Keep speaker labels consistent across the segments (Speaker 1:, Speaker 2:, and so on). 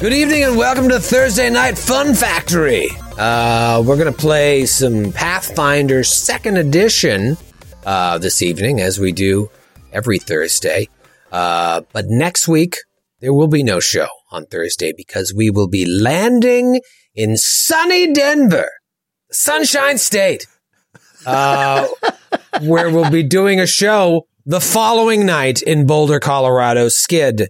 Speaker 1: Good evening and welcome to Thursday Night Fun Factory. Uh, we're going to play some Pathfinder Second Edition uh, this evening, as we do every Thursday. Uh, but next week, there will be no show on Thursday because we will be landing in sunny Denver, Sunshine State, uh, where we'll be doing a show the following night in Boulder, Colorado, Skid.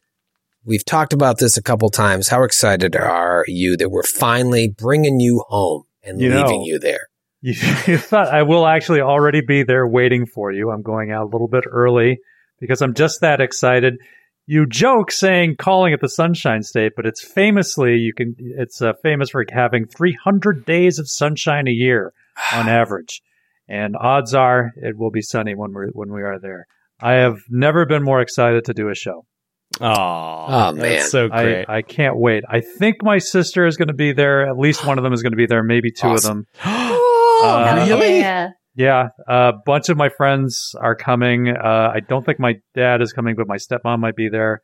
Speaker 1: We've talked about this a couple times. How excited are you that we're finally bringing you home and
Speaker 2: You know-
Speaker 1: leaving you there?
Speaker 2: You, you thought I will actually already be there waiting for you. I'm going out a little bit early because I'm just that excited. You joke saying calling it the Sunshine State, but it's famously you can. It's uh, famous for having 300 days of sunshine a year on average, and odds are it will be sunny when we when we are there. I have never been more excited to do a show.
Speaker 3: Aw,
Speaker 1: Oh, man.
Speaker 3: that's so
Speaker 2: I,
Speaker 3: great.
Speaker 2: I can't wait. I think my sister is going to be there. At least one of them is going to be there. Maybe two
Speaker 1: Awesome.
Speaker 2: of them.
Speaker 3: oh,
Speaker 2: Uh,
Speaker 3: really?
Speaker 4: Yeah.
Speaker 2: Yeah, a bunch of my friends are coming. Uh, I don't think my dad is coming, but my stepmom might be there.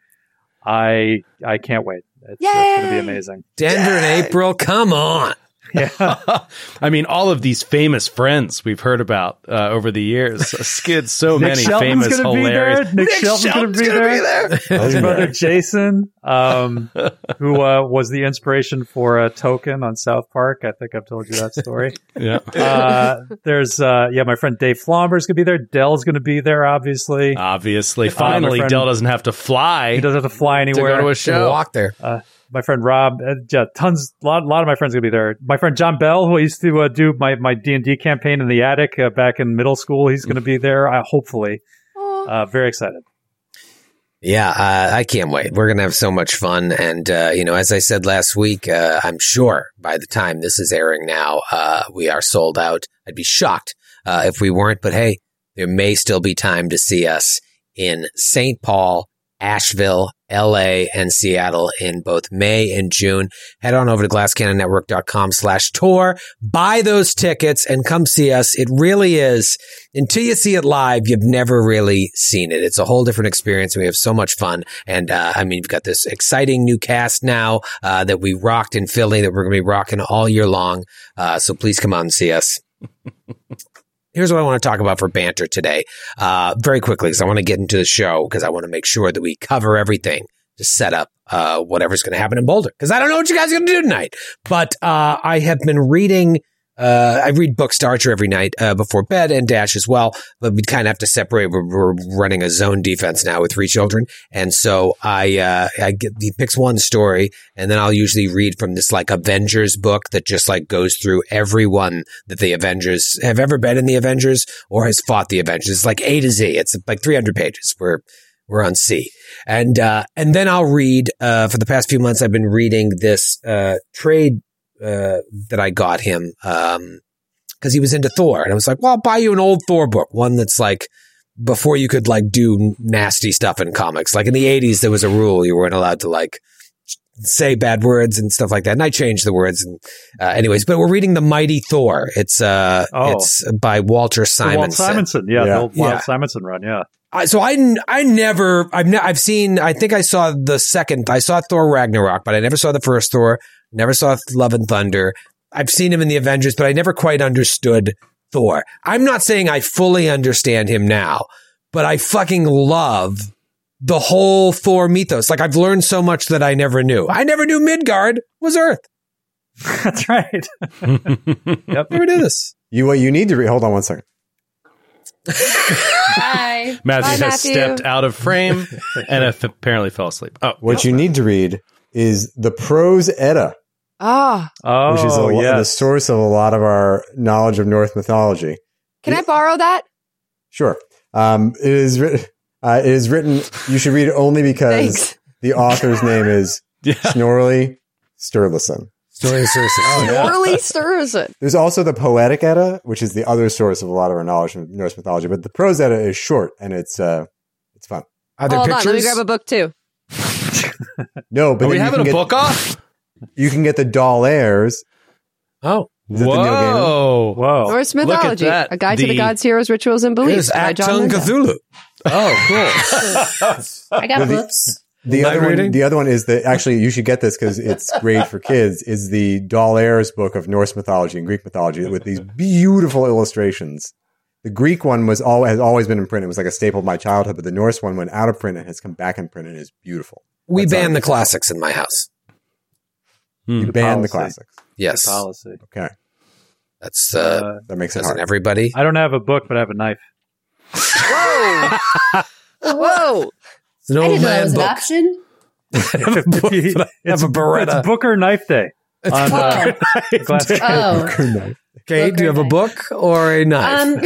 Speaker 2: I I can't wait. It's, going to be
Speaker 3: Yay!
Speaker 2: amazing.
Speaker 1: Denver in April, come on.
Speaker 2: Yeah,
Speaker 3: I mean, all of these famous friends we've heard about uh, over the years. Skid, so
Speaker 2: Nick
Speaker 3: many
Speaker 2: Shelton's
Speaker 3: famous,
Speaker 2: gonna be there.
Speaker 3: hilarious.
Speaker 2: Nick, Shelton's going to be there.
Speaker 3: Oh,
Speaker 2: His brother Jason, um, who uh, was the inspiration for uh, Token on South Park. I think I've told you that story.
Speaker 3: Yeah.
Speaker 2: Uh, there's uh, yeah, my friend Dave Flomber's going to be there. Dell's going to be there, obviously. Uh,
Speaker 3: Obviously,
Speaker 2: my
Speaker 3: finally,
Speaker 2: friend-
Speaker 3: Dell doesn't have to fly
Speaker 2: he doesn't have to fly
Speaker 3: to
Speaker 2: anywhere. Uh,
Speaker 3: go to a
Speaker 1: Should
Speaker 3: show.
Speaker 1: walk there.
Speaker 2: my friend Rob, uh, yeah, tons, a lot, lot of my friends are gonna be there. My friend John Bell, who I used to uh, do my my D and D campaign in the attic uh, back in middle school, he's gonna be there. Uh, hopefully, uh, very excited.
Speaker 1: Yeah, uh, I can't wait. We're going to have so much fun. And, uh, you know, as I said last week, uh, I'm sure by the time this is airing now, uh, we are sold out. I'd be shocked uh, if we weren't. But hey, there may still be time to see us in St. Paul, Asheville, LA, and Seattle in both May and June. Head on over to glasscannonnetwork.com slash tour. Buy those tickets and come see us. It really is until you see it live, you've never really seen it. It's a whole different experience. We have so much fun. And, uh, I mean, we've got this exciting new cast now, uh, that we rocked in Philly that we're going to be rocking all year long. Uh, so please come out and see us. Here's what I want to talk about for banter today. Uh, very quickly, because I want to get into the show because I want to make sure that we cover everything to set up, uh, whatever's going to happen in Boulder. Cause I don't know what you guys are going to do tonight, but, uh, I have been reading, uh, I read books to Archer every night uh, before bed and Dash as well, but we kind of have to separate. We're, we're running a zone defense now with three children, and so I uh, I get he picks one story, and then I'll usually read from this like Avengers book that just like goes through everyone that the Avengers have ever been in the Avengers or has fought the Avengers. It's like A to Z. It's like three hundred pages. We're we're on C, and uh, and then I'll read. Uh, for the past few months, I've been reading this uh, trade uh, that I got him um, because he was into Thor, and I was like, "Well, I'll buy you an old Thor book, one that's like before you could like do nasty stuff in comics. Like in the '80s, there was a rule you weren't allowed to like say bad words and stuff like that. And I changed the words, and uh, anyways. But we're reading the Mighty Thor. It's uh,
Speaker 2: Oh.
Speaker 1: it's by Walter
Speaker 2: The
Speaker 1: Simonson.
Speaker 2: Walt Simonson, yeah,
Speaker 3: Yeah.
Speaker 2: the old Walt
Speaker 1: Yeah.
Speaker 2: Simonson run, yeah.
Speaker 1: I, so I, n- I never I've ne- I've seen I think I saw the second I saw Thor Ragnarok, but I never saw the first Thor. Never saw Love and Thunder. I've seen him in the Avengers, but I never quite understood Thor. I'm not saying I fully understand him now, but I fucking love the whole Thor mythos. Like I've learned so much that I never knew. I never knew Midgard was Earth.
Speaker 2: That's right. yep.
Speaker 1: Never knew this.
Speaker 5: You what you need to read. Hold on one second.
Speaker 4: Hi.
Speaker 3: Matthew
Speaker 4: Bye,
Speaker 3: has stepped out of frame and af- apparently fell asleep. Oh,
Speaker 5: What you need to read is the Prose Edda,
Speaker 6: Ah,
Speaker 2: Oh,
Speaker 5: which is a, lo-
Speaker 2: yeah.
Speaker 5: the source of a lot of our knowledge of Norse mythology.
Speaker 6: can I borrow that?
Speaker 5: Sure, um, it is written. Uh, it is written. You should read it only because
Speaker 6: Thanks.
Speaker 5: the author's name is
Speaker 3: Yeah.
Speaker 5: Snorley Sturluson.
Speaker 1: Story of sources.
Speaker 3: Oh,
Speaker 6: Early Sturluson.
Speaker 5: There's also the Poetic Edda, which is the other source of a lot of our knowledge of Norse mythology, but the Prose Edda is short and it's uh it's fun.
Speaker 1: Are there
Speaker 6: Hold on, let me
Speaker 1: pictures?
Speaker 6: grab a book too.
Speaker 5: No, but
Speaker 3: Are
Speaker 5: then
Speaker 3: we
Speaker 5: you
Speaker 3: having
Speaker 5: can
Speaker 3: a
Speaker 5: get,
Speaker 3: book off?
Speaker 5: You can get the Doll Airs.
Speaker 1: oh,
Speaker 5: Is that the Neil Gaiman?
Speaker 3: Whoa.
Speaker 5: Oh.
Speaker 2: Whoa.
Speaker 6: Norse
Speaker 3: look at
Speaker 6: mythology:
Speaker 3: that.
Speaker 6: a guide to
Speaker 3: The-
Speaker 6: the gods, heroes, rituals, and
Speaker 1: there's
Speaker 6: beliefs. by John
Speaker 1: Acton
Speaker 6: Lindau.
Speaker 1: Cthulhu.
Speaker 3: Oh, cool.
Speaker 4: I got
Speaker 5: Really?
Speaker 4: books.
Speaker 5: The
Speaker 1: Night
Speaker 5: other one,
Speaker 1: reading?
Speaker 5: the other one is the actually you should get this because it's great for kids. Is the Doll Airs book of Norse mythology and Greek mythology with these beautiful illustrations. The Greek one was all has always been in print. It was like a staple of my childhood, but the Norse one went out of print and has come back in print and is beautiful.
Speaker 1: We
Speaker 5: That's
Speaker 1: ban
Speaker 5: awesome.
Speaker 1: the classics in my house.
Speaker 5: You
Speaker 3: Good
Speaker 5: ban the
Speaker 2: policy.
Speaker 5: classics.
Speaker 1: Yes,
Speaker 2: Good policy.
Speaker 5: Okay,
Speaker 1: that's uh,
Speaker 2: Uh,
Speaker 5: that makes it
Speaker 1: doesn't
Speaker 5: hard.
Speaker 1: everybody.
Speaker 2: I don't have a book, but I have a knife.
Speaker 6: Whoa!
Speaker 1: It's an
Speaker 4: I
Speaker 1: old
Speaker 4: didn't know that
Speaker 1: man
Speaker 4: was an
Speaker 1: book.
Speaker 4: option.
Speaker 2: it's
Speaker 1: a Beretta.
Speaker 2: It's Booker Knife Day. On, uh,
Speaker 4: Oh,
Speaker 2: Glass
Speaker 4: oh.
Speaker 1: Okay, do you have a book or a knife?
Speaker 4: Um,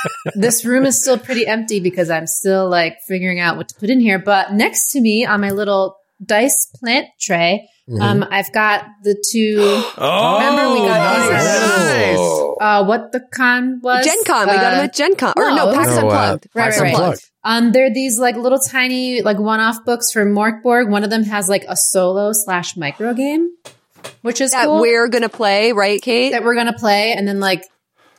Speaker 4: this room is still pretty empty because I'm still like figuring out what to put in here. But next to me on my little dice plant tray,
Speaker 1: Mm-hmm.
Speaker 4: um, I've got the two.
Speaker 3: Oh,
Speaker 4: Remember we got these-
Speaker 3: nice.
Speaker 1: Oh.
Speaker 4: Uh, what the con was?
Speaker 6: Gen Con. we got
Speaker 4: Uh,
Speaker 6: him at Gen Con. Or
Speaker 4: no,
Speaker 6: no,
Speaker 4: it
Speaker 6: PAX
Speaker 4: was-
Speaker 1: Oh, uh,
Speaker 6: Unplugged.
Speaker 4: Right,
Speaker 6: PAX
Speaker 4: right, right.
Speaker 6: Unplugged.
Speaker 4: Um, they're these like little tiny like one-off books for Morkborg. One of them has like a solo slash micro game, which is
Speaker 6: That
Speaker 4: cool
Speaker 6: we're gonna play, right, Kate?
Speaker 4: that we're gonna play. And then like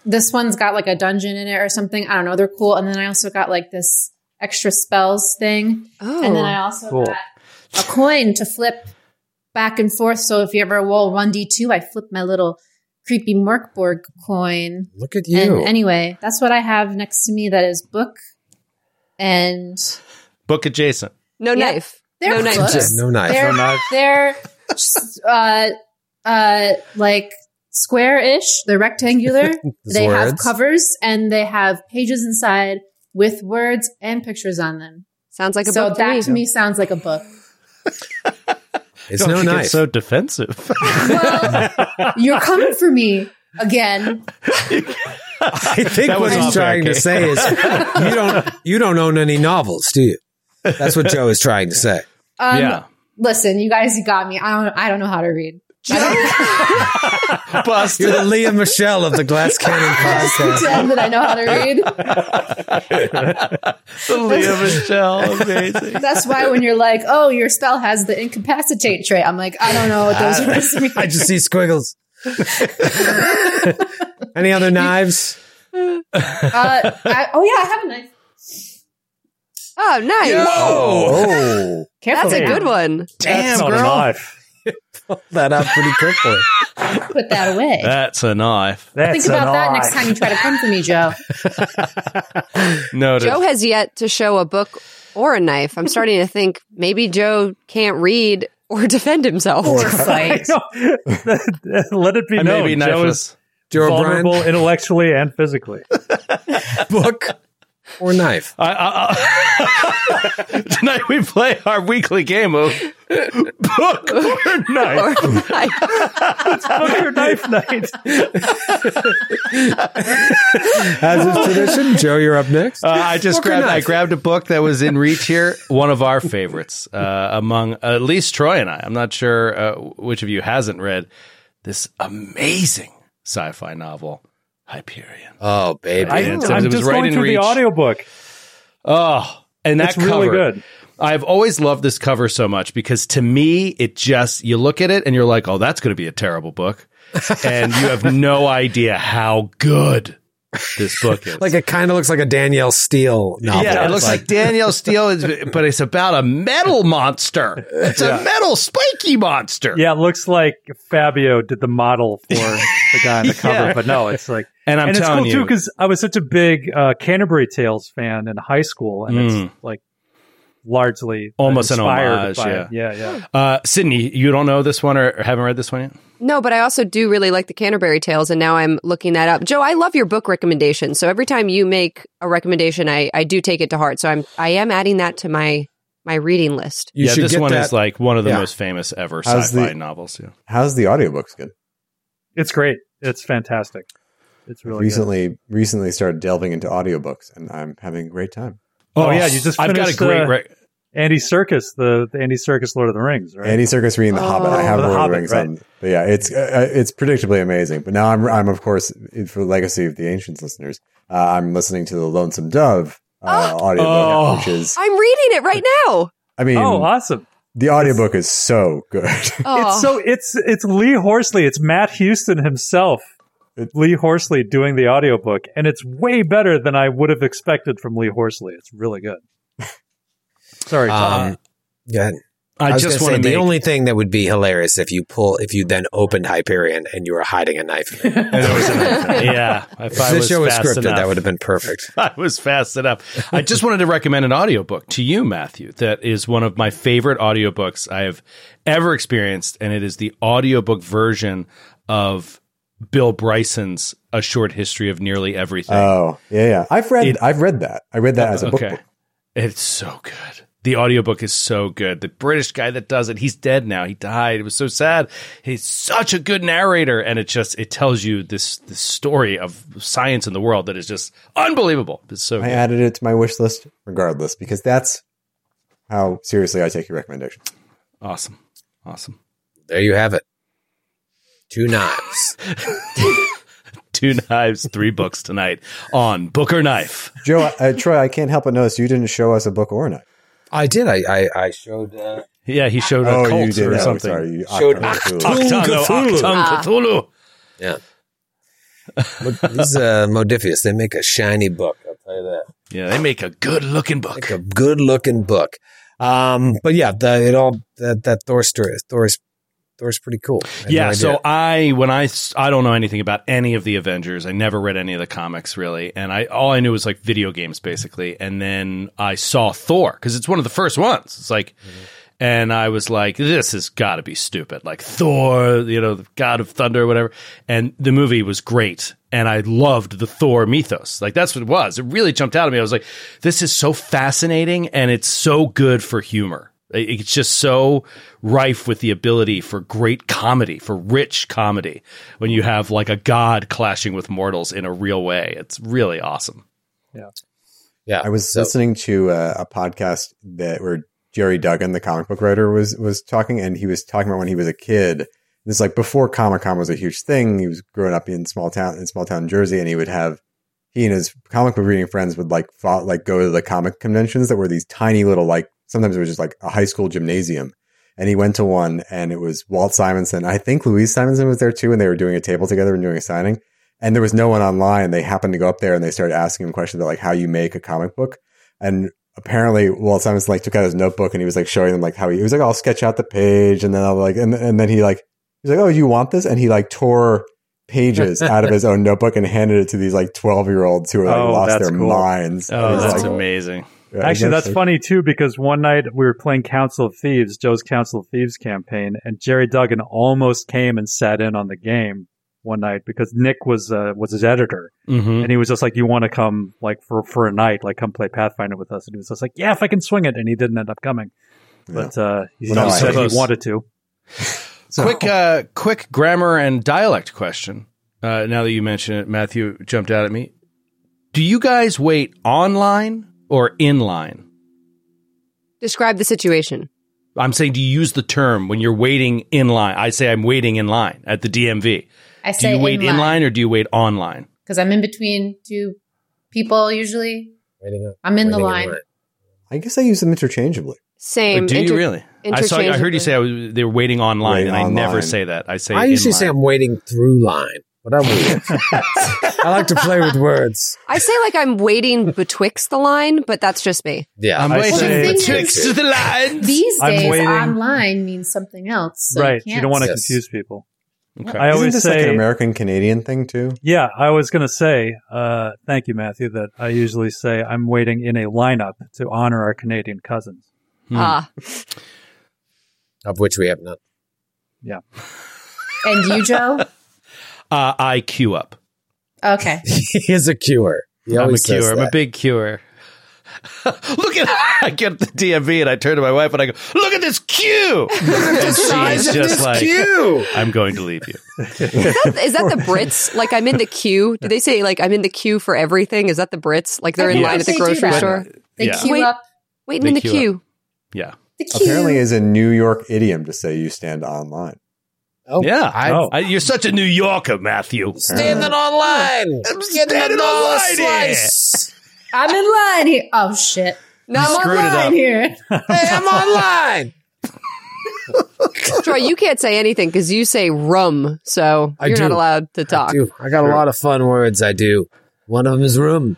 Speaker 4: this one's got like a dungeon in it or something. I don't know. They're cool. And then I also got like this extra spells thing.
Speaker 6: oh,
Speaker 4: And then I also
Speaker 2: Cool.
Speaker 4: got a coin to flip back and forth. So if you ever roll one d two, I flip my little creepy Morkborg coin.
Speaker 1: Look at
Speaker 4: And
Speaker 1: you.
Speaker 4: anyway, that's what I have next to me. That is book, and
Speaker 3: Book adjacent.
Speaker 6: no
Speaker 4: Yep.
Speaker 6: knife.
Speaker 4: they're
Speaker 6: No knife.
Speaker 4: books.
Speaker 1: Just no knife.
Speaker 4: They're,
Speaker 2: No knife.
Speaker 4: they're uh, uh, like square-ish. They're rectangular. they have
Speaker 1: Zords.
Speaker 4: covers and they have pages inside with words and pictures on them.
Speaker 6: Sounds like a
Speaker 4: so
Speaker 6: book
Speaker 4: that
Speaker 6: to me.
Speaker 4: sounds like a book.
Speaker 1: It's
Speaker 3: Don't
Speaker 1: no
Speaker 3: you get
Speaker 1: knife.
Speaker 3: so defensive.
Speaker 4: Well, you're coming for me again.
Speaker 1: I think
Speaker 3: That
Speaker 1: what
Speaker 3: was
Speaker 1: he's
Speaker 3: off air,
Speaker 1: trying to
Speaker 3: Kate.
Speaker 1: say is you don't you don't own any novels, do you? That's what Joe is trying to say.
Speaker 4: Um,
Speaker 3: yeah.
Speaker 4: Listen, you guys, you got me. I don't. I don't know how to read. I don't-
Speaker 1: You're
Speaker 3: Busted.
Speaker 1: the Leah Michelle of the Glass Cannon podcast.
Speaker 4: pretend that I know how to read.
Speaker 3: the Leah Michelle. Amazing.
Speaker 4: That's why when you're like, oh, your spell has the incapacitate trait, I'm like, I don't know what Oh, those words mean.
Speaker 1: I just see squiggles. any other knives?
Speaker 4: Uh, I, oh yeah, I have a knife.
Speaker 6: Oh, nice.
Speaker 3: Oh,
Speaker 5: Oh,
Speaker 4: Careful,
Speaker 6: That's a
Speaker 4: now.
Speaker 6: good one.
Speaker 2: That's not a knife.
Speaker 1: That up pretty quickly.
Speaker 4: Put that away.
Speaker 3: that's a knife.
Speaker 2: That's
Speaker 4: Think about
Speaker 2: an
Speaker 4: that
Speaker 2: eye.
Speaker 4: next time you try to come for me, Joe.
Speaker 3: Noted.
Speaker 6: Joe has yet to show a book or a knife. I'm starting to think maybe Joe can't read or defend himself.
Speaker 4: Fight.
Speaker 2: No. Let it be
Speaker 3: I
Speaker 2: known.
Speaker 3: may be
Speaker 2: Joe is
Speaker 3: knifeless.
Speaker 1: Joe
Speaker 2: vulnerable
Speaker 1: O'Brien,
Speaker 2: intellectually and physically.
Speaker 1: book or knife?
Speaker 3: I, I, I, tonight we play our weekly game of book or knife.
Speaker 6: Or knife.
Speaker 2: Booker Knife Night.
Speaker 1: As is tradition, Joe, you're up next.
Speaker 3: Uh, I just
Speaker 1: Book or
Speaker 3: grabbed. I
Speaker 1: knife?
Speaker 3: grabbed a book that was in reach here. One of our favorites uh, among at least Troy and I. I'm not sure uh, which of you hasn't read this amazing sci-fi novel, Hyperion.
Speaker 1: oh, baby.
Speaker 3: I-
Speaker 2: I,
Speaker 3: Yeah,
Speaker 2: am
Speaker 3: it was
Speaker 2: just
Speaker 3: right
Speaker 2: going
Speaker 3: in
Speaker 2: through
Speaker 3: reach.
Speaker 2: the audiobook.
Speaker 3: Oh, and that
Speaker 2: It's really
Speaker 3: cover-
Speaker 2: good.
Speaker 3: I've always loved this cover so much because to me, it just you look at it and you're like, oh, that's going to be a terrible book, and you have no idea how good this book is.
Speaker 1: like it kind of looks like a Danielle Steele novel.
Speaker 3: Yeah, it looks
Speaker 1: It's
Speaker 3: like Danielle Steele, is, but it's about a metal monster. It's a metal spiky monster.
Speaker 2: Yeah, it looks like Fabio did the model for the guy on the cover,
Speaker 3: Yeah.
Speaker 2: but no, it's like
Speaker 3: and I'm
Speaker 2: and it's
Speaker 3: telling
Speaker 2: cool
Speaker 3: you,
Speaker 2: too because I was such a big uh, Canterbury Tales fan in high school, and
Speaker 3: Mm.
Speaker 2: it's like largely
Speaker 3: Almost an
Speaker 2: inspired
Speaker 3: homage,
Speaker 2: by it. yeah, yeah.
Speaker 3: uh, Sydney, you don't know this one or, or haven't read this one yet.
Speaker 6: No, but I also do really like the Canterbury Tales, and now I'm looking that up. Joe, I love your book recommendations. So every time you make a recommendation, I, I do take it to heart. So I'm I am adding that to my my reading list.
Speaker 1: you
Speaker 3: yeah,
Speaker 1: should
Speaker 3: this
Speaker 1: get
Speaker 3: one
Speaker 1: that.
Speaker 3: is like one of the
Speaker 1: Yeah.
Speaker 3: most famous ever
Speaker 5: How's
Speaker 3: sci-fi
Speaker 5: the-
Speaker 3: novels. Yeah.
Speaker 5: how's the audiobooks good?
Speaker 2: It's great. It's fantastic. It's really good.
Speaker 5: recently, recently started delving into audiobooks, and I'm having a great time.
Speaker 2: Oh, yeah, you just
Speaker 3: I've got a
Speaker 2: finished,
Speaker 3: great.
Speaker 2: uh,
Speaker 3: rec-
Speaker 2: Andy Circus, the, the Andy Circus Lord of the Rings, right?
Speaker 5: Andy Circus reading The Hobbit. I have
Speaker 2: Oh, The
Speaker 5: Lord of the
Speaker 2: Hobbit,
Speaker 5: Rings
Speaker 2: right.
Speaker 5: on. But yeah, it's uh, it's predictably amazing. But now I'm I'm of course for the legacy of the ancients listeners. Uh, I'm listening to the Lonesome Dove uh, audiobook,
Speaker 3: Oh.
Speaker 5: which is
Speaker 6: I'm reading it right now.
Speaker 5: I mean
Speaker 2: oh, awesome!
Speaker 5: the audiobook is so good.
Speaker 6: Oh,
Speaker 2: It's so it's it's Lee Horsley. It's Matt Houston himself.
Speaker 5: It-
Speaker 2: Lee Horsley doing the audiobook, and it's way better than I would have expected from Lee Horsley. It's really good. Sorry, Tom.
Speaker 1: Um, yeah,
Speaker 3: I,
Speaker 1: was
Speaker 3: just
Speaker 1: gonna
Speaker 3: want to
Speaker 1: say,
Speaker 3: make
Speaker 1: the only thing that would be hilarious if you pull if you then opened Hyperion and you were hiding a knife. in it.
Speaker 3: yeah. If
Speaker 1: If
Speaker 3: I
Speaker 1: this
Speaker 3: was
Speaker 1: show was
Speaker 3: fast
Speaker 1: scripted,
Speaker 3: enough.
Speaker 1: that would have been perfect.
Speaker 3: I was fast enough. I just wanted to recommend an audiobook to you, Matthew, that is one of my favorite audiobooks I have ever experienced. And it is the audiobook version of Bill Bryson's A Short History of Nearly Everything.
Speaker 5: oh yeah, yeah. I've read
Speaker 3: It-
Speaker 5: I've read that. I read that as a book. book.
Speaker 3: It's so good. The audiobook is so good. The British guy that does it, he's dead now. He died. It was so sad. He's such a good narrator and it just it tells you this this story of science in the world that is just unbelievable. It's so
Speaker 5: I
Speaker 3: good.
Speaker 5: added it to my wish list regardless because that's how seriously I take your recommendation.
Speaker 3: Awesome. Awesome.
Speaker 1: There you have it. Two knives.
Speaker 3: Two knives, three books tonight on Book or Knife.
Speaker 5: Joe, uh, Troy, I can't help but notice you didn't show us a book or a knife.
Speaker 1: I did. I I, I showed uh,
Speaker 3: Yeah, he showed a cult or
Speaker 5: Oh,
Speaker 3: something.
Speaker 5: Sorry, you
Speaker 1: Showed
Speaker 5: Octo-
Speaker 3: Octung, oh,
Speaker 1: Cthulhu.
Speaker 3: Octung
Speaker 6: Ah.
Speaker 3: Cthulhu.
Speaker 1: Mod- these uh, Modifius. They make a shiny book. I'll tell you that.
Speaker 3: Yeah, they make a good looking book.
Speaker 1: like a good looking book. Um, but yeah, the, it all that that Thor story, Thor's Thor's pretty cool. I had
Speaker 3: yeah
Speaker 1: no idea.
Speaker 3: so i when i s- i don't know anything about any of the avengers i never read any of the comics really and i all i knew was like video games basically and then i saw thor because it's one of the first ones it's like and i was like this has got to be stupid like thor you know the god of thunder or whatever and the movie was great and i loved the thor mythos like that's what it was it really jumped out at me i was like this is so fascinating and it's so good for humor it- It's just so rife with the ability for great comedy, for rich comedy, when you have like a god clashing with mortals in a real way. It's really awesome.
Speaker 1: yeah,
Speaker 5: I was
Speaker 1: so-
Speaker 5: listening to a, a podcast that where Jerry Duggan, the comic book writer, was was talking, and he was talking about when he was a kid. This is like before Comic Con was a huge thing. He was growing up in small town in small town Jersey, and he would have he and his comic book reading friends would like fo- like go to the comic conventions that were these tiny little like sometimes it was just like a high school gymnasium. And he went to one, and it was Walt Simonson. I think Louise Simonson was there too, and they were doing a table together and doing a signing and there was no one online. They happened to go up there and they started asking him questions about like how you make a comic book. And apparently, Walt Simonson like took out his notebook and he was like showing them like how he, he was like, I'll sketch out the page, and then I'll like, and, and then he like he's like, oh, you want this? And he like tore pages out of his own notebook and handed it to these like twelve year olds who were like
Speaker 2: Oh,
Speaker 5: lost
Speaker 2: that's
Speaker 5: their
Speaker 2: cool.
Speaker 5: minds.
Speaker 3: Oh,
Speaker 5: It was,
Speaker 3: that's
Speaker 5: like,
Speaker 3: amazing.
Speaker 5: yeah,
Speaker 2: Actually, that's
Speaker 5: like-
Speaker 2: funny too because one night we were playing Council of Thieves, Joe's Council of Thieves campaign, and Jerry Duggan almost came and sat in on the game one night because Nick was uh, was his editor,
Speaker 3: Mm-hmm.
Speaker 2: and he was just like, "You want to come like for for a night, like come play Pathfinder with us?" And he was just like, "Yeah, if I can swing it," and he didn't end up coming, but uh, he
Speaker 5: Well, no,
Speaker 2: said
Speaker 3: I-
Speaker 2: he wanted to.
Speaker 3: Quick, uh, quick grammar and dialect question. Uh, now that you mention it, Matthew jumped out at me. Do you guys wait online or in line?
Speaker 6: describe the situation.
Speaker 3: I'm saying, do you use the term when you're waiting in line? I say I'm waiting in line at the DMV.
Speaker 4: I
Speaker 3: Do
Speaker 4: say
Speaker 3: you wait in line or do you wait online?
Speaker 4: because I'm in between two people usually.
Speaker 1: Waiting up-
Speaker 4: I'm in the
Speaker 1: waiting
Speaker 4: line.
Speaker 5: I guess I use them interchangeably.
Speaker 6: Same.
Speaker 3: Or do
Speaker 6: inter-
Speaker 3: you really? I saw. I heard you
Speaker 6: interchangeably.
Speaker 3: say I was, they were waiting online,
Speaker 5: Waiting
Speaker 3: and I never
Speaker 5: online.
Speaker 3: say that. I say
Speaker 1: I
Speaker 3: in
Speaker 1: usually
Speaker 3: line.
Speaker 1: say I'm waiting through line, but I'm weird. I like to play with words.
Speaker 6: I say like I'm waiting betwixt the line, but that's just me.
Speaker 1: Yeah,
Speaker 3: I'm
Speaker 1: I
Speaker 3: waiting
Speaker 1: say-
Speaker 4: Well, the thing
Speaker 3: betwixt
Speaker 1: is-
Speaker 3: the lines.
Speaker 4: These
Speaker 2: I'm
Speaker 4: days,
Speaker 2: waiting.
Speaker 4: online means something else. So
Speaker 2: right,
Speaker 4: You,
Speaker 2: you don't want to
Speaker 1: Yes.
Speaker 2: confuse people.
Speaker 3: Okay.
Speaker 2: I
Speaker 5: Isn't
Speaker 2: always
Speaker 5: this
Speaker 2: say
Speaker 5: like an American Canadian thing too?
Speaker 2: Yeah, I was going to say, uh, thank you, Matthew, that I usually say I'm waiting in a lineup to honor our Canadian cousins.
Speaker 3: Hmm.
Speaker 6: Ah,
Speaker 1: of which we have none.
Speaker 4: to. And you, Joe?
Speaker 3: Uh, I queue up.
Speaker 4: Okay.
Speaker 1: he is a cure. He
Speaker 3: I'm a
Speaker 1: always says
Speaker 3: queuer. I'm a
Speaker 1: that.
Speaker 3: big queuer. Look at I get the DMV and I turn to my wife and I go, "Look at this queue." and she's just like,
Speaker 1: Cue!
Speaker 3: "I'm going to leave you."
Speaker 6: is that, is that the Brits? Like I'm in the queue. Do they say like I'm in the queue for everything? Is that the Brits? Like they're in
Speaker 3: Yes.
Speaker 6: line at the
Speaker 4: They do
Speaker 6: grocery
Speaker 4: that.
Speaker 6: store,
Speaker 4: They
Speaker 3: Yeah.
Speaker 4: queue
Speaker 6: Wait.
Speaker 4: up.
Speaker 6: waiting
Speaker 3: They
Speaker 6: in the
Speaker 3: queue up.
Speaker 6: queue.
Speaker 3: Yeah.
Speaker 4: The cute.
Speaker 5: Apparently, is a New York idiom to say you stand online.
Speaker 1: Oh,
Speaker 3: yeah.
Speaker 1: I,
Speaker 2: Oh.
Speaker 3: I- you're such a New Yorker, Matthew.
Speaker 1: Standing online. I'm
Speaker 3: Oh. standing online here.
Speaker 4: I'm in line here. Oh shit! No,
Speaker 3: You
Speaker 4: I'm
Speaker 3: screwed it up.
Speaker 4: online here.
Speaker 1: Hey, I'm online.
Speaker 6: Troy, you can't say anything because you say rum, so
Speaker 1: I
Speaker 6: you're not
Speaker 1: do.
Speaker 6: allowed to talk.
Speaker 1: Dude, I got a lot of fun words I do. One of them is room.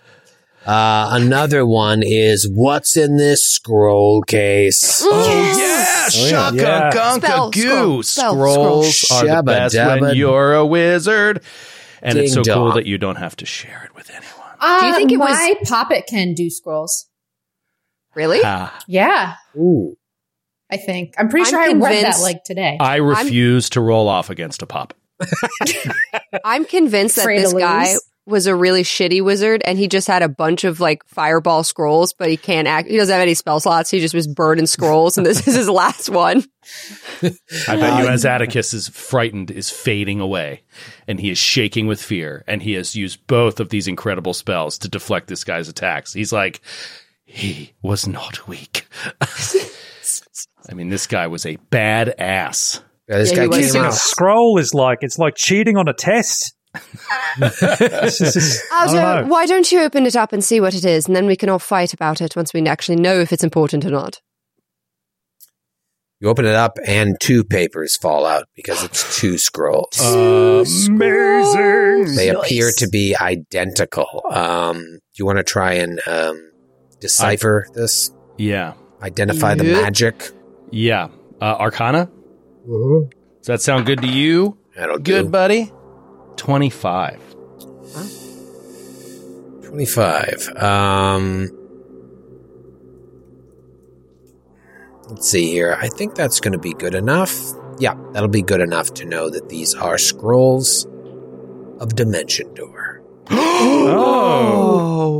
Speaker 1: Uh, another one is what's in this scroll case?
Speaker 3: Yeah,
Speaker 5: Oh, yeah.
Speaker 3: shaka
Speaker 2: Yeah.
Speaker 3: gonka
Speaker 6: Spell, scroll,
Speaker 3: goo.
Speaker 6: spell,
Speaker 3: Scrolls
Speaker 1: scroll.
Speaker 3: are the
Speaker 1: Shabba
Speaker 3: best
Speaker 1: dabba
Speaker 3: when you're a wizard. And it's so
Speaker 1: ding
Speaker 3: cool
Speaker 1: dong.
Speaker 3: that you don't have to share it with anyone.
Speaker 4: Uh,
Speaker 6: Do you think it was-
Speaker 4: my poppet can do scrolls?
Speaker 6: Really?
Speaker 3: Ah,
Speaker 4: Yeah,
Speaker 1: Ooh.
Speaker 4: I think. I'm pretty
Speaker 6: I'm
Speaker 4: sure I read that
Speaker 6: convinced-
Speaker 4: like today.
Speaker 3: I refuse to roll off against a pop.
Speaker 6: I'm convinced that
Speaker 4: Afraid to
Speaker 6: this guy
Speaker 4: lose.
Speaker 6: was a really shitty wizard and he just had a bunch of like fireball scrolls, but he can't act. He doesn't have any spell slots. He just was burning scrolls and this is his last one.
Speaker 3: I bet
Speaker 1: Uh,
Speaker 3: you as Atticus is frightened, is fading away, and he is shaking with fear, and he has used both of these incredible spells to deflect this guy's attacks. He's like, he was not weak. I mean, this guy was a bad ass.
Speaker 1: Yeah, this
Speaker 6: Yeah, he
Speaker 1: guy
Speaker 6: was
Speaker 1: came
Speaker 6: too.
Speaker 1: out.
Speaker 2: Scroll is like it's like cheating on a test. This is just- I
Speaker 6: Also,
Speaker 2: don't know.
Speaker 6: why don't you open it up and see what it is, and then we can all fight about it once we actually know if it's important or not.
Speaker 1: You open it up and two papers fall out because it's two scrolls.
Speaker 3: Amazing.
Speaker 1: they appear to be identical. Um, do you want to try and um, decipher this?
Speaker 3: Yeah.
Speaker 1: Identify the
Speaker 6: Yeah.
Speaker 1: magic?
Speaker 3: Yeah. Uh, Arcana? Does that sound good to you?
Speaker 1: That'll
Speaker 3: Good,
Speaker 1: do.
Speaker 3: buddy. 25.
Speaker 1: 25. Um, let's see here. I think that's going to be good enough. Yeah, that'll be good enough to know that these are scrolls of Dimension Door.
Speaker 7: Oh.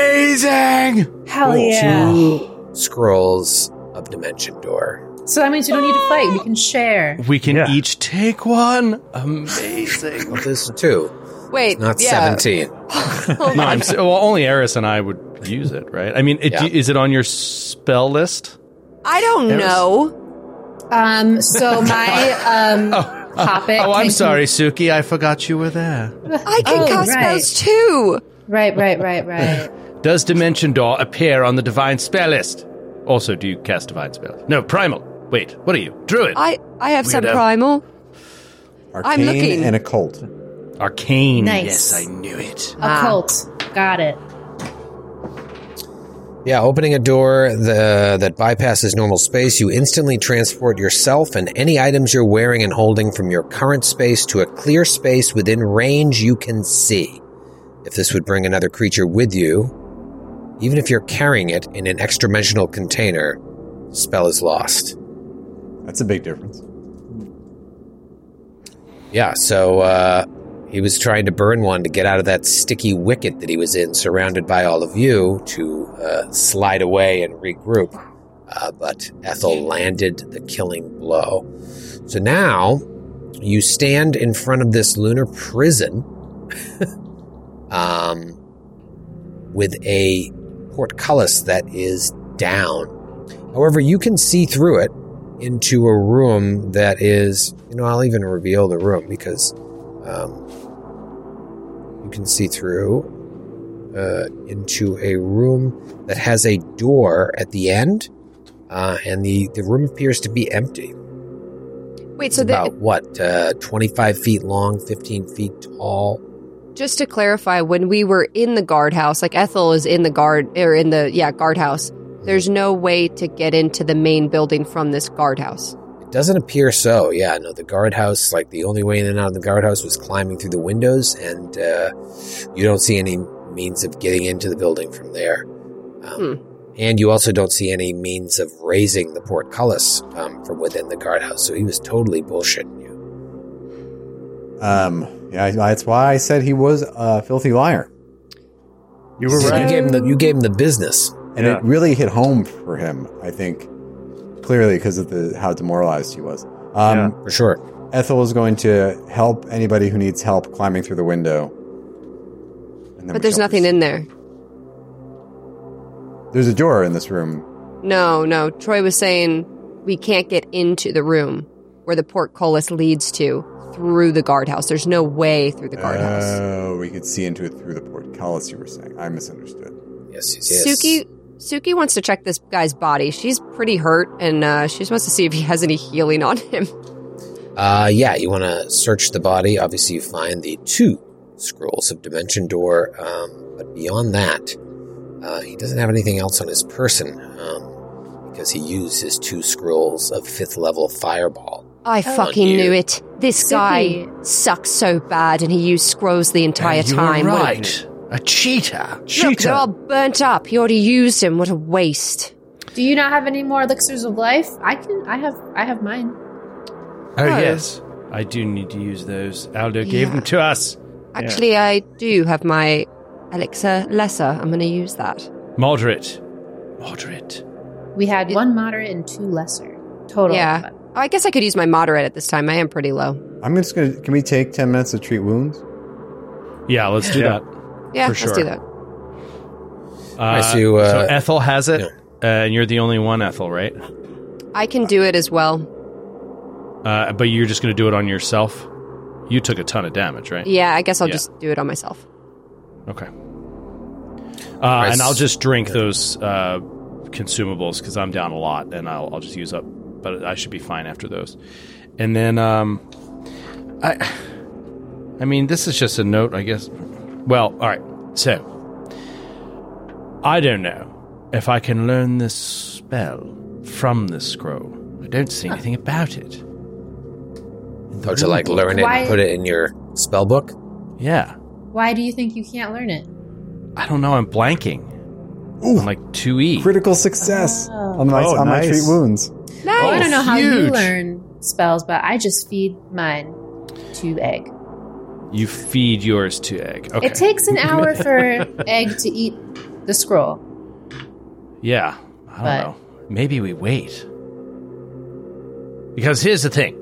Speaker 3: Amazing.
Speaker 4: Hell yeah!
Speaker 1: Two scrolls of Dimension Door.
Speaker 4: So that means we don't need to fight. We can share.
Speaker 3: We can
Speaker 2: Yeah.
Speaker 3: each take one. Amazing.
Speaker 1: Well, this is two,
Speaker 6: Wait,
Speaker 1: not
Speaker 6: yeah. Oh
Speaker 1: 17.
Speaker 3: no, I'm, s- well, only Eris and I would use it, right? I mean, it,
Speaker 1: Yeah.
Speaker 3: is it on your spell list?
Speaker 6: I don't
Speaker 3: There was-
Speaker 6: know.
Speaker 4: Um. So my um poppet.
Speaker 3: oh, I'm
Speaker 4: can-
Speaker 3: sorry, Suki. I forgot you were there.
Speaker 6: I can
Speaker 4: Oh,
Speaker 6: cast
Speaker 4: right.
Speaker 6: spells too.
Speaker 4: Right. Right. Right. Right.
Speaker 3: Does Dimension Door appear on the Divine Spell list? Also, do you cast Divine Spells? No, Primal. Wait, what are you? Druid.
Speaker 6: I I have some
Speaker 3: Weirdo.
Speaker 6: primal.
Speaker 5: Arcane
Speaker 6: looking.
Speaker 5: and occult.
Speaker 3: Arcane.
Speaker 4: Nice.
Speaker 3: Yes, I knew it.
Speaker 4: Occult.
Speaker 6: Ah.
Speaker 4: Got it.
Speaker 1: Yeah, opening a door the, that bypasses normal space, you instantly transport yourself and any items you're wearing and holding from your current space to a clear space within range you can see. If this would bring another creature with you, even if you're carrying it in an extra dimensional container, the spell is lost.
Speaker 5: That's a big difference.
Speaker 1: Yeah, so uh, he was trying to burn one to get out of that sticky wicket that he was in, surrounded by all of you, to uh, slide away and regroup. Uh, but Ethel landed the killing blow. So now you stand in front of this lunar prison um, with a portcullis that is down. However, you can see through it into a room that is, you know, I'll even reveal the room because um, you can see through uh, into a room that has a door at the end, uh, and the, the room appears to be empty.
Speaker 6: Wait,
Speaker 1: It's
Speaker 6: so the,
Speaker 1: about what, uh, 25 feet long, 15 feet tall?
Speaker 6: just to clarify, when we were in the guardhouse, like Ethel is in the guard or in the yeah guardhouse. There's no way to get into the main building from this guardhouse.
Speaker 1: It doesn't appear so. Yeah, no, the guardhouse, like the only way in and out of the guardhouse was climbing through the windows, and uh, you don't see any means of getting into the building from there.
Speaker 3: Hmm.
Speaker 1: Um, And you also don't see any means of raising the portcullis um, from within the guardhouse. So he was totally bullshitting you.
Speaker 5: Um, yeah, I- that's why I said he was a filthy liar,
Speaker 2: you were
Speaker 1: You
Speaker 2: right.
Speaker 1: gave him the, you gave him the business.
Speaker 5: and
Speaker 2: Yeah.
Speaker 5: it really hit home for him. I think clearly because of the how demoralized he was. Um,
Speaker 1: For sure.
Speaker 5: Ethel is going to help anybody who needs help climbing through the window. And then we
Speaker 6: But there's
Speaker 5: shall
Speaker 6: nothing
Speaker 5: proceed.
Speaker 6: in there.
Speaker 5: There's a door in this room
Speaker 6: No, no. Troy was saying we can't get into the room where the portcullis leads to through the guardhouse. There's no way through the guardhouse.
Speaker 5: Oh, we could see into it through the portcullis. You were saying I misunderstood.
Speaker 1: Yes, yes, yes.
Speaker 6: Suki Suki wants to check this guy's body. She's pretty hurt and uh, she just wants to see if he has any healing on him.
Speaker 1: Uh, yeah, you want to search the body. Obviously, you find the two scrolls of Dimension Door, um, but beyond that, uh, he doesn't have anything else on his person um, because he used his two scrolls of fifth level Fireball.
Speaker 6: I fucking
Speaker 1: you.
Speaker 6: knew it. This guy
Speaker 4: Suki.
Speaker 6: sucks so bad and he used scrolls the entire
Speaker 3: And you were
Speaker 6: time. What a-
Speaker 3: right. A cheater.
Speaker 6: Look, they're all burnt up. He already used him. What a waste.
Speaker 4: Do you not have any more elixirs of life? I can. I have. I have mine.
Speaker 3: Oh, yes. I do need to use those. Aldo gave
Speaker 6: Yeah.
Speaker 3: them to us.
Speaker 6: Actually, I do have my elixir lesser. I'm going to use that.
Speaker 3: Moderate. Moderate.
Speaker 4: We had one moderate and two lesser total.
Speaker 6: Yeah. Oh, I guess I could use my moderate at this time. I am pretty low.
Speaker 5: I'm just gonna. Can we take ten minutes to treat wounds?
Speaker 3: Yeah, let's do
Speaker 2: Yeah.
Speaker 3: that.
Speaker 6: Yeah,
Speaker 3: For
Speaker 6: let's
Speaker 3: sure.
Speaker 6: do that.
Speaker 3: Uh,
Speaker 1: see you, uh,
Speaker 3: so Ethel has it,
Speaker 1: yeah.
Speaker 3: uh, and you're the only one, Ethel, right?
Speaker 6: I can do it as well.
Speaker 3: Uh, but you're just going to do it on yourself. You took a ton of damage, right?
Speaker 6: Yeah, I guess I'll
Speaker 3: Yeah.
Speaker 6: just do it on myself.
Speaker 3: Okay. Uh, and I'll just drink those uh, consumables because I'm down a lot, and I'll, I'll just use up. But I should be fine after those. And then, um, I, I mean, this is just a note, I guess. Well, all right. So, I don't know if I can learn this spell from this scroll. I don't see anything about it.
Speaker 1: Oh, to like learn it
Speaker 4: Why-
Speaker 1: and put it in your spell book?
Speaker 3: Yeah.
Speaker 4: Why do you think you can't learn it?
Speaker 3: I don't know. I'm blanking.
Speaker 5: Ooh.
Speaker 3: I'm like E. 2E.
Speaker 5: Critical success on my
Speaker 3: Oh,
Speaker 5: on my
Speaker 3: nice.
Speaker 5: treat wounds.
Speaker 4: Well, I
Speaker 3: Oh,
Speaker 4: don't know how you
Speaker 3: huge.
Speaker 4: learn spells, but I just feed mine to egg.
Speaker 3: You feed yours to egg. Okay.
Speaker 4: It takes an hour for egg to eat the scroll.
Speaker 3: Yeah. I don't
Speaker 4: But-
Speaker 3: know. Maybe we wait. Because here's the thing.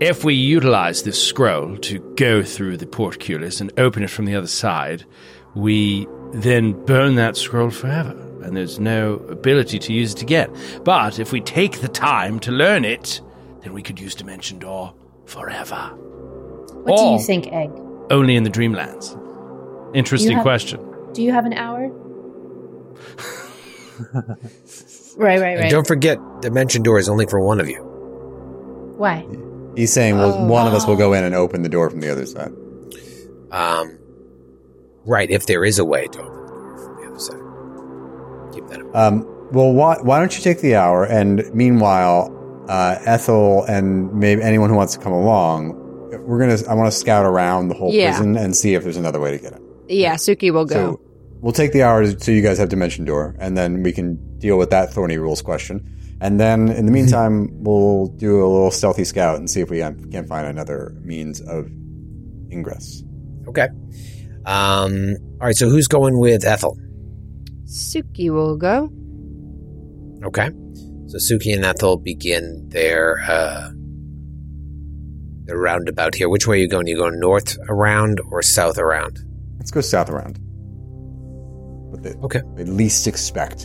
Speaker 3: If we utilize this scroll to go through the portcullis and open it from the other side, we then burn that scroll forever, and there's no ability to use it again. But if we take the time to learn it, then we could use Dimension Door forever.
Speaker 4: What do
Speaker 3: Or
Speaker 4: you think, egg?
Speaker 3: Only in the Dreamlands. Interesting
Speaker 4: You have-
Speaker 3: question.
Speaker 4: Do you have an hour? right, right,
Speaker 1: And
Speaker 4: right.
Speaker 1: don't forget, Dimension Door is only for one of you.
Speaker 4: Why?
Speaker 5: He's saying, well,
Speaker 6: Oh.
Speaker 5: one of us will go in and open the door from the other side.
Speaker 1: Um, right, if there is a way to open the door from the other side. Keep that in mind.
Speaker 5: Um, well, why, why don't you take the hour? And meanwhile, uh, Ethel and maybe anyone who wants to come along, we're gonna. I want to scout around the whole
Speaker 6: Yeah.
Speaker 5: prison and see if there's another way to get it.
Speaker 6: Yeah, Suki will go.
Speaker 5: So we'll take the hour so you guys have dimension door, and then we can deal with that thorny rules question. And then in the meantime, we'll do a little stealthy scout and see if we um, can find another means of ingress.
Speaker 1: Okay. Um, all right, so who's going with Ethel?
Speaker 6: Suki will go.
Speaker 1: Okay. So Suki and Ethel begin their uh, their roundabout here. Which way are you going? you going north around or south around?
Speaker 5: Let's go south around. What they,
Speaker 1: Okay.
Speaker 5: they least expect.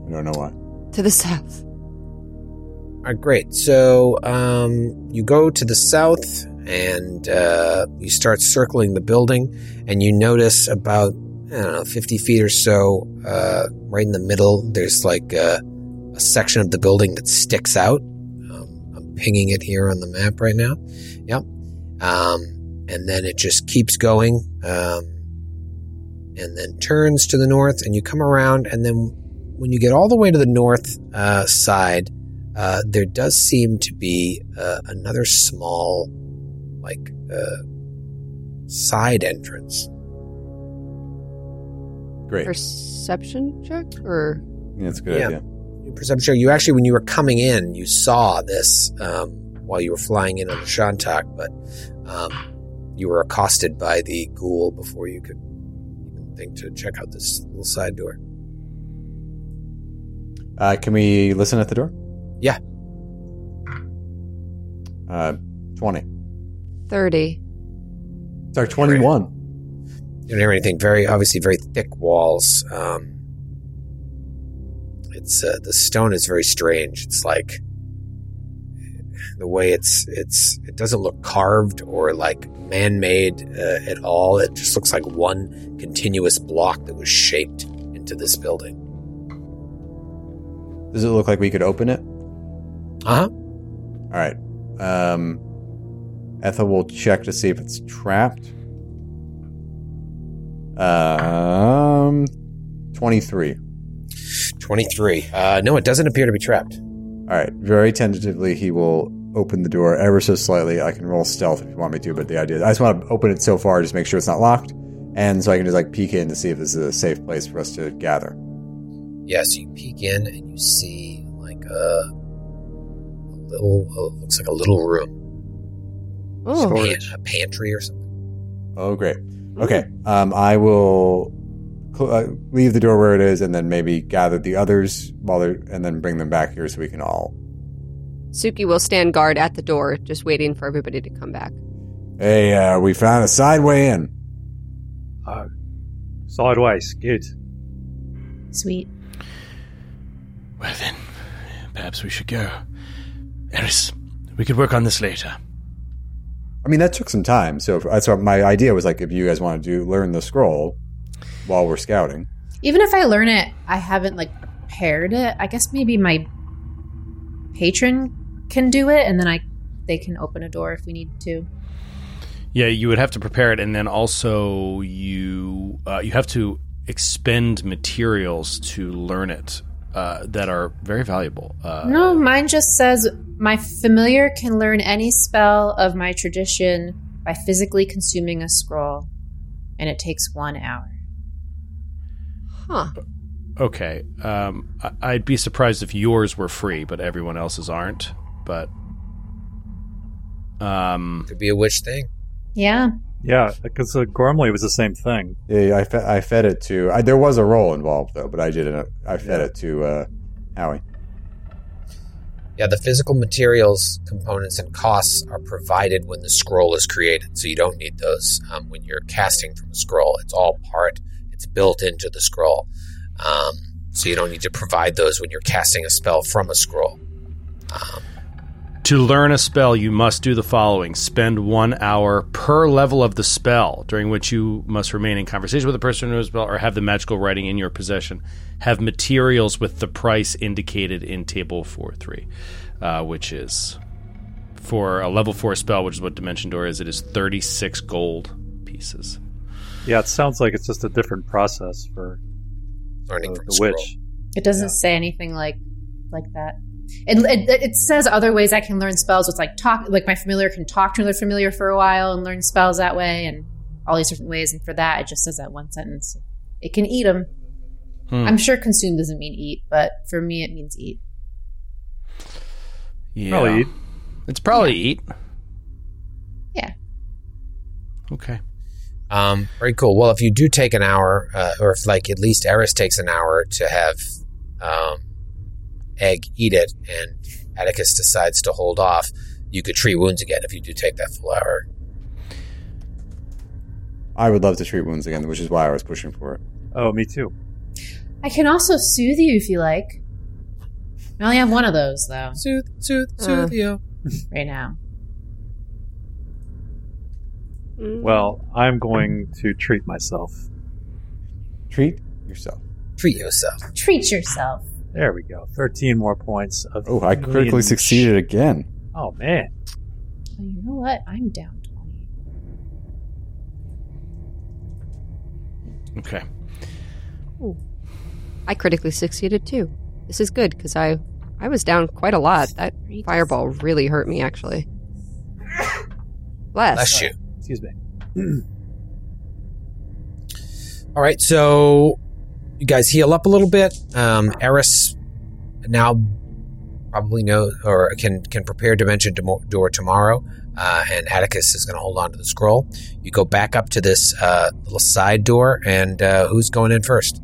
Speaker 5: I don't know why.
Speaker 6: To the south.
Speaker 1: All right, great. So um, you go to the south and uh, you start circling the building, and you notice about I don't know fifty feet or so, uh, right in the middle. There's like uh, a, a section of the building that sticks out. Um, I'm pinging it here on the map right now. Yep. Um, and then it just keeps going, um, and then turns to the north, and you come around, and then when you get all the way to the north uh, side uh, there does seem to be uh, another small, like, uh, side entrance.
Speaker 5: Great.
Speaker 6: Perception check or
Speaker 5: Yeah, that's a good
Speaker 1: Yeah.
Speaker 5: idea.
Speaker 1: Your perception check. You actually, when you were coming in, you saw this um, while you were flying in on the Shantak, but um, you were accosted by the ghoul before you could even think to check out this little side door.
Speaker 5: Uh, can we listen at the door?
Speaker 1: Yeah.
Speaker 5: Uh, 20.
Speaker 6: thirty.
Speaker 5: Sorry, 21.
Speaker 1: You don't hear anything. Very obviously, very thick walls. Um, It's uh, the stone is very strange. It's like the way it's it's it doesn't look carved or like man-made uh, at all. It just looks like one continuous block that was shaped into this building.
Speaker 5: Does it look like we could open it?
Speaker 1: Uh huh.
Speaker 5: All right. Um, Ethel will check to see if it's trapped. Um, twenty-three.
Speaker 1: Twenty-three. Uh, no, it doesn't appear to be trapped.
Speaker 5: All right. Very tentatively, he will open the door ever so slightly. I can roll stealth if you want me to, but the idea I just want to open it so far, just make sure it's not locked, and so I can just like peek in to see if this is a safe place for us to gather.
Speaker 1: Yeah, so you peek in and you see like a, a little, uh, looks like a little room,
Speaker 6: Oh,
Speaker 1: Pan- a pantry or something.
Speaker 5: Oh, great. Okay. Um, I will cl- uh, leave the door where it is, and then maybe gather the others while they're, and then bring them back here so we can all.
Speaker 6: Suki will stand guard at the door, just waiting for everybody to come back.
Speaker 5: Hey, uh, we found a side way in.
Speaker 2: Sideways, good.
Speaker 4: Sweet.
Speaker 3: Well then, perhaps we should go. Eris, we could work on this later.
Speaker 5: I mean, that took some time. So that's what my idea was like. If you guys want to do learn the scroll while we're scouting,
Speaker 4: Even if I learn it, I haven't like prepared it. I guess maybe my patron can do it, and then I they can open a door if we need to.
Speaker 3: Yeah, you would have to prepare it, and then also you uh, you have to expend materials to learn it uh, that are very valuable. Uh,
Speaker 4: No, mine just says my familiar can learn any spell of my tradition by physically consuming a scroll, and it takes one hour.
Speaker 6: Huh.
Speaker 3: Okay, um, I- I'd be surprised if yours were free, but everyone else's aren't. But um,
Speaker 1: Could be a witch thing.
Speaker 4: Yeah.
Speaker 2: Yeah, because uh, Gormley was the same thing.
Speaker 5: yeah, I, fe- I fed it to. I, there was a roll involved though, but I didn't. I fed it to uh, Howie.
Speaker 1: Yeah, the physical materials, components, and costs are provided when the scroll is created, so you don't need those um, when you're casting from a scroll. It's all part, it's built into the scroll. Um, so you don't need to provide those when you're casting a spell from a scroll.
Speaker 3: To learn a spell, you must do the following spend one hour per level of the spell, during which you must remain in conversation with the person who knows the spell or have the magical writing in your possession. Have materials with the price indicated in Table 4 3, uh, which is for a level 4 spell, which is what Dimension Door is, it is 36 gold pieces.
Speaker 2: Yeah, it sounds like it's just a different process for the,
Speaker 1: Learning from a
Speaker 2: the
Speaker 1: scroll.
Speaker 2: witch.
Speaker 4: It doesn't say anything like like that. It, it, it says other ways I can learn spells. It's like talk, like my familiar can talk to another familiar for a while and learn spells that way, and all these different ways. And for that, it just says that one sentence. It can eat them.
Speaker 3: Hmm.
Speaker 4: I'm sure consume doesn't mean eat, but for me, it means eat.
Speaker 3: Hmm. Yeah.
Speaker 2: Probably eat.
Speaker 3: It's probably eat.
Speaker 4: Yeah.
Speaker 3: Okay.
Speaker 1: Um, very cool. Well, if you do take an hour, uh, or if like at least Eris takes an hour to have um, Egg eat it, and Atticus decides to hold off, you could treat wounds again if you do take that full hour.
Speaker 5: I would love to treat wounds again, which is why I was pushing for it.
Speaker 2: Oh, me too.
Speaker 4: I can also soothe you if you like. I only have one of those though
Speaker 1: Sooth, sooth,
Speaker 6: Uh.
Speaker 1: sooth you.
Speaker 4: right now.
Speaker 6: Mm.
Speaker 2: Well, I'm going to treat myself.
Speaker 5: Treat yourself.
Speaker 1: Treat yourself.
Speaker 4: Treat yourself.
Speaker 2: There we go. 13 more points of.
Speaker 5: Oh, I critically
Speaker 2: range.
Speaker 5: succeeded again.
Speaker 2: Oh, man.
Speaker 4: Oh, you know what? I'm down twenty.
Speaker 3: Okay.
Speaker 6: I critically succeeded too. This is good because I I was down quite a lot. That fireball really hurt me actually. Bless.
Speaker 1: Bless you.
Speaker 2: Excuse me.
Speaker 1: All right, so you guys heal up a little bit. Um, Eris now probably know or can can prepare Dimension Demo- Door tomorrow, uh, and Atticus is going to hold on to the scroll. You go back up to this uh, little side door, and uh, who's going in first?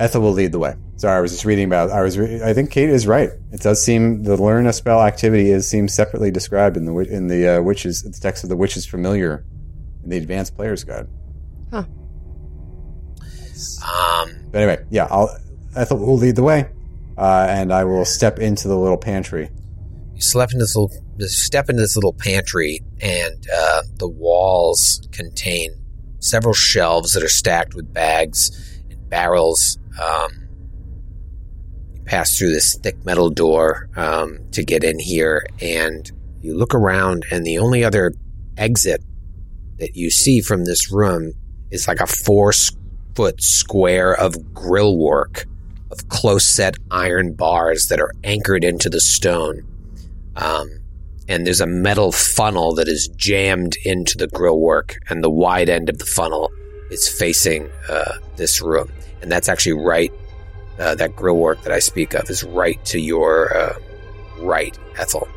Speaker 5: Ethel will lead the way. Sorry, I was just reading about. I was. Re- I think Kate is right. It does seem the learn a spell activity is seems separately described in the wi- in the uh, witches the text of the witches familiar in the advanced player's guide.
Speaker 1: Um,
Speaker 5: But anyway, yeah, I'll, Ethel will lead the way, uh, and I will step into the little pantry.
Speaker 1: you slept in this little, step into this little pantry, and uh, the walls contain several shelves that are stacked with bags and barrels. Um, you pass through this thick metal door um, to get in here, and you look around, and the only other exit that you see from this room is like a four s- foot square of grill work of close set iron bars that are anchored into the stone. Um, and there's a metal funnel that is jammed into the grill work, and the wide end of the funnel is facing uh, this room. And that's actually right, uh, that grill work that I speak of is right to your uh, right, Ethel.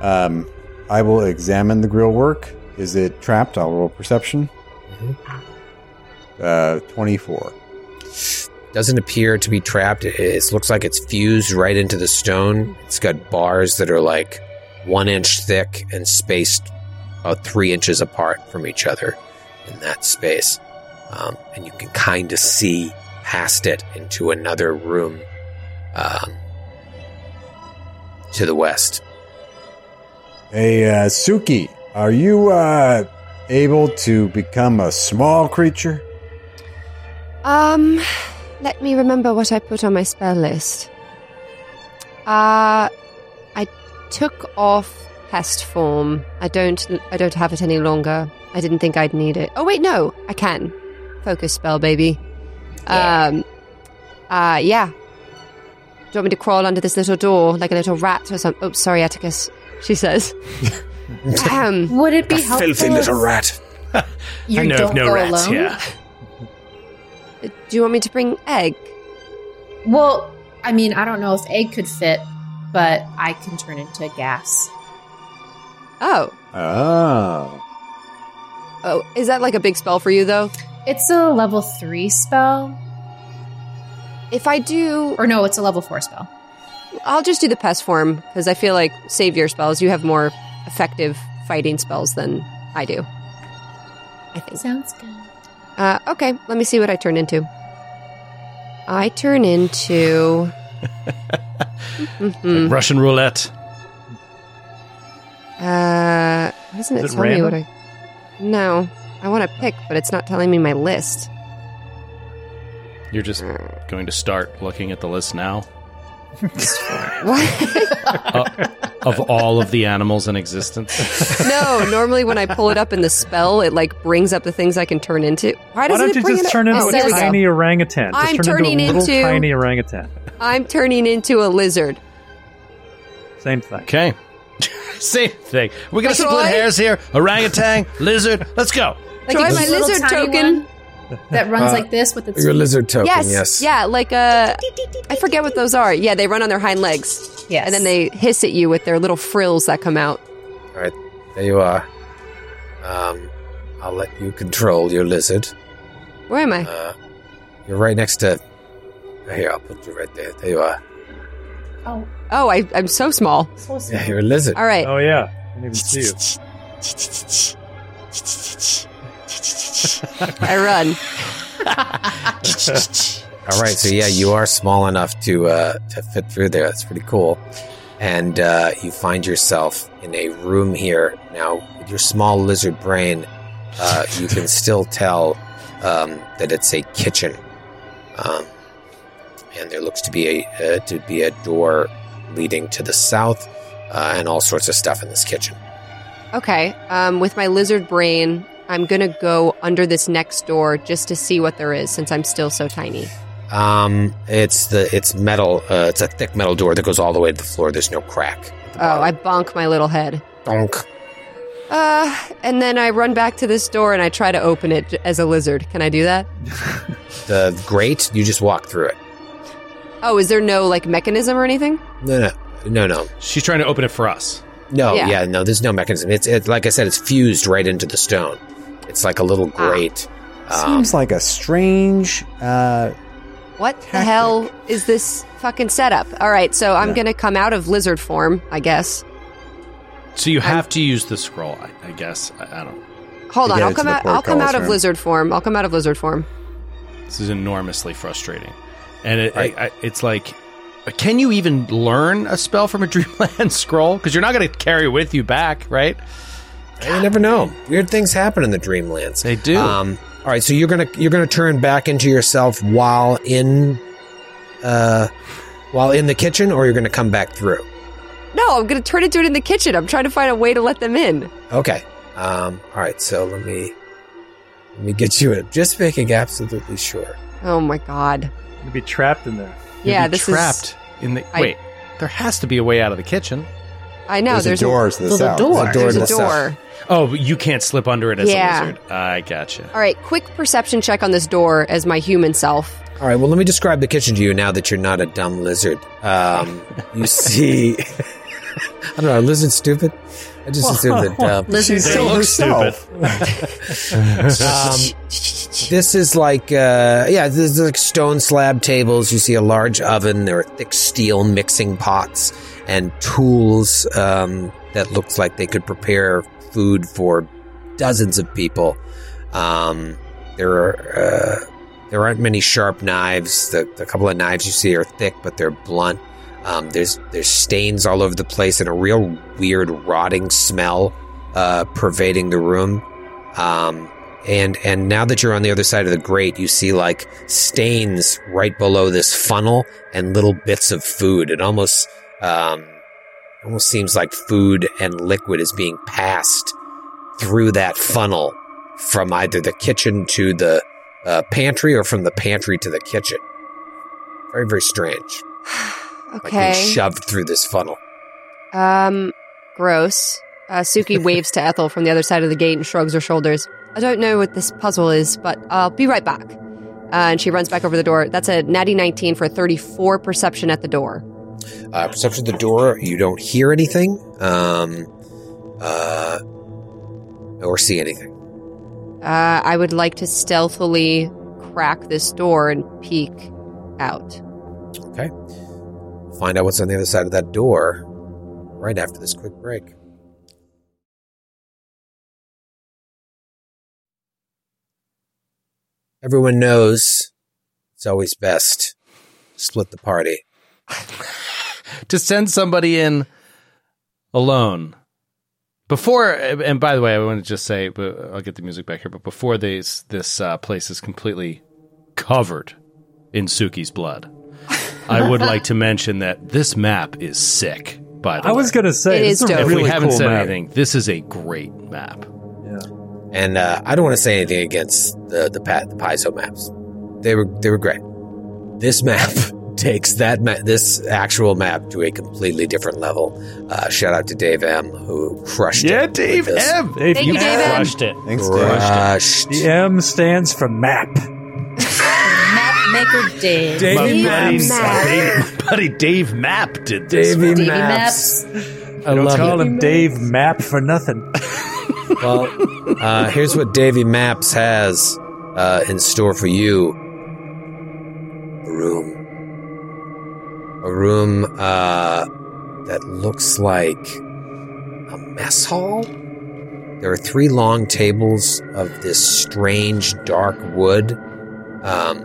Speaker 5: Um, I will examine the grill work. Is it trapped? I'll roll perception.
Speaker 1: Mhm.
Speaker 5: Uh, 24.
Speaker 1: doesn't appear to be trapped. It, it looks like it's fused right into the stone. It's got bars that are like one inch thick and spaced about three inches apart from each other in that space. Um, and you can kind of see past it into another room um, to the west.
Speaker 5: Hey, uh, Suki, are you uh, able to become a small creature?
Speaker 6: Um, let me remember what I put on my spell list. Uh, I took off pest form. I don't. I don't have it any longer. I didn't think I'd need it. Oh wait, no, I can. Focus spell, baby. Um, uh, yeah. Do you want me to crawl under this little door like a little rat or something? Oh, sorry, Atticus. She says. Um, Ahem.
Speaker 4: Would it be
Speaker 1: A
Speaker 4: helpful?
Speaker 1: filthy little
Speaker 4: if
Speaker 1: rat.
Speaker 4: You
Speaker 3: I know
Speaker 4: don't
Speaker 3: of no
Speaker 4: go
Speaker 3: rats.
Speaker 4: alone.
Speaker 3: Yeah.
Speaker 6: Do you want me to bring egg?
Speaker 4: Well, I mean, I don't know if egg could fit, but I can turn into gas.
Speaker 6: Oh,
Speaker 5: Oh.
Speaker 2: Ah.
Speaker 6: oh, is that like a big spell for you though?
Speaker 4: It's a level three spell,
Speaker 6: If I do
Speaker 4: or no, it's a level four spell.
Speaker 6: I'll just do the pest form because I feel like save your spells. You have more effective fighting spells than I do. I think.
Speaker 4: Sounds good.
Speaker 6: Uh, okay, let me see what I turn into. I turn into.
Speaker 3: Like
Speaker 4: Mm.
Speaker 6: Mhm.
Speaker 3: Russian roulette.
Speaker 6: Uh, why doesn't it,
Speaker 2: Is it
Speaker 6: tell me what I? No, I want to pick, but it's not telling me my list.
Speaker 3: You're just going to start looking at the list now
Speaker 6: What?
Speaker 3: uh, of all of the animals in existence.
Speaker 6: no, normally when I pull it up in the spell, it like brings up the things I can turn into. Why
Speaker 2: Why
Speaker 6: doesn't it
Speaker 2: don't you
Speaker 6: bring
Speaker 2: just
Speaker 6: it
Speaker 2: turn
Speaker 6: up?
Speaker 2: into
Speaker 6: oh,
Speaker 2: a
Speaker 6: there we go.
Speaker 2: tiny orangutan? Just
Speaker 6: I'm
Speaker 2: turn
Speaker 6: turning
Speaker 2: into a little
Speaker 6: into-
Speaker 2: tiny orangutan.
Speaker 6: I'm turning into a lizard.
Speaker 2: Same thing.
Speaker 3: Okay. Same thing. We're going to
Speaker 6: Troy?
Speaker 3: split hairs here. Orangutan, lizard. Let's go.
Speaker 6: Like
Speaker 4: Like
Speaker 6: a
Speaker 4: a
Speaker 6: my
Speaker 4: little
Speaker 6: lizard
Speaker 4: tiny
Speaker 6: token.
Speaker 4: one that runs like this with its
Speaker 1: Your Uh, lizard token,
Speaker 6: Yes,
Speaker 1: yes.
Speaker 6: Yeah, like uh, I forget what those are. Yeah, they run on their hind legs.
Speaker 4: Yes.
Speaker 6: And then they hiss at you with their little frills that come out.
Speaker 1: All right, there you are. Um, I'll let you control your lizard.
Speaker 6: Where am I?
Speaker 1: Uh, you're right next to. Here, I'll put you right there. There you are.
Speaker 4: Oh,
Speaker 6: Oh, I, I'm so small.
Speaker 4: so small.
Speaker 1: Yeah, you're a lizard.
Speaker 6: All right.
Speaker 2: Oh yeah, I didn't even see you.
Speaker 6: I run.
Speaker 1: All right, so yeah, you are small enough to uh, to fit through there. That's pretty cool. And uh, you find yourself in a room here now. With your small lizard brain, uh, you can still tell um, that it's a kitchen, um, and there looks to be a uh, to be a door leading to the south, uh, and all sorts of stuff in this kitchen.
Speaker 6: Okay. Um, with my lizard brain, I'm gonna go under this next door just to see what there is, since I'm still so tiny.
Speaker 1: Um, it's the it's metal. Uh, it's a thick metal door that goes all the way to the floor. There's no crack.
Speaker 6: Oh, I bonk my little head.
Speaker 1: Donk.
Speaker 6: Uh, and then I run back to this door and I try to open it j- as a lizard. Can I do that?
Speaker 1: The grate. You just walk through it.
Speaker 6: Oh, is there no like mechanism or anything?
Speaker 1: No, no, no, no,
Speaker 3: She's trying to open it for us.
Speaker 1: no.
Speaker 6: Yeah.
Speaker 1: Yeah, no. There's no mechanism. It's it, like I said. It's fused right into the stone. It's like a little
Speaker 6: Ah.
Speaker 1: grate. Um,
Speaker 5: Seems like a strange. Uh,
Speaker 6: What the
Speaker 5: Tactic.
Speaker 6: hell is this fucking setup? All right, so I'm
Speaker 5: Yeah.
Speaker 6: gonna come out of lizard form, I guess.
Speaker 3: So you have to use the scroll, I, I guess. I, I don't
Speaker 6: Hold
Speaker 5: To
Speaker 6: on,
Speaker 5: get
Speaker 6: I'll
Speaker 5: into
Speaker 6: come
Speaker 5: the
Speaker 6: out. I'll come
Speaker 5: portcullis
Speaker 6: out of
Speaker 5: room.
Speaker 6: lizard form. I'll come out of lizard form.
Speaker 3: This is enormously frustrating, and it, I, I, it's like, can you even learn a spell from a Dreamland scroll? Because you're not going to carry with you back, right?
Speaker 1: You never know. Weird things happen in the dreamlands.
Speaker 3: They do.
Speaker 1: Um, all right, so you're gonna you're gonna turn back into yourself while in, uh, while in the kitchen, or you're gonna come back through.
Speaker 6: No, I'm going to turn into it in the kitchen. I'm trying to find a way to let them in.
Speaker 1: Okay. Um, all right. So let me let me get you in. Just making absolutely sure.
Speaker 6: Oh my god.
Speaker 2: You'd be trapped in there.
Speaker 3: You'd
Speaker 6: yeah,
Speaker 3: be
Speaker 6: this is.
Speaker 3: trapped in the
Speaker 6: I-
Speaker 3: wait. There has to be a way out of the kitchen.
Speaker 6: I know
Speaker 5: there's,
Speaker 6: there's,
Speaker 5: a door to the
Speaker 1: there's a
Speaker 5: south.
Speaker 1: door.
Speaker 6: There's
Speaker 5: to
Speaker 6: a
Speaker 5: the south.
Speaker 6: door.
Speaker 3: Oh, but you can't slip under it as
Speaker 6: Yeah.
Speaker 3: a wizard. I gotcha.
Speaker 6: All right, quick perception check on this door as my human self.
Speaker 1: All right. Well, let me describe the kitchen to you now that you're not a dumb lizard. Um, you see, I don't know. Are lizards stupid? I just assume that uh, dumb.
Speaker 5: She's
Speaker 4: Lizards
Speaker 5: still
Speaker 3: look
Speaker 5: herself.
Speaker 1: Um, this is like, uh, yeah, this is like stone slab tables. You see a large oven. There are thick steel mixing pots and tools um, that looks like they could prepare food for dozens of people. Um, there are uh, there aren't many sharp knives. The, the couple of knives you see are thick, but they're blunt. Um, there's there's stains all over the place and a real weird rotting smell uh, pervading the room. Um, and and now that you're on the other side of the grate, you see like stains right below this funnel and little bits of food. It almost um, almost seems like food and liquid is being passed through that funnel from either the kitchen to the uh, pantry or from the pantry to the kitchen. Very very strange. Like being
Speaker 6: Okay.
Speaker 1: shoved through this funnel.
Speaker 6: Um, gross. Uh, Suki waves to Ethel from the other side of the gate and shrugs her shoulders. I don't know what this puzzle is, but I'll be right back. Uh, and she runs back over the door. That's a natty 19 for 34 perception at the door.
Speaker 1: Uh, perception of the door, you don't hear anything, um, uh, or see anything.
Speaker 6: Uh, I would like to stealthily crack this door and peek out.
Speaker 1: find out what's on the other side of that door right after this quick break. Everyone knows it's always best to split the party.
Speaker 3: to send somebody in alone before and by the way i want to just say but i'll get the music back here but before this this uh, place is completely covered in suki's blood i would like to mention that this map is sick by the
Speaker 2: I
Speaker 3: way
Speaker 2: was gonna say
Speaker 6: It
Speaker 2: this
Speaker 6: is
Speaker 2: a
Speaker 6: dope.
Speaker 3: if
Speaker 2: really
Speaker 3: we haven't
Speaker 2: cool
Speaker 3: said
Speaker 2: map.
Speaker 3: anything this is a great map
Speaker 1: And uh, I don't want to say anything against the the, pa- the Paizo maps. They were they were great. This map takes that ma- this actual map to a completely different level. Uh, shout out to Dave M who crushed it. with
Speaker 2: Dave,
Speaker 1: this.
Speaker 6: Thank you, David.
Speaker 7: Crushed it.
Speaker 5: Thanks, Dave.
Speaker 2: Uh,
Speaker 1: Crushed. Uh,
Speaker 2: The M stands for map.
Speaker 4: Map maker Dave.
Speaker 1: Davey
Speaker 6: Maps.
Speaker 3: Dave, buddy dave map did this
Speaker 1: Davey
Speaker 4: Davey
Speaker 1: Maps.
Speaker 4: Maps.
Speaker 3: i
Speaker 2: Don't
Speaker 3: love
Speaker 2: call
Speaker 3: it
Speaker 2: him Dave Map for nothing.
Speaker 1: Well, uh, here's what Davy Maps has uh, in store for you: a room, a room uh, that looks like a mess hall. There are three long tables of this strange dark wood, um,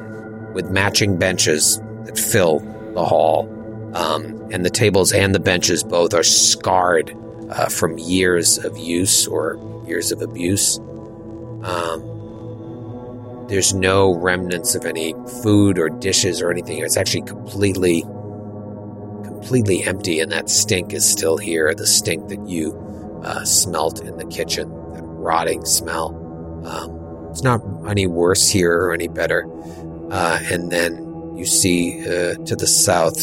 Speaker 1: with matching benches that fill the hall. Um, and the tables and the benches both are scarred uh, from years of use or years of abuse. Um, there's no remnants of any food or dishes or anything. It's actually completely, completely empty, and that stink is still here. The stink that you uh, smelt in the kitchen, that rotting smell. Um, it's not any worse here or any better. Uh, and then you see uh, to the south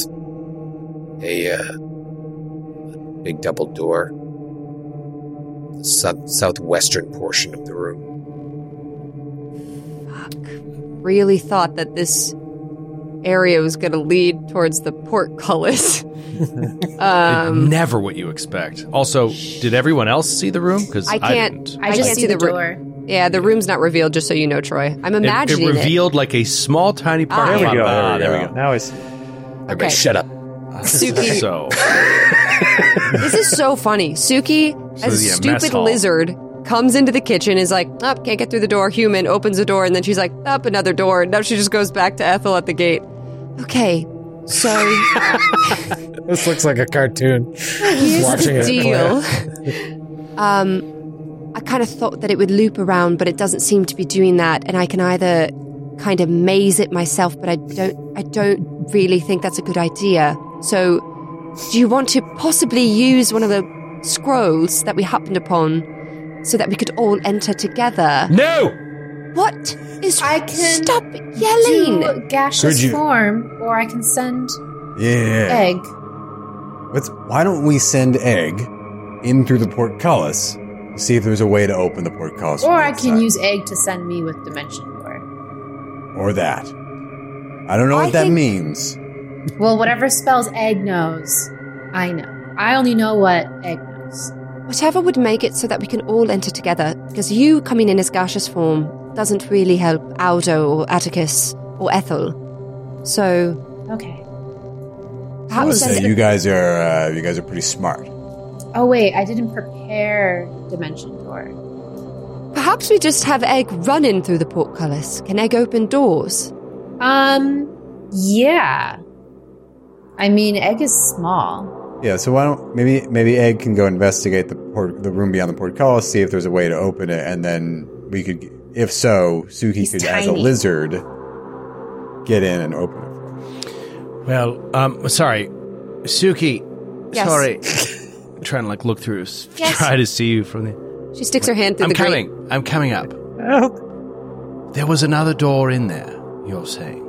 Speaker 1: a uh, big double door the sou- southwestern portion of the room.
Speaker 6: really thought that this area was going to lead towards the portcullis. um,
Speaker 3: never what you expect also did everyone else see the room because
Speaker 6: I can't.
Speaker 3: didn't.
Speaker 4: I just see the,
Speaker 6: ru-
Speaker 4: door.
Speaker 6: Yeah, the room's not revealed. Just so you know, Troy. I'm
Speaker 3: It-
Speaker 6: imagining
Speaker 3: it
Speaker 6: it.
Speaker 3: revealed like a small, tiny part.
Speaker 2: There we go.
Speaker 3: Ah, there we go.
Speaker 2: Now I see.
Speaker 1: Everybody,
Speaker 6: Okay.
Speaker 1: shut up.
Speaker 6: Suki,
Speaker 3: So
Speaker 6: this is so funny. Suki, as
Speaker 3: yeah, mess
Speaker 6: stupid
Speaker 3: hall.
Speaker 6: lizard, comes into the kitchen, is like, up, can't get through the door, human, opens the door, and then she's like, up, another door. And now she just goes back to Ethel at the gate. Okay, so
Speaker 1: This looks like a cartoon.
Speaker 6: here's
Speaker 1: Watching
Speaker 6: the
Speaker 1: it
Speaker 6: deal. um, I kind of thought that it would loop around, but it doesn't seem to be doing that, and I can either kind of maze it myself, but I don't, I don't really think that's a good idea. So, do you want to possibly use one of the scrolls that we happened upon, so that we could all enter together?
Speaker 3: No.
Speaker 6: What is?
Speaker 4: I can
Speaker 6: stop
Speaker 4: Do
Speaker 6: yelling.
Speaker 4: gaseous
Speaker 5: Could you-
Speaker 4: form, or I can send
Speaker 5: Yeah.
Speaker 4: egg.
Speaker 5: Let's. Why don't we send egg in through the portcullis to see if there's a way to open the portcullis? from
Speaker 4: Or
Speaker 5: the
Speaker 4: I can
Speaker 5: outside.
Speaker 4: use egg to send me with dimension door.
Speaker 5: or that. I don't know
Speaker 6: I
Speaker 5: what that
Speaker 6: think-
Speaker 5: means.
Speaker 4: Well, whatever spells egg knows, I know. I only know what egg knows.
Speaker 6: Whatever would make it so that we can all enter together, because you coming in as gaseous form doesn't really help Aldo or Atticus or Ethel. So
Speaker 4: Okay.
Speaker 5: I would
Speaker 6: perhaps
Speaker 5: say
Speaker 6: send
Speaker 5: you guys are uh, you guys are pretty smart.
Speaker 4: Oh wait, I didn't prepare dimension door.
Speaker 6: perhaps we just have Egg run in through the portcullis. Can Egg open doors?
Speaker 4: Um, yeah. I mean, egg is small.
Speaker 5: Yeah. So why don't maybe maybe Egg can go investigate the port, the room beyond the portcullis, see if there's a way to open it, and then we could, if so, Suki
Speaker 4: He's
Speaker 5: could as a
Speaker 4: tiny.
Speaker 5: lizard get in and open it.
Speaker 3: Well, um, sorry, Suki.
Speaker 6: Yes.
Speaker 3: Sorry, I'm trying to like look through, s- try to see you from the.
Speaker 6: She sticks her hand through
Speaker 3: I'm
Speaker 6: the grate.
Speaker 3: coming. I'm coming up.
Speaker 2: Help.
Speaker 3: There was another door in there. You're saying?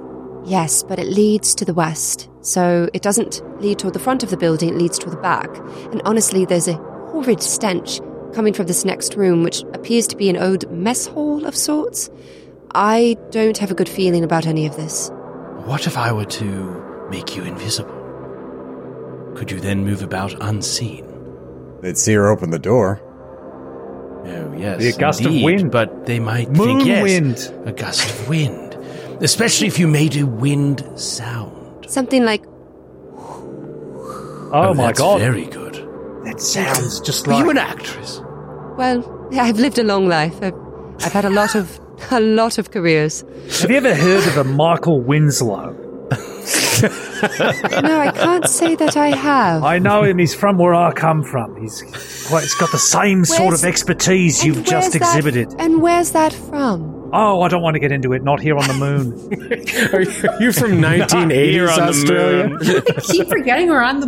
Speaker 6: Yes, but it leads to the west. So it doesn't lead toward the front of the building, it leads toward the back. And honestly, there's a horrid stench coming from this next room, which appears to be an old mess hall of sorts. I don't have a good feeling about any of this.
Speaker 3: What if I were to make you invisible? Could you then move about unseen?
Speaker 5: They'd see her open the door.
Speaker 3: Oh yes,
Speaker 2: Be a gust of
Speaker 3: indeed,
Speaker 2: wind.
Speaker 3: But they might
Speaker 2: Moon
Speaker 3: think yes,
Speaker 2: wind.
Speaker 3: a gust of wind, especially if you made a wind sound.
Speaker 6: Something like,
Speaker 2: Oh, my
Speaker 3: that's
Speaker 2: god.
Speaker 3: very good.
Speaker 2: that sounds just
Speaker 3: Are
Speaker 2: like
Speaker 3: you an actress?
Speaker 6: well, I've lived a long life. I've, I've had a lot of a lot of careers.
Speaker 2: Have you ever heard of a Michael Winslow?
Speaker 6: No, I can't say that I have.
Speaker 2: I know him. He's from where I come from. He's quite. He's got the same sort
Speaker 6: Where's-
Speaker 2: of expertise
Speaker 6: And
Speaker 2: you've just
Speaker 6: where's that-
Speaker 2: exhibited.
Speaker 6: and where's that from?
Speaker 2: Oh, I don't want to get into it. Not here on the moon.
Speaker 1: Are you, are you from 1980s Australia?
Speaker 4: I keep forgetting we're on the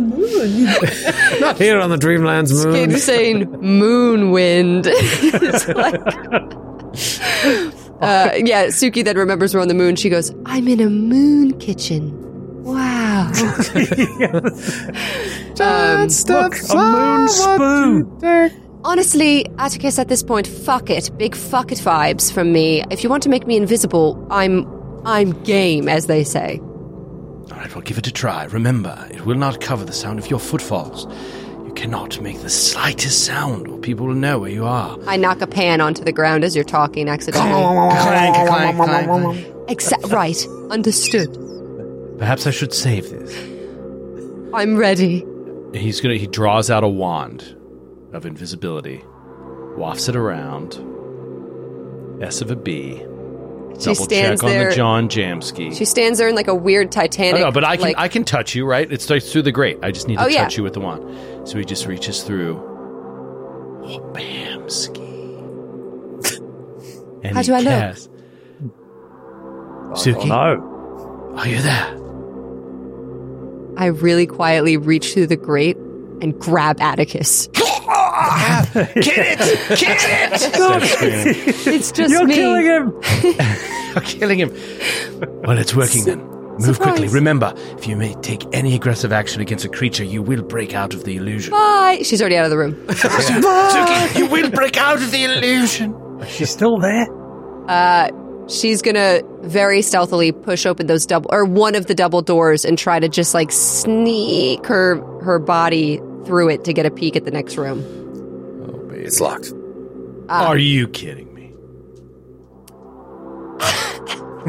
Speaker 4: moon.
Speaker 1: Not here on the Dreamlands moon.
Speaker 6: Insane moon wind. It's like- uh, yeah, Suki then remembers we're on the moon. She goes, I'm in a moon kitchen. Wow. Um,
Speaker 1: Look,
Speaker 2: a moon spoon.
Speaker 6: honestly, Atticus, at this point, fuck it. Big fuck it vibes from me. If you want to make me invisible, I'm I'm game, as they say.
Speaker 3: All right, well, give it a try. Remember, it will not cover the sound of your footfalls. You cannot make the slightest sound, or people will know where you are.
Speaker 6: I knock a pan onto the ground as you're talking accidentally.
Speaker 3: Clank, clank, clank, clank.
Speaker 6: Exa- right. Understood.
Speaker 3: Perhaps I should save this.
Speaker 6: I'm ready.
Speaker 3: He's gonna. He draws out a wand of invisibility, wafts it around. S of a B.
Speaker 6: She
Speaker 3: Double
Speaker 6: stands
Speaker 3: check on
Speaker 6: there.
Speaker 3: the John Jamsky.
Speaker 6: She stands there in like a weird
Speaker 3: Oh,
Speaker 6: Titanic.
Speaker 3: no, but I can
Speaker 6: like-
Speaker 3: I can touch you, right? It's like through the grate. I just need to
Speaker 6: Oh, yeah.
Speaker 3: touch you with the wand. So he just reaches through. Oh, Bamski. And
Speaker 6: How
Speaker 3: he
Speaker 6: do I look?
Speaker 3: casts-
Speaker 2: Oh,
Speaker 3: Suki,
Speaker 2: no.
Speaker 3: are you there?
Speaker 6: I really quietly reach through the grate and grab Atticus.
Speaker 3: Starts screaming.
Speaker 6: It's just
Speaker 2: You're
Speaker 6: me.
Speaker 2: killing him.
Speaker 3: You're killing him. Well, it's working then. Move quickly.
Speaker 6: surprise.
Speaker 3: Remember, if you may take any aggressive action against a creature, you will break out of the illusion.
Speaker 6: Bye. She's already out of the room.
Speaker 3: Suki, you will break out of the illusion.
Speaker 2: She's still there.
Speaker 6: Uh, she's gonna very stealthily push open those double or one of the double doors and try to just like sneak her her body through it to get a peek at the next room.
Speaker 3: Oh, baby.
Speaker 1: It's locked.
Speaker 6: Ah.
Speaker 3: Are you kidding me?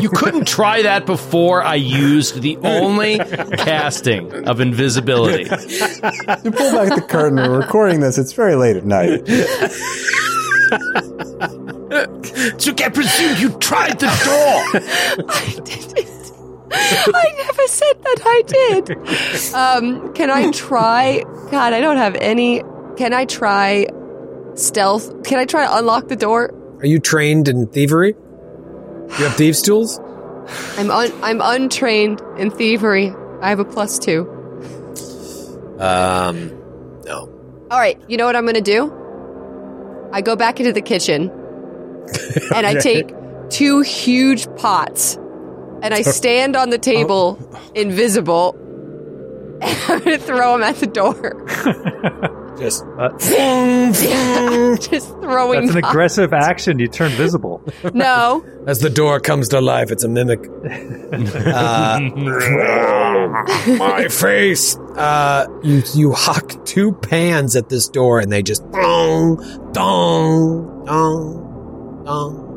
Speaker 3: You couldn't try that before I used the only casting of invisibility.
Speaker 5: You pull back the curtain. We're recording this. It's very late at night.
Speaker 3: You can't Uh, presume you tried the door.
Speaker 6: I didn't. I never said that I did. Um, can I try? God, I don't have any. Can I try stealth? Can I try to unlock the door?
Speaker 1: Are you trained in thievery? You have thieves' tools?
Speaker 6: I'm un- I'm untrained in thievery. I have a plus two.
Speaker 1: Um, no.
Speaker 6: All right, you know what I'm gonna do? I go back into the kitchen and I take two huge pots and I stand on the table, invisible, and I'm gonna throw them at the door.
Speaker 1: Just
Speaker 6: I'm just throwing.
Speaker 2: Uh, That's an
Speaker 6: pots.
Speaker 2: aggressive action. You turn visible.
Speaker 6: no,
Speaker 1: as the door comes to life, it's a mimic. Uh, my face. Uh, you you huck two pans at this door, and they just dong dong dong dong.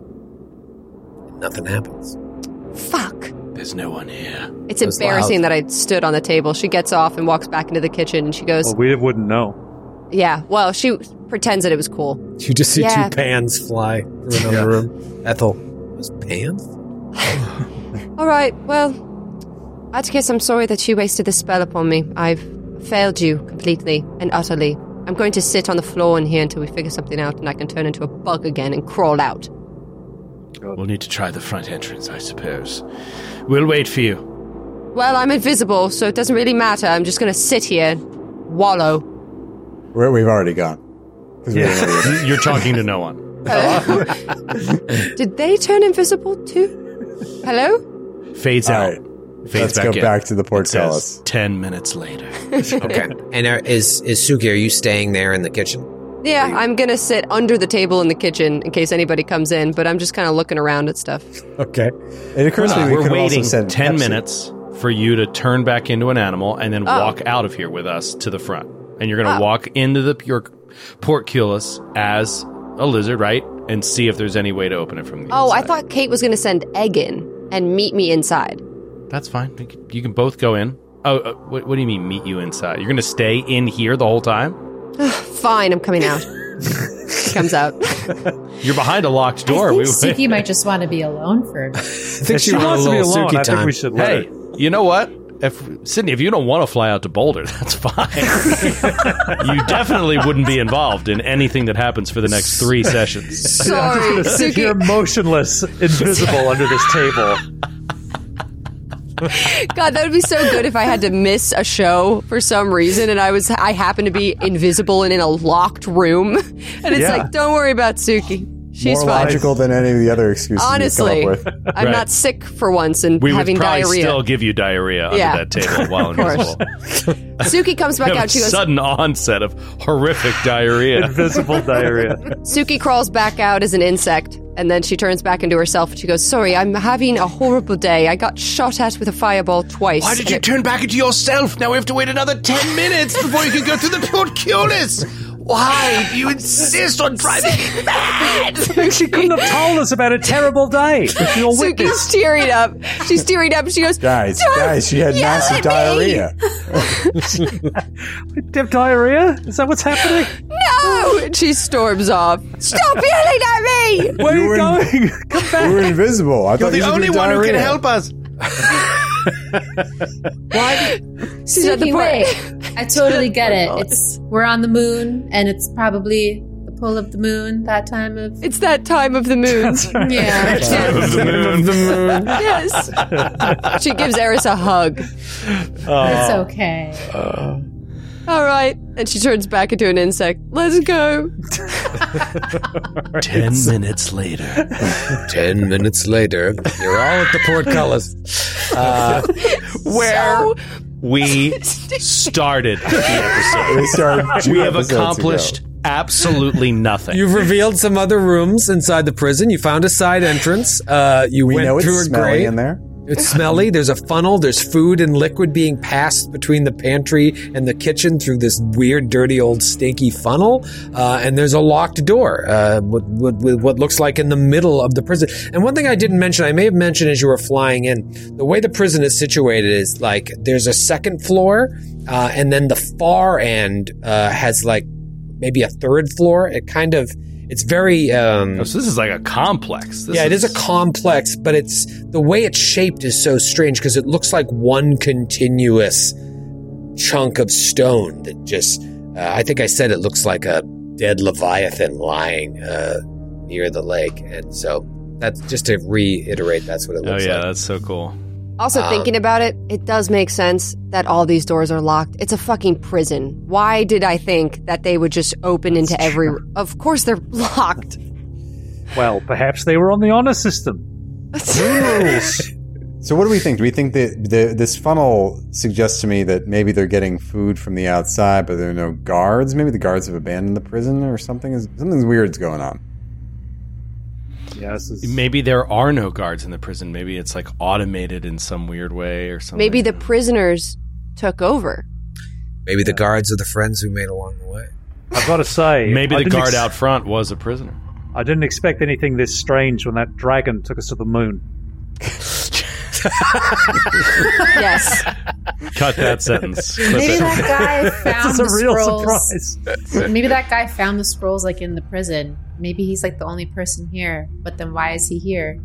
Speaker 1: dong. Nothing happens.
Speaker 6: fuck.
Speaker 3: There's no one here.
Speaker 6: It's
Speaker 1: It was
Speaker 6: embarrassing
Speaker 1: loud.
Speaker 6: that I stood on the table. She gets off and walks back into the kitchen, and she goes,
Speaker 1: Oh,
Speaker 2: Well, we wouldn't know.
Speaker 6: "Yeah, well, she pretends that it was cool."
Speaker 1: You just see
Speaker 6: Yeah.
Speaker 1: two pans fly through another
Speaker 5: Yeah.
Speaker 1: room. Ethel, those pans?
Speaker 6: All right, well, in that case, I'm sorry that you wasted the spell upon me. I've failed you completely and utterly. I'm going to sit on the floor in here until we figure something out and I can turn into a bug again and crawl out.
Speaker 3: We'll need to try the front entrance, I suppose. We'll wait for you.
Speaker 6: Well, I'm invisible, so it doesn't really matter. I'm just going to sit here, wallow.
Speaker 5: We're, we've already gone. 'Cause we didn't know
Speaker 3: You're talking to no one.
Speaker 6: Did they turn invisible too? Hello?
Speaker 3: Fades
Speaker 5: All
Speaker 3: out.
Speaker 5: right.
Speaker 3: Fades
Speaker 5: Let's go
Speaker 3: in.
Speaker 5: back to the
Speaker 3: It says
Speaker 5: portcullis.
Speaker 3: Ten minutes later.
Speaker 1: Okay. and are, is is Suki? Are you staying there in the kitchen?
Speaker 6: Yeah, I'm going to sit under the table in the kitchen in case anybody comes in, but I'm just kind of looking around at stuff.
Speaker 1: Okay.
Speaker 5: It occurs to me we
Speaker 3: Ah, We're
Speaker 5: could
Speaker 3: waiting
Speaker 5: also send
Speaker 3: ten
Speaker 5: Pepsi.
Speaker 3: minutes for you to turn back into an animal and then
Speaker 4: Oh.
Speaker 3: walk out of here with us to the front. And you're going to walk into the your portcullis as a lizard, right? And see if there's any way to open it from the
Speaker 6: Oh, I
Speaker 3: inside.
Speaker 6: thought Kate was going to send Egg in and meet me inside.
Speaker 3: That's fine. You can, you can both go in. Oh, uh, what, what do you mean meet you inside? You're going to stay in here the whole time?
Speaker 6: Fine, I'm coming out. She comes out.
Speaker 3: You're behind a locked door.
Speaker 4: I think
Speaker 3: We-
Speaker 4: Suki might just want to be alone for.
Speaker 1: I think
Speaker 2: If she wants to be alone, I think we should let
Speaker 3: hey,
Speaker 2: her.
Speaker 3: you know what? If Sydney, if you don't want to fly out to Boulder, that's fine. you definitely wouldn't be involved in anything that happens for the next three sessions.
Speaker 2: I'm
Speaker 6: Sorry,
Speaker 2: gonna sit here
Speaker 6: Suki.
Speaker 2: motionless, invisible under this table.
Speaker 6: God, that would be so good if I had to miss a show for some reason, and I was I happened to be invisible and in a locked room, and it's
Speaker 2: Yeah.
Speaker 6: like, don't worry about Suki. She's
Speaker 5: More
Speaker 6: fine.
Speaker 5: logical than any of the other excuses
Speaker 6: Honestly,
Speaker 5: you
Speaker 6: I'm
Speaker 5: come up with.
Speaker 3: Right.
Speaker 6: not sick for once and
Speaker 3: We
Speaker 6: having
Speaker 3: would probably
Speaker 6: diarrhea.
Speaker 3: still give you diarrhea
Speaker 6: Yeah.
Speaker 3: under that table while
Speaker 6: course.
Speaker 3: invisible.
Speaker 6: Suki comes back
Speaker 3: You have
Speaker 6: out.
Speaker 3: a
Speaker 6: She goes.
Speaker 3: sudden onset of horrific diarrhea.
Speaker 2: Invisible diarrhea.
Speaker 6: Suki crawls back out as an insect, and then she turns back into herself. and She goes, "Sorry, I'm having a horrible day. I got shot at with a fireball twice.
Speaker 7: Why did
Speaker 6: and
Speaker 7: you
Speaker 6: it-
Speaker 7: turn back into yourself? Now we have to wait another 10 minutes before you can go through the portcullis. Why do you insist on driving me mad?
Speaker 2: She couldn't have told us about a terrible day. She will
Speaker 6: Suki's
Speaker 2: witness.
Speaker 6: tearing up. She's tearing up. She goes,
Speaker 5: Guys,
Speaker 6: "Don't
Speaker 5: guys, she had
Speaker 6: yell
Speaker 5: massive
Speaker 6: at me."
Speaker 5: diarrhea.
Speaker 2: Dip diarrhea? Is that what's happening?
Speaker 6: No! Oh, And she storms off. Uh, Stop yelling at me!
Speaker 2: Where
Speaker 5: You were-
Speaker 2: are you going? Come back.
Speaker 5: We were invisible. I thought
Speaker 7: The
Speaker 5: you said
Speaker 7: only
Speaker 5: you had
Speaker 7: one who can
Speaker 5: diarrhea.
Speaker 7: help us.
Speaker 6: She's at the
Speaker 4: Suki,
Speaker 6: park.
Speaker 4: wait. I totally get it. It's we're on the moon, and it's probably the pull of the moon that time of.
Speaker 6: It's that time of the moon.
Speaker 4: Yeah.
Speaker 3: Of the moon.
Speaker 6: yes. She gives Eris a hug.
Speaker 7: Oh.
Speaker 4: It's
Speaker 6: Oh.
Speaker 4: okay.
Speaker 6: All right. And she turns back into an insect. Let's go.
Speaker 3: Ten minutes later.
Speaker 1: Ten minutes later, you're all at the portcullis. Uh,
Speaker 3: Where we started the episode.
Speaker 5: We, started two
Speaker 3: we have
Speaker 5: episodes ago.
Speaker 3: accomplished absolutely nothing.
Speaker 1: you've revealed some other rooms inside the prison. You found a side entrance. Uh, you
Speaker 5: We
Speaker 1: went
Speaker 5: know
Speaker 1: through
Speaker 5: it's
Speaker 1: a
Speaker 5: smelly
Speaker 1: grate.
Speaker 5: in there.
Speaker 1: It's smelly. There's a funnel. There's food and liquid being passed between the pantry and the kitchen through this weird, dirty, old, stinky funnel. Uh, and there's a locked door uh, with, with, with what looks like in the middle of the prison. And one thing I didn't mention, I may have mentioned as you were flying in, the way the prison is situated is like there's a second floor, uh, and then the far end uh, has like maybe a third floor. It kind of it's very um,
Speaker 3: Oh, so this is like a complex. This
Speaker 1: yeah, it is a complex, but it's the way it's shaped is so strange because it looks like one continuous chunk of stone that just. Uh, I think I said it looks like a dead leviathan lying uh, near the lake, and so that's just to reiterate. That's what it
Speaker 3: Oh
Speaker 1: looks
Speaker 3: yeah,
Speaker 1: like.
Speaker 3: that's so cool.
Speaker 6: Also,
Speaker 1: Um,
Speaker 6: thinking about it, it does make sense that all these doors are locked. It's a fucking prison. Why did I think that they would just open into every? Of course, they're locked.
Speaker 2: Well, perhaps they were on the honor system. Rules.
Speaker 5: So what do we think? Do we think that the, this funnel suggests to me that maybe they're getting food from the outside, but there are no guards? Maybe the guards have abandoned the prison or something? Is Something weird's going on.
Speaker 2: yeah, this is-
Speaker 3: Maybe there are no guards in the prison. Maybe it's like automated in some weird way or something.
Speaker 6: Maybe the prisoners took over.
Speaker 1: Maybe the guards are the friends we made along the way.
Speaker 2: I've got to say,
Speaker 3: Maybe
Speaker 2: I
Speaker 3: the
Speaker 2: didn't
Speaker 3: guard
Speaker 2: ex-
Speaker 3: out front was a prisoner.
Speaker 2: I didn't expect anything this strange when that dragon took us to the moon.
Speaker 6: Yes,
Speaker 3: Cut that sentence. Clip
Speaker 4: Maybe
Speaker 3: it.
Speaker 4: that guy found
Speaker 2: This
Speaker 4: the
Speaker 2: is a real
Speaker 4: scrolls.
Speaker 2: surprise.
Speaker 4: Maybe that guy found the scrolls like in the prison. Maybe he's like the only person here, but then why is he here?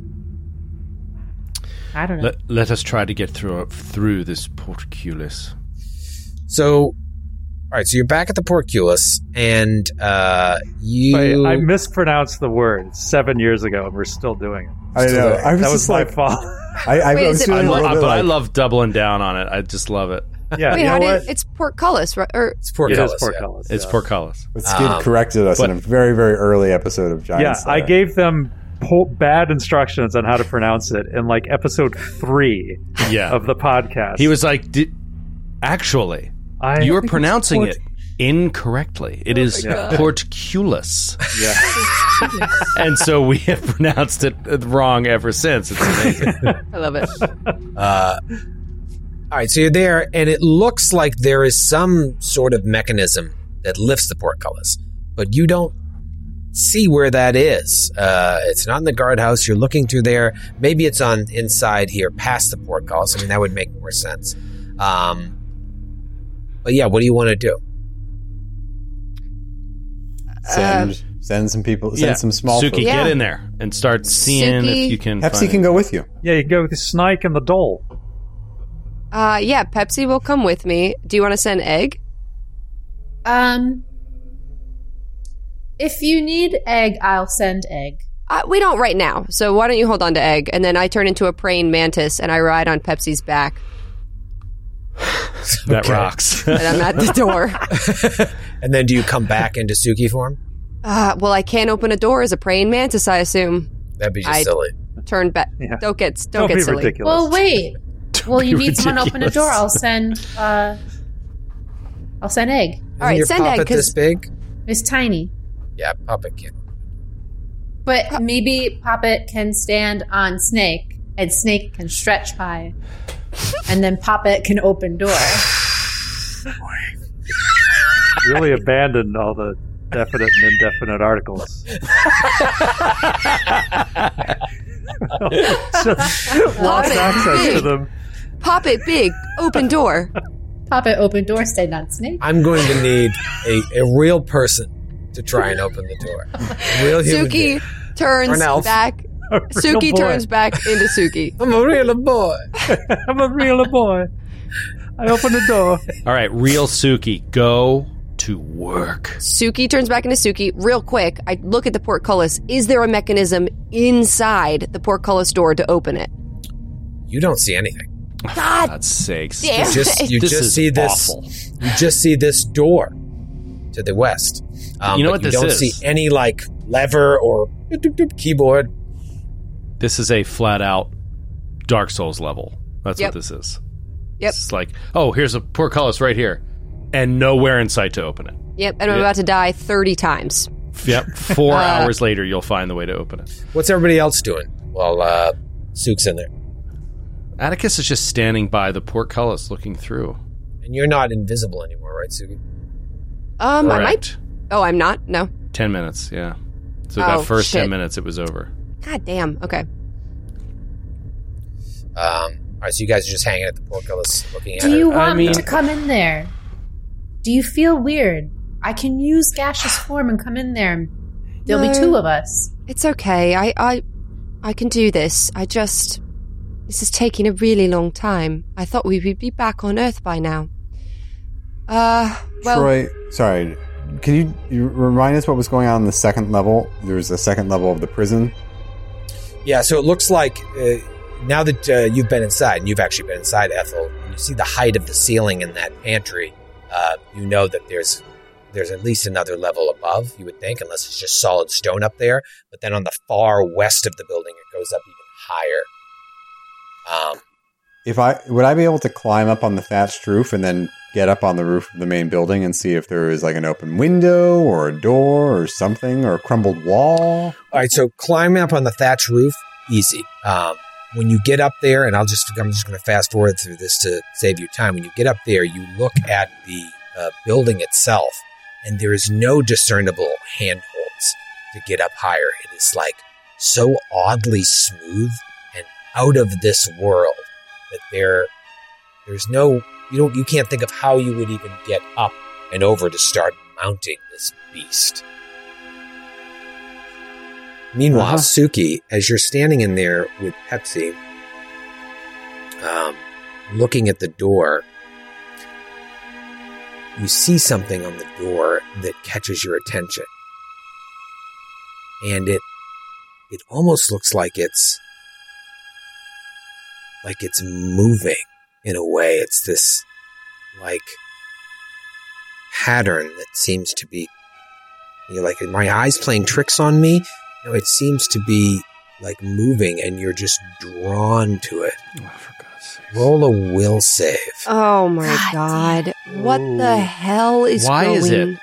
Speaker 4: I don't know.
Speaker 3: Let, let us try to get through uh, through this portcullis.
Speaker 1: So, all right. So you're back at the porculus, and uh, you.
Speaker 2: I, I mispronounced the word seven years ago, and oh, we're still doing it.
Speaker 5: I know. I was
Speaker 2: That
Speaker 5: just
Speaker 2: was my
Speaker 5: like,
Speaker 2: fault.
Speaker 5: I, I,
Speaker 6: Wait,
Speaker 5: I
Speaker 6: is
Speaker 5: was
Speaker 6: it-
Speaker 5: feeling
Speaker 3: I,
Speaker 5: a
Speaker 3: lo-
Speaker 5: little
Speaker 3: I-
Speaker 5: bit
Speaker 3: but I
Speaker 5: like-
Speaker 3: love doubling down on it. I just love it.
Speaker 2: yeah,
Speaker 6: Wait,
Speaker 2: you know
Speaker 6: how
Speaker 2: what?
Speaker 6: did, it's portcullis, right? Or
Speaker 1: it's
Speaker 2: It is
Speaker 1: porculus. yeah.
Speaker 2: portcullis.
Speaker 3: It's
Speaker 2: yeah.
Speaker 3: portcullis.
Speaker 5: But Skid
Speaker 1: Um,
Speaker 5: corrected us
Speaker 3: but-
Speaker 5: in a very, very early episode of Giant
Speaker 2: Yeah, I
Speaker 5: Slayer.
Speaker 2: gave them po- bad instructions on how to pronounce it in like episode three
Speaker 3: Yeah.
Speaker 2: of the podcast.
Speaker 3: He was like, D- actually,
Speaker 2: I,
Speaker 3: you're pronouncing it incorrectly.
Speaker 6: Oh
Speaker 3: It is
Speaker 2: God.
Speaker 3: portcullis.
Speaker 2: Yeah.
Speaker 3: and so we have pronounced it wrong ever since. It's amazing.
Speaker 6: I love it.
Speaker 1: Uh, all right, so you're there, and it looks like there is some sort of mechanism that lifts the portcullis, but you don't see where that is. Uh, it's not in the guardhouse. You're looking through there. Maybe it's on inside here, past the portcullis. I mean, that would make more sense. Um, but yeah, what do you want to do?
Speaker 5: send
Speaker 6: Uh,
Speaker 5: send some people, send
Speaker 3: Yeah.
Speaker 5: some small
Speaker 3: Suki,
Speaker 5: food.
Speaker 3: get
Speaker 6: Yeah.
Speaker 3: in there and start seeing
Speaker 6: Suki-
Speaker 3: if you can.
Speaker 5: Pepsi
Speaker 3: find
Speaker 5: can go with you.
Speaker 2: yeah, you can go with the snake and the doll.
Speaker 6: Uh, yeah, Pepsi will come with me. Do you want to send egg?
Speaker 4: Um, if you need egg, I'll send egg.
Speaker 6: Uh, we don't right now. So why don't you hold on to egg, and then I turn into a praying mantis and I ride on Pepsi's back,
Speaker 3: That rocks.
Speaker 6: and I'm at the door.
Speaker 1: And then do you come back into Suki form?
Speaker 6: Uh, well, I can't open a door as a praying mantis. I assume.
Speaker 1: That'd be just
Speaker 6: I-
Speaker 1: silly.
Speaker 6: Turn back.
Speaker 2: Yeah.
Speaker 6: Don't get don't,
Speaker 2: Don't,
Speaker 6: get
Speaker 2: be
Speaker 6: silly.
Speaker 2: ridiculous.
Speaker 4: Well, wait. well, you
Speaker 3: be
Speaker 4: need someone to open a door.
Speaker 3: ridiculous.
Speaker 4: I'll send. Uh, I'll send egg.
Speaker 6: All right,
Speaker 1: Isn't your
Speaker 6: send egg
Speaker 1: puppet this
Speaker 6: because
Speaker 1: big?
Speaker 4: It's tiny,
Speaker 1: Yeah, puppet kid.
Speaker 4: but maybe Poppet can stand on Snake, and Snake can stretch high, and then Poppet can open door.
Speaker 2: really abandoned all the definite and indefinite articles. Just lost access to them.
Speaker 6: pop it big, open door.
Speaker 4: Poppet open door, stand on Snake.
Speaker 1: I'm going to need a, a real person to try and open the door. A real human
Speaker 6: Suki
Speaker 1: being. Or
Speaker 6: turns
Speaker 1: an elf.
Speaker 6: back.
Speaker 2: A real
Speaker 6: Suki
Speaker 2: boy.
Speaker 6: turns back into Suki.
Speaker 1: I'm a real boy.
Speaker 2: I'm a real boy. I open the door.
Speaker 3: All right, real Suki, go to work.
Speaker 6: Suki turns back into Suki real quick. I look at the portcullis. Is there a mechanism inside the portcullis door to open it?
Speaker 1: You don't see anything.
Speaker 3: God God's sakes.
Speaker 6: Damn.
Speaker 1: You just you
Speaker 3: This
Speaker 1: just
Speaker 3: is
Speaker 1: see this.
Speaker 3: awful.
Speaker 1: You just see this door to the west. Um,
Speaker 3: You know what
Speaker 1: but you
Speaker 3: this
Speaker 1: don't
Speaker 3: is?
Speaker 1: see any like lever or doop, doop, doop keyboard.
Speaker 3: This is a flat out Dark Souls level. That's
Speaker 6: Yep.
Speaker 3: what this is.
Speaker 6: Yep.
Speaker 3: It's like, oh, here's a portcullis right here, and nowhere in sight to open it.
Speaker 6: Yep, and I'm
Speaker 3: Yeah.
Speaker 6: about to die 30 times.
Speaker 3: Yep. Four
Speaker 1: Uh,
Speaker 3: hours later, you'll find the way to open it.
Speaker 1: What's everybody else doing? Well, uh, Sook's in there.
Speaker 3: Atticus is just standing by the portcullis looking through.
Speaker 1: And you're not invisible anymore, right, Sugi?
Speaker 6: Um, I might.
Speaker 3: Correct.
Speaker 6: Oh, I'm not. No.
Speaker 3: 10 minutes, yeah. So
Speaker 6: Oh,
Speaker 3: that first 10
Speaker 6: shit.
Speaker 3: minutes, it was over.
Speaker 6: God damn. Okay.
Speaker 1: Um, all right, so you guys are just hanging at the portcullis looking at
Speaker 4: Do you
Speaker 1: her.
Speaker 3: I
Speaker 4: want me
Speaker 3: mean-
Speaker 4: to come in there? Do you feel weird? I can use gaseous form and come in there. and There'll be
Speaker 6: No.
Speaker 4: two of us.
Speaker 6: It's okay. I, I, I can do this. I just, this is taking a really long time. I thought we would be back on Earth by now. Uh, well,
Speaker 5: Troy, sorry. Can you, you remind us what was going on in the second level? There was a second level of the prison.
Speaker 1: Yeah, so it looks like uh, now that uh, you've been inside, and you've actually been inside, Ethel, and you see the height of the ceiling in that pantry, uh, you know that there's there's at least another level above, you would think, unless it's just solid stone up there. But then on the far west of the building, it goes up even higher. Um,
Speaker 5: If I would I be able to climb up on the thatched roof and then get up on the roof of the main building and see if there is like an open window or a door or something or a crumbled wall?
Speaker 1: All right, so climbing up on the thatch roof, easy. Um, when you get up there, and I'll just I'm just going to fast forward through this to save you time. When you get up there, you look at the uh, building itself, and there is no discernible handholds to get up higher. It is like so oddly smooth and out of this world that there there's no you don't you can't think of how you would even get up and over to start mounting this beast. Meanwhile,
Speaker 5: Uh-huh.
Speaker 1: Suki, as you're standing in there with Pepsi, um, looking at the door, you see something on the door that catches your attention. And it it almost looks like it's like it's moving in a way. It's this like pattern that seems to be you're like, "Are my eyes playing tricks on me? No, it seems to be like moving and you're just drawn to it.
Speaker 3: Oh, for God's sake.
Speaker 1: Roll a will save.
Speaker 6: oh my
Speaker 4: God
Speaker 6: god, what the
Speaker 3: Ooh.
Speaker 6: hell is
Speaker 3: Why
Speaker 6: going?
Speaker 3: is it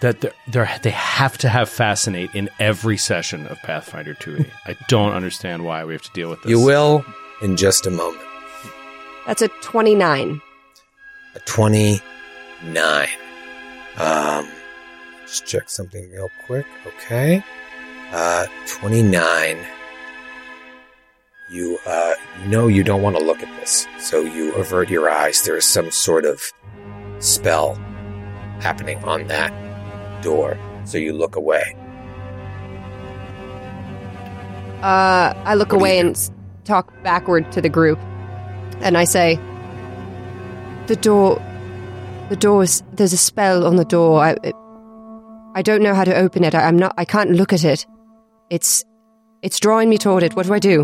Speaker 3: that they're, they're, they have to have Fascinate in every session of Pathfinder 2e? I don't understand why we have to deal with this.
Speaker 1: You will in just a moment.
Speaker 6: That's a twenty-nine.
Speaker 1: A 29. Um, let's check something real quick. Okay. Uh, 29. You, uh, you know you don't want to look at this, so you avert your eyes. There is some sort of spell happening on that door, so you look away.
Speaker 6: Uh, I look
Speaker 1: What do
Speaker 6: away
Speaker 1: you do?
Speaker 6: and s- talk backward to the group, and I say, "The door, the door is. There's a spell on the door. I, it, I don't know how to open it. I, I'm not. I can't look at it. It's, it's drawing me toward it. What do I do?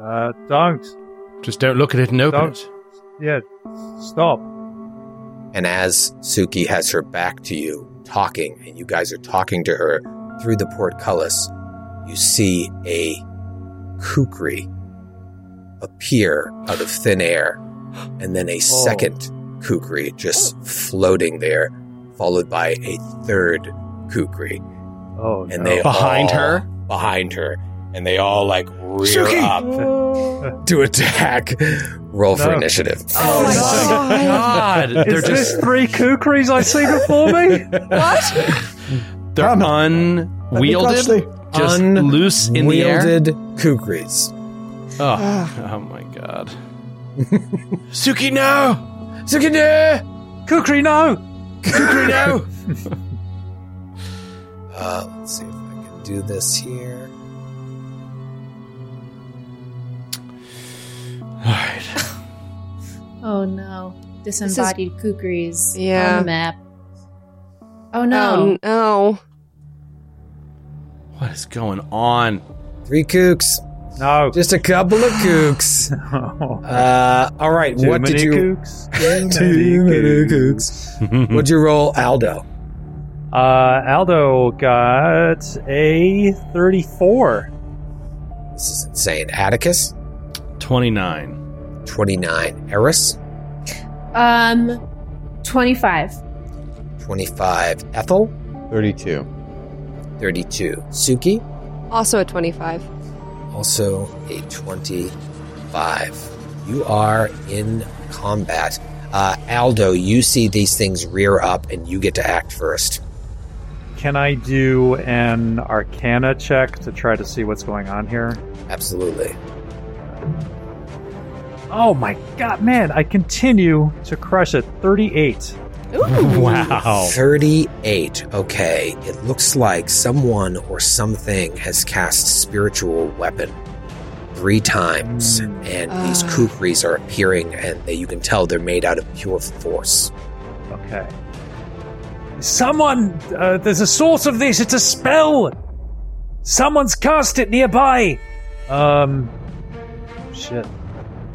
Speaker 2: Uh, don't.
Speaker 3: Just don't look at it and open
Speaker 2: Don't.
Speaker 3: it.
Speaker 2: Yeah, stop.
Speaker 1: And as Suki has her back to you, talking, and you guys are talking to her through the portcullis, you see a kukri appear out of thin air, and
Speaker 2: Oh.
Speaker 1: then a second kukri just floating there, followed by a third kukri.
Speaker 2: Oh,
Speaker 1: And
Speaker 2: no.
Speaker 1: they
Speaker 3: Behind
Speaker 1: all-
Speaker 3: her?
Speaker 1: behind her, and they all like rear
Speaker 7: Suki!
Speaker 1: up to attack. Roll for
Speaker 2: No.
Speaker 1: initiative.
Speaker 6: Oh my
Speaker 3: God. They're
Speaker 2: Is this
Speaker 3: just
Speaker 2: three kukris I see before me?
Speaker 3: they're
Speaker 5: Come.
Speaker 3: unwielded, just
Speaker 1: Un-
Speaker 3: loose in the air.
Speaker 1: Wielded kukris.
Speaker 3: Oh, oh my God.
Speaker 7: Suki, no!
Speaker 1: Suki, no!
Speaker 2: Kukri, no!
Speaker 7: Kukri, no!
Speaker 1: Uh, let's see if I can do this here.
Speaker 3: All right.
Speaker 4: Oh no.
Speaker 6: is-
Speaker 4: Disembodied kukris
Speaker 6: Yeah.
Speaker 4: on the map. Oh no.
Speaker 6: Oh, no.
Speaker 3: What is going on?
Speaker 1: Three kooks.
Speaker 2: No.
Speaker 1: Just a couple of kooks. Uh, all right.
Speaker 2: Too
Speaker 1: what
Speaker 2: many
Speaker 1: did you?
Speaker 2: kooks.
Speaker 1: Too many kooks. What'd you roll, Aldo?
Speaker 2: Uh, Aldo got a 34.
Speaker 1: This is insane. Atticus,
Speaker 3: 29.
Speaker 1: 29. Eris,
Speaker 4: Um, 25.
Speaker 1: 25. Ethel,
Speaker 5: Thirty-two.
Speaker 1: 32. Suki,
Speaker 6: Also a twenty-five.
Speaker 1: also a 25. five. You are in combat. Uh, Aldo, you see these things rear up and you get to act first.
Speaker 2: Can I do an arcana check to try to see what's going on here?
Speaker 1: Absolutely.
Speaker 2: Oh my god, man, I continue to crush it. 38.
Speaker 3: Wow.
Speaker 1: 38. Okay. It looks like someone or something has cast spiritual weapon three times, and these
Speaker 6: Ah.
Speaker 1: kukris are appearing, and they, you can tell they're made out of pure force.
Speaker 2: Okay. Someone! Uh, there's a source of this! It's a spell! Someone's cast it nearby! Um. Shit.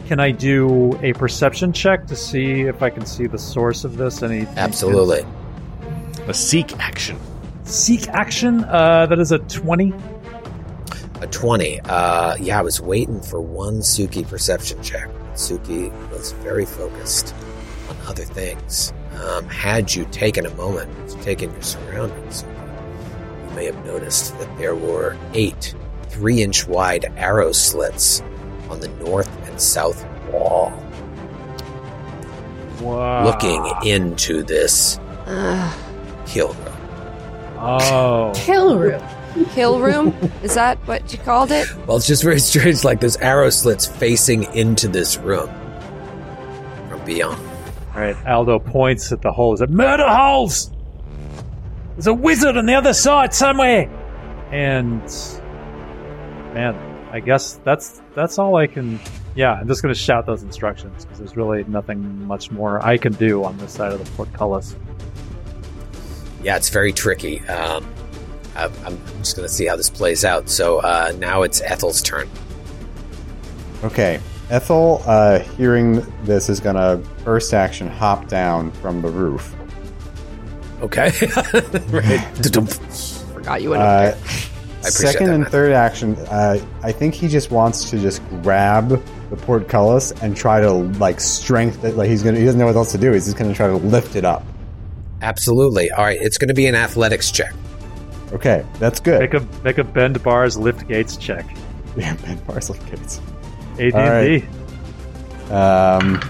Speaker 2: Can I do a perception check to see if I can see the source of this? Any
Speaker 1: Absolutely.
Speaker 3: A seek action.
Speaker 2: Seek action? Uh, that is a 20.
Speaker 1: A 20. Uh, yeah, I was waiting for one Suki perception check. Suki was very focused on other things. Um, had you taken a moment to take in your surroundings, you may have noticed that there were eight three inch wide arrow slits on the north and south wall
Speaker 7: Ah.
Speaker 2: Wow.
Speaker 1: looking into this
Speaker 6: Ugh.
Speaker 1: hill room.
Speaker 2: Oh.
Speaker 4: Kill room.
Speaker 6: Hill room? Is that what you called it?
Speaker 1: Well, it's just very strange, like there's arrow slits facing into this room from beyond.
Speaker 2: All right, Aldo points at the holes. At murder holes. There's a wizard on the other side somewhere. And man, I guess that's that's all I can. Yeah, I'm just gonna shout those instructions because there's really nothing much more I can do on this side of the portcullis.
Speaker 1: yeah, it's very tricky. Um, I, I'm just going to see how this plays out. So uh, now it's Ethel's turn.
Speaker 5: Okay. Ethel, uh, hearing this, is going to burst action hop down from the roof.
Speaker 1: Okay. right.
Speaker 6: Forgot you went up
Speaker 5: Uh,
Speaker 6: there.
Speaker 1: I appreciate
Speaker 5: second
Speaker 1: that,
Speaker 5: and
Speaker 1: man.
Speaker 5: third action, uh, I think he just wants to just grab the portcullis and try to like strength it. Like he's gonna, he doesn't know what else to do. He's just gonna try to lift it up.
Speaker 1: Absolutely. All right. It's going to be an athletics check.
Speaker 5: Okay, that's good.
Speaker 2: Make a make a bend bars lift gates check.
Speaker 5: Yeah, Ben Parsley kids.
Speaker 2: AD&D.
Speaker 5: All right. Um,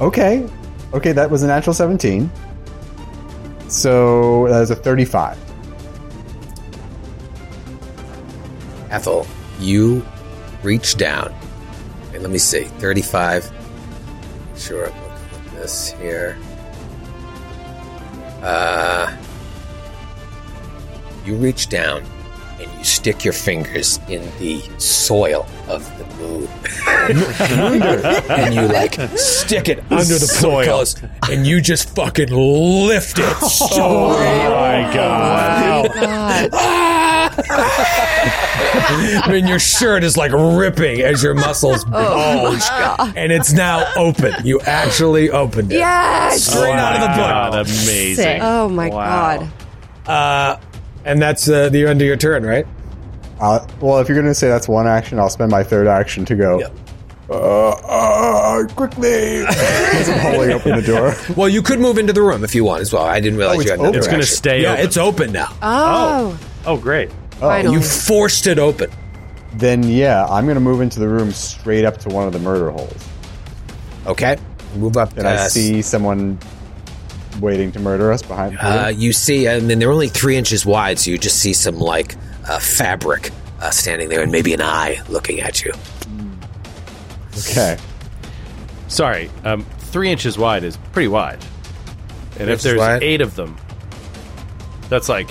Speaker 5: okay, okay, that was a natural seventeen. So that is a thirty-five.
Speaker 1: Ethel, you reach down. And let me see. 35. Sure. I'm looking at this here. Uh, you reach down and you stick your fingers in the soil of the moon. and you like stick it under the soil. And you just fucking lift it Oh, so
Speaker 3: My God.
Speaker 6: God. Oh.
Speaker 1: I mean, your shirt is like ripping as your muscles
Speaker 6: Oh.
Speaker 1: bulge, and Oh, it's now open. You actually opened it.
Speaker 6: Yes.
Speaker 1: Straight out of the book.
Speaker 3: God, amazing.
Speaker 4: Sick.
Speaker 6: Oh my
Speaker 3: Wow.
Speaker 6: god.
Speaker 1: Uh, and that's uh, the end of your turn, right?
Speaker 5: Uh, well, if you're gonna say that's one action, I'll spend my third action to go.
Speaker 1: Yep.
Speaker 5: Uh, uh, quickly! As I'm holding open the door.
Speaker 1: Well, you could move into the room if you want as well. I didn't realize
Speaker 5: Oh,
Speaker 1: you
Speaker 5: it's
Speaker 1: had another
Speaker 5: open. It's
Speaker 3: gonna
Speaker 1: action.
Speaker 3: stay
Speaker 1: Yeah,
Speaker 3: open.
Speaker 1: it's open now.
Speaker 6: Oh.
Speaker 2: Oh, great.
Speaker 6: Finally.
Speaker 1: You forced it open.
Speaker 5: Then yeah, I'm gonna move into the room straight up to one of the murder holes,
Speaker 1: Okay, move up.
Speaker 5: and
Speaker 1: uh,
Speaker 5: I see someone waiting to murder us behind.
Speaker 1: Uh, you see, and then they're only three inches wide, so you just see some like uh, fabric uh, standing there, and maybe an eye looking at you.
Speaker 5: okay,
Speaker 3: Sorry, um, three inches wide is pretty wide. And if
Speaker 1: inches
Speaker 3: there's
Speaker 1: wide?
Speaker 3: eight of them, that's like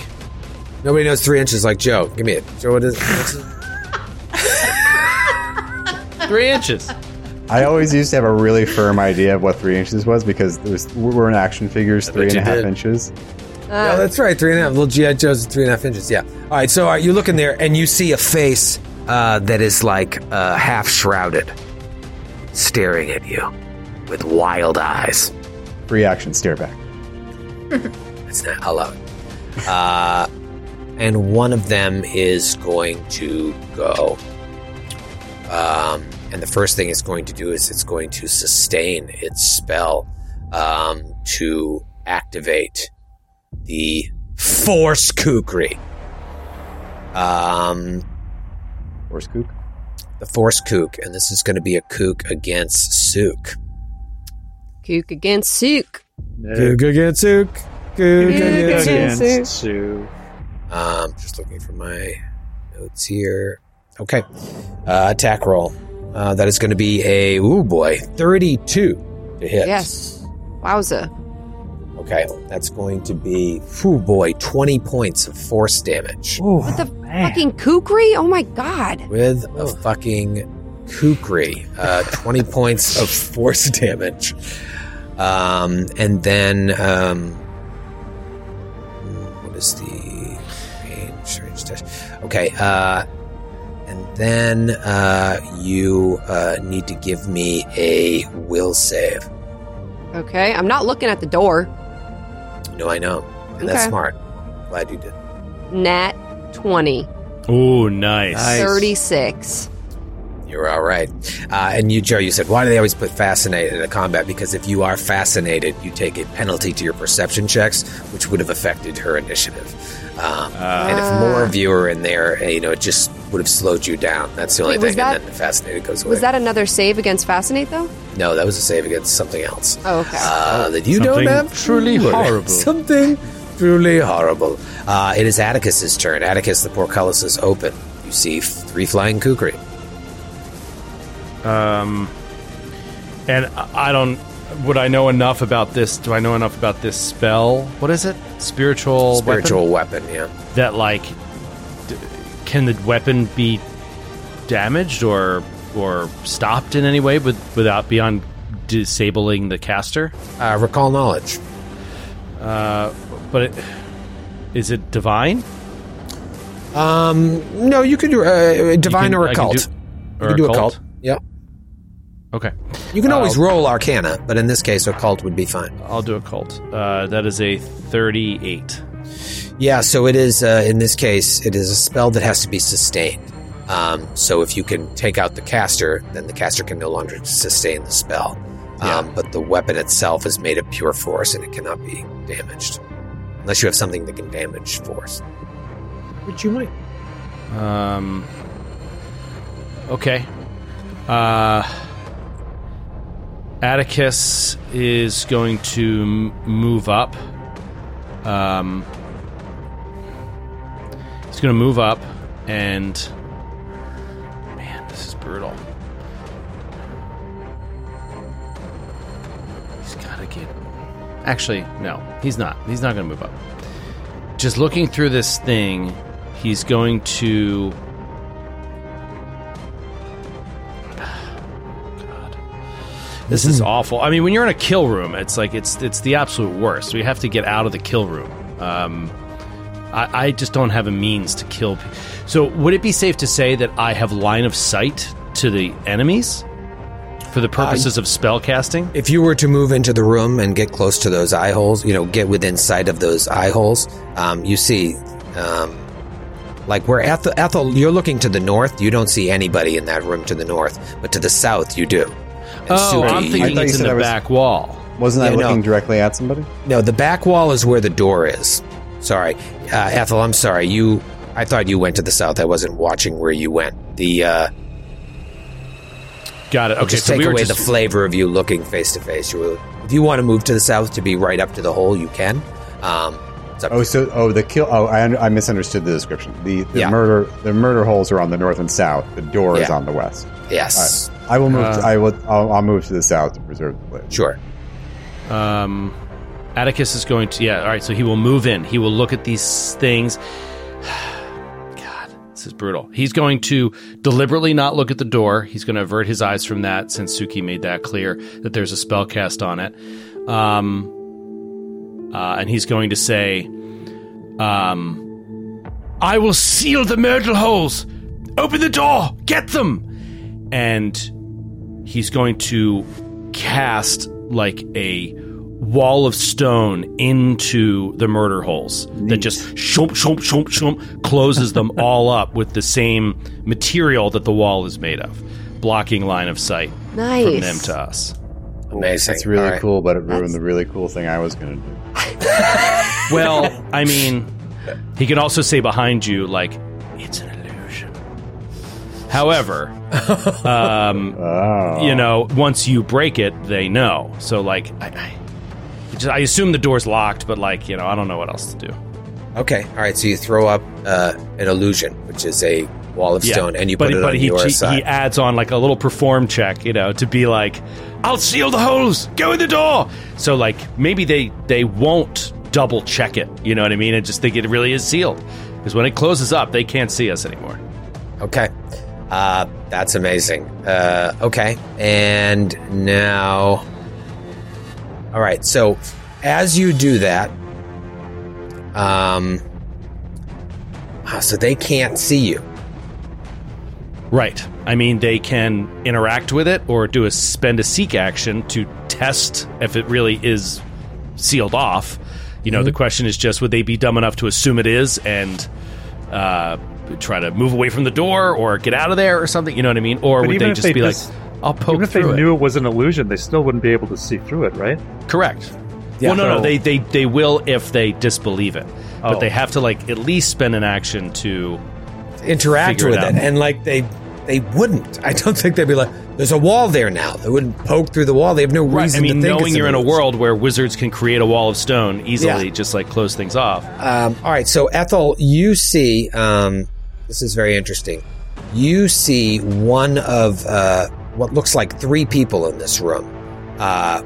Speaker 1: Nobody knows three inches like Joe. Give me it. Joe, what is? What's it?
Speaker 3: three inches.
Speaker 5: I always used to have a really firm idea of what three inches was because there was, we were in action figures, three and
Speaker 1: bet
Speaker 5: a
Speaker 1: you
Speaker 5: half
Speaker 1: did.
Speaker 5: inches.
Speaker 1: Yeah, that's right. Three and a half. Little GI Joe's three and a half inches. Yeah. All right. So uh, you look in there and you see a face uh, that is like uh, half shrouded, staring at you with wild eyes.
Speaker 5: Free action stare back.
Speaker 1: It's not allowed. Uh, and one of them is going to go. Um, and the first thing it's going to do is it's going to sustain its spell um, to activate the Force Kukri. Um,
Speaker 5: Horse kook.
Speaker 1: the Force Kook, and this is going to be a Kook against Sook.
Speaker 6: Kook against Sook.
Speaker 2: No.
Speaker 1: against Sook. Kook
Speaker 2: Against Sue.
Speaker 1: Um, just looking for my notes here. Okay. Uh, attack roll. Uh, that is going to be a, ooh boy, 32 to hit.
Speaker 6: Yes. Wowza.
Speaker 1: Okay. That's going to be, ooh boy, 20 points of force damage
Speaker 2: Ooh,
Speaker 6: What the
Speaker 2: man.
Speaker 6: Fucking kukri? Oh my god.
Speaker 1: with a fucking kukri. Uh, 20 points of force damage. Um, and then, um, what is the range? range dash- Okay. Uh, and then uh, you uh, need to give me a will save.
Speaker 6: Okay. I'm not looking at the door.
Speaker 1: No, I know. And that's
Speaker 6: Okay.
Speaker 1: smart. Glad you did.
Speaker 6: Nat 20.
Speaker 3: Ooh, nice.
Speaker 6: 36.
Speaker 1: You're all right. Uh, and you, Joe, you said, why do they always put fascinated in a combat? Because if you are fascinated, you take a penalty to your perception checks, which would have affected her initiative. Um, and
Speaker 6: Ah.
Speaker 1: if more of you were in there, eh, you know, it just would have slowed you down. That's the only
Speaker 6: Wait, was
Speaker 1: thing.
Speaker 6: that-
Speaker 1: and then the fascinated goes away.
Speaker 6: Was that another save against Fascinate, though?
Speaker 1: no, that was a save against something else.
Speaker 6: Oh, okay.
Speaker 1: Uh, that you
Speaker 3: Something
Speaker 1: don't have
Speaker 3: truly
Speaker 1: clue.
Speaker 3: horrible.
Speaker 1: Something truly horrible. Uh, it is Atticus's turn. Atticus, the portcullis is open. You see f- three flying kukri.
Speaker 3: Um, and I I don't. Would I know enough about this? Do I know enough about this spell? What is it? Spiritual.
Speaker 1: Spiritual weapon yeah.
Speaker 3: Weapon? That like, d- can the weapon be damaged or or stopped in any way with, without beyond disabling the caster?
Speaker 1: Uh, recall knowledge.
Speaker 3: Uh, but it, is it divine?
Speaker 1: Um, no, you could do uh, divine
Speaker 3: can-
Speaker 1: or
Speaker 3: I can
Speaker 1: occult.
Speaker 3: do-
Speaker 1: you
Speaker 3: or
Speaker 1: can do
Speaker 3: occult?
Speaker 1: occult. Yeah.
Speaker 3: Okay,
Speaker 1: You can always
Speaker 3: Uh,
Speaker 1: roll arcana, but in this case, occult would be fine.
Speaker 3: I'll do occult. Uh, that is a thirty-eight.
Speaker 1: Yeah, so it is, uh, in this case, it is a spell that has to be sustained. Um, so if you can take out the caster, then the caster can no longer sustain the spell. Um, But the weapon itself is made of pure force and it cannot be damaged. Unless you have something that can damage force. Which you might.
Speaker 3: Um. Okay. Uh, Atticus is going to m- move up. Um, he's going to move up, and man, this is brutal. He's got to get. Actually, no, he's not. He's not going to move up just looking through this thing, he's going to. God. This is awful. I mean, when you're in a kill room, it's like it's it's the absolute worst. We have to get out of the kill room. Um, I, I just don't have a means to kill. Pe- so, would it be safe to say that I have line of sight to the enemies for the purposes of spell casting?
Speaker 1: If you were to move into the room and get close to those eye holes, you know, get within sight of those eye holes, um, you see, um, like where Ethel, Ethel, you're looking to the north, you don't see anybody in that room to the north, but to the south, you do. And
Speaker 3: Oh,
Speaker 1: Suki,
Speaker 3: I'm
Speaker 1: you-
Speaker 3: thinking
Speaker 5: thought
Speaker 3: it's
Speaker 5: you
Speaker 3: in
Speaker 5: said
Speaker 3: the
Speaker 5: I was-
Speaker 3: back wall.
Speaker 5: Wasn't I
Speaker 1: Yeah, no.
Speaker 5: looking directly at somebody?
Speaker 1: no, the back wall is where the door is. Sorry, uh, Ethel, I'm sorry. You, I thought you went to the south. I wasn't watching where you went. The uh,
Speaker 3: Got it. Okay,
Speaker 1: just
Speaker 3: so
Speaker 1: take
Speaker 3: we were
Speaker 1: away
Speaker 3: just,
Speaker 1: the flavor of you looking face to face. You were- If you want to move to the south to be right up to the hole, you can. Um, it's up to
Speaker 5: Oh, so oh the kill. Oh, I, under- I misunderstood the description. The the
Speaker 1: Yeah.
Speaker 5: murder the murder holes are on the north and south. The door is
Speaker 1: Yeah.
Speaker 5: on the west.
Speaker 1: Yes.
Speaker 5: I will move.
Speaker 3: Uh,
Speaker 5: to, I will. I'll, I'll move to the south to preserve the place.
Speaker 1: Sure.
Speaker 3: Um, Atticus is going to yeah. All right, so he will move in. He will look at these things. God, this is brutal. He's going to deliberately not look at the door. He's going to avert his eyes from that since Suki made that clear that there's a spell cast on it. Um, uh, and he's going to say, um, "I will seal the myrtle holes. Open the door. Get them." And he's going to cast like a wall of stone into the murder holes that just shomp shomp shomp shomp closes them all up with the same material that the wall is made of blocking line of sight from them
Speaker 6: Nice.
Speaker 3: to us
Speaker 1: Amazing.
Speaker 5: That's really
Speaker 1: All right.
Speaker 5: cool, but it ruined the really cool thing I was going to do.
Speaker 3: well i mean he can also say behind you like it's an illusion however Um,
Speaker 5: Oh.
Speaker 3: you know, once you break it, they know. So like, I, I, it's just, I assume the door's locked, but like, you know, I don't know what else to do.
Speaker 1: Okay. All right. So you throw up uh, an illusion, which is a wall of
Speaker 3: Yeah.
Speaker 1: stone, and you put it on
Speaker 3: he,
Speaker 1: your
Speaker 3: he,
Speaker 1: side.
Speaker 3: he adds on like a little perform check, you know, to be like, I'll seal the holes, go in the door. So like, maybe they they won't double check it. You know what I mean? And just think it really is sealed because when it closes up, they can't see us anymore.
Speaker 1: Okay. Uh, that's amazing. Uh, okay. And now. All right. So as you do that, um, ah, so they can't see you.
Speaker 3: Right. I mean, they can interact with it or do a spend a seek action to test if it really is sealed off. You know, the
Speaker 1: Mm-hmm.
Speaker 3: question is just would they be dumb enough to assume it is and uh, try to move away from the door or get out of there or something? You know what I mean? Or
Speaker 2: But
Speaker 3: would
Speaker 2: even
Speaker 3: they
Speaker 2: if
Speaker 3: just
Speaker 2: they
Speaker 3: be
Speaker 2: just-
Speaker 3: like, I'll poke
Speaker 2: Even if they
Speaker 3: through it?
Speaker 2: knew it was an illusion, they still wouldn't be able to see through it, right?
Speaker 3: Correct.
Speaker 1: Yeah.
Speaker 3: well, no, no,
Speaker 2: So-
Speaker 3: they, they they will if they disbelieve it, but
Speaker 2: Oh.
Speaker 3: they have to like at least spend an action to
Speaker 1: Interact
Speaker 3: Figure it
Speaker 1: with it,
Speaker 3: out.
Speaker 1: and like they they wouldn't. I don't think they'd be like, "There's a wall there now." They wouldn't poke through the wall. They have no
Speaker 3: Right. I
Speaker 1: reason.
Speaker 3: mean,
Speaker 1: to think
Speaker 3: knowing
Speaker 1: it's
Speaker 3: you're in a
Speaker 1: illusion.
Speaker 3: world where wizards can create a wall of stone easily,
Speaker 1: Yeah.
Speaker 3: just like close things off.
Speaker 1: Um, all right, so Ethel, you see um, this is very interesting. You see one of uh, what looks like three people in this room uh,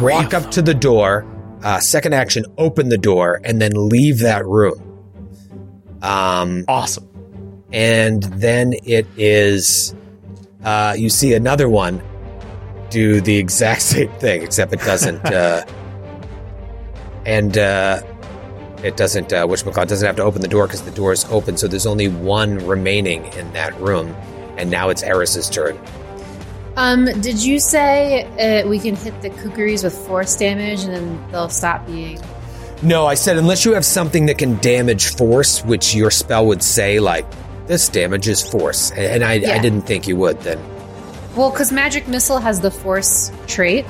Speaker 1: walk up to the door, uh, second action, open the door, and then leave that room. Um,
Speaker 3: Awesome.
Speaker 1: and then it is uh, you see another one do the exact same thing except it doesn't uh, and uh, it doesn't uh, which McCall doesn't have to open the door because the door is open so there's only one remaining in that room and now it's Eris's turn
Speaker 4: Um, did you say uh, we can hit the kookaries with force damage and then they'll stop being?
Speaker 1: no I said unless you have something that can damage force which your spell would say like this damages force and, and I, I
Speaker 4: Yeah.
Speaker 1: didn't think you would then
Speaker 4: Well, because magic missile has the force trait.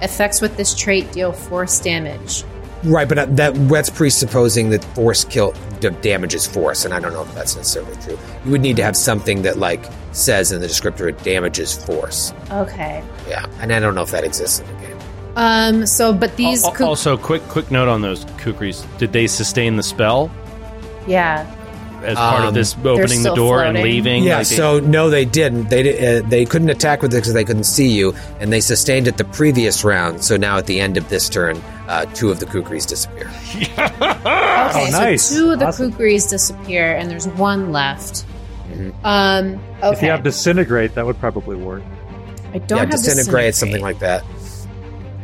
Speaker 4: Effects with this trait deal force damage.
Speaker 1: Right, but uh, that that's presupposing that force kill d- damages force, and I don't know if that's necessarily true. You would need to have something that like says in the descriptor it damages force.
Speaker 4: Okay.
Speaker 1: Yeah, and I don't know if that exists in the game.
Speaker 4: Um. So,
Speaker 2: Oh,
Speaker 4: but these.
Speaker 3: Al-
Speaker 4: kook-
Speaker 3: also, quick quick note on those kukris. Did they sustain the spell
Speaker 2: oh.
Speaker 4: yeah.
Speaker 3: as part
Speaker 1: Um,
Speaker 3: of this opening the
Speaker 4: still
Speaker 3: door and
Speaker 4: floating.
Speaker 3: leaving?
Speaker 1: Yeah,
Speaker 3: Like, they-
Speaker 1: so no, they didn't. They di- uh, they couldn't attack with it because they couldn't see you, and they sustained it the previous round. So now at the end of this turn, uh, two of the kukris disappear.
Speaker 4: Okay.
Speaker 2: Oh, nice.
Speaker 4: So two of the
Speaker 2: Awesome.
Speaker 4: kukris disappear, and there's one left. Um. Okay.
Speaker 2: If you have disintegrate, that would probably work.
Speaker 4: I don't
Speaker 1: yeah,
Speaker 4: have
Speaker 1: disintegrate, something like that.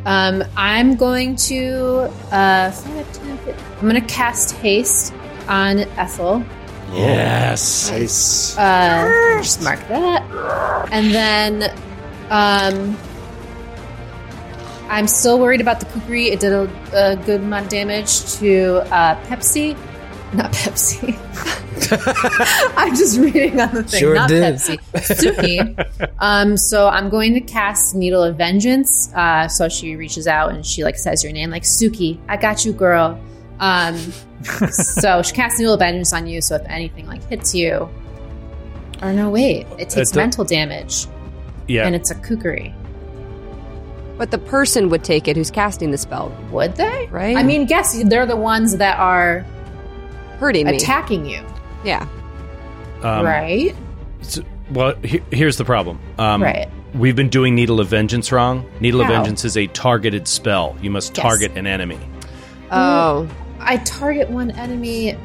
Speaker 4: Um, I'm going to uh, five, 10, 15. I'm going to cast haste on Ethel.
Speaker 3: yes.
Speaker 4: Uh, just mark that, and then um, I'm still worried about the kukri. It did a, a good amount of damage to uh, Pepsi. Not Pepsi. I'm just reading on the thing.
Speaker 1: Sure
Speaker 4: Not
Speaker 1: did.
Speaker 4: Pepsi. Suki. um, so I'm going to cast Needle of Vengeance. Uh, so she reaches out and she like says your name, like Suki. I got you, girl. Um, so she casts Needle of Vengeance on you. So if anything like hits you, or no, Oh, wait, it takes
Speaker 3: do-
Speaker 4: mental damage,
Speaker 3: Yeah.
Speaker 4: and it's a kukri.
Speaker 6: But the person would take it who's casting the spell,
Speaker 4: Would they?
Speaker 6: right?
Speaker 4: I mean, guess they're the ones that are
Speaker 6: hurting me.
Speaker 4: attacking you,
Speaker 6: yeah.
Speaker 3: Um,
Speaker 4: right?
Speaker 3: so- well, he- here's the problem. Um,
Speaker 4: right.
Speaker 3: We've been doing Needle of Vengeance wrong. Needle of
Speaker 4: How?
Speaker 3: Vengeance is a targeted spell. You must
Speaker 4: Yes.
Speaker 3: target an enemy.
Speaker 6: Oh,
Speaker 4: Uh, I target one enemy.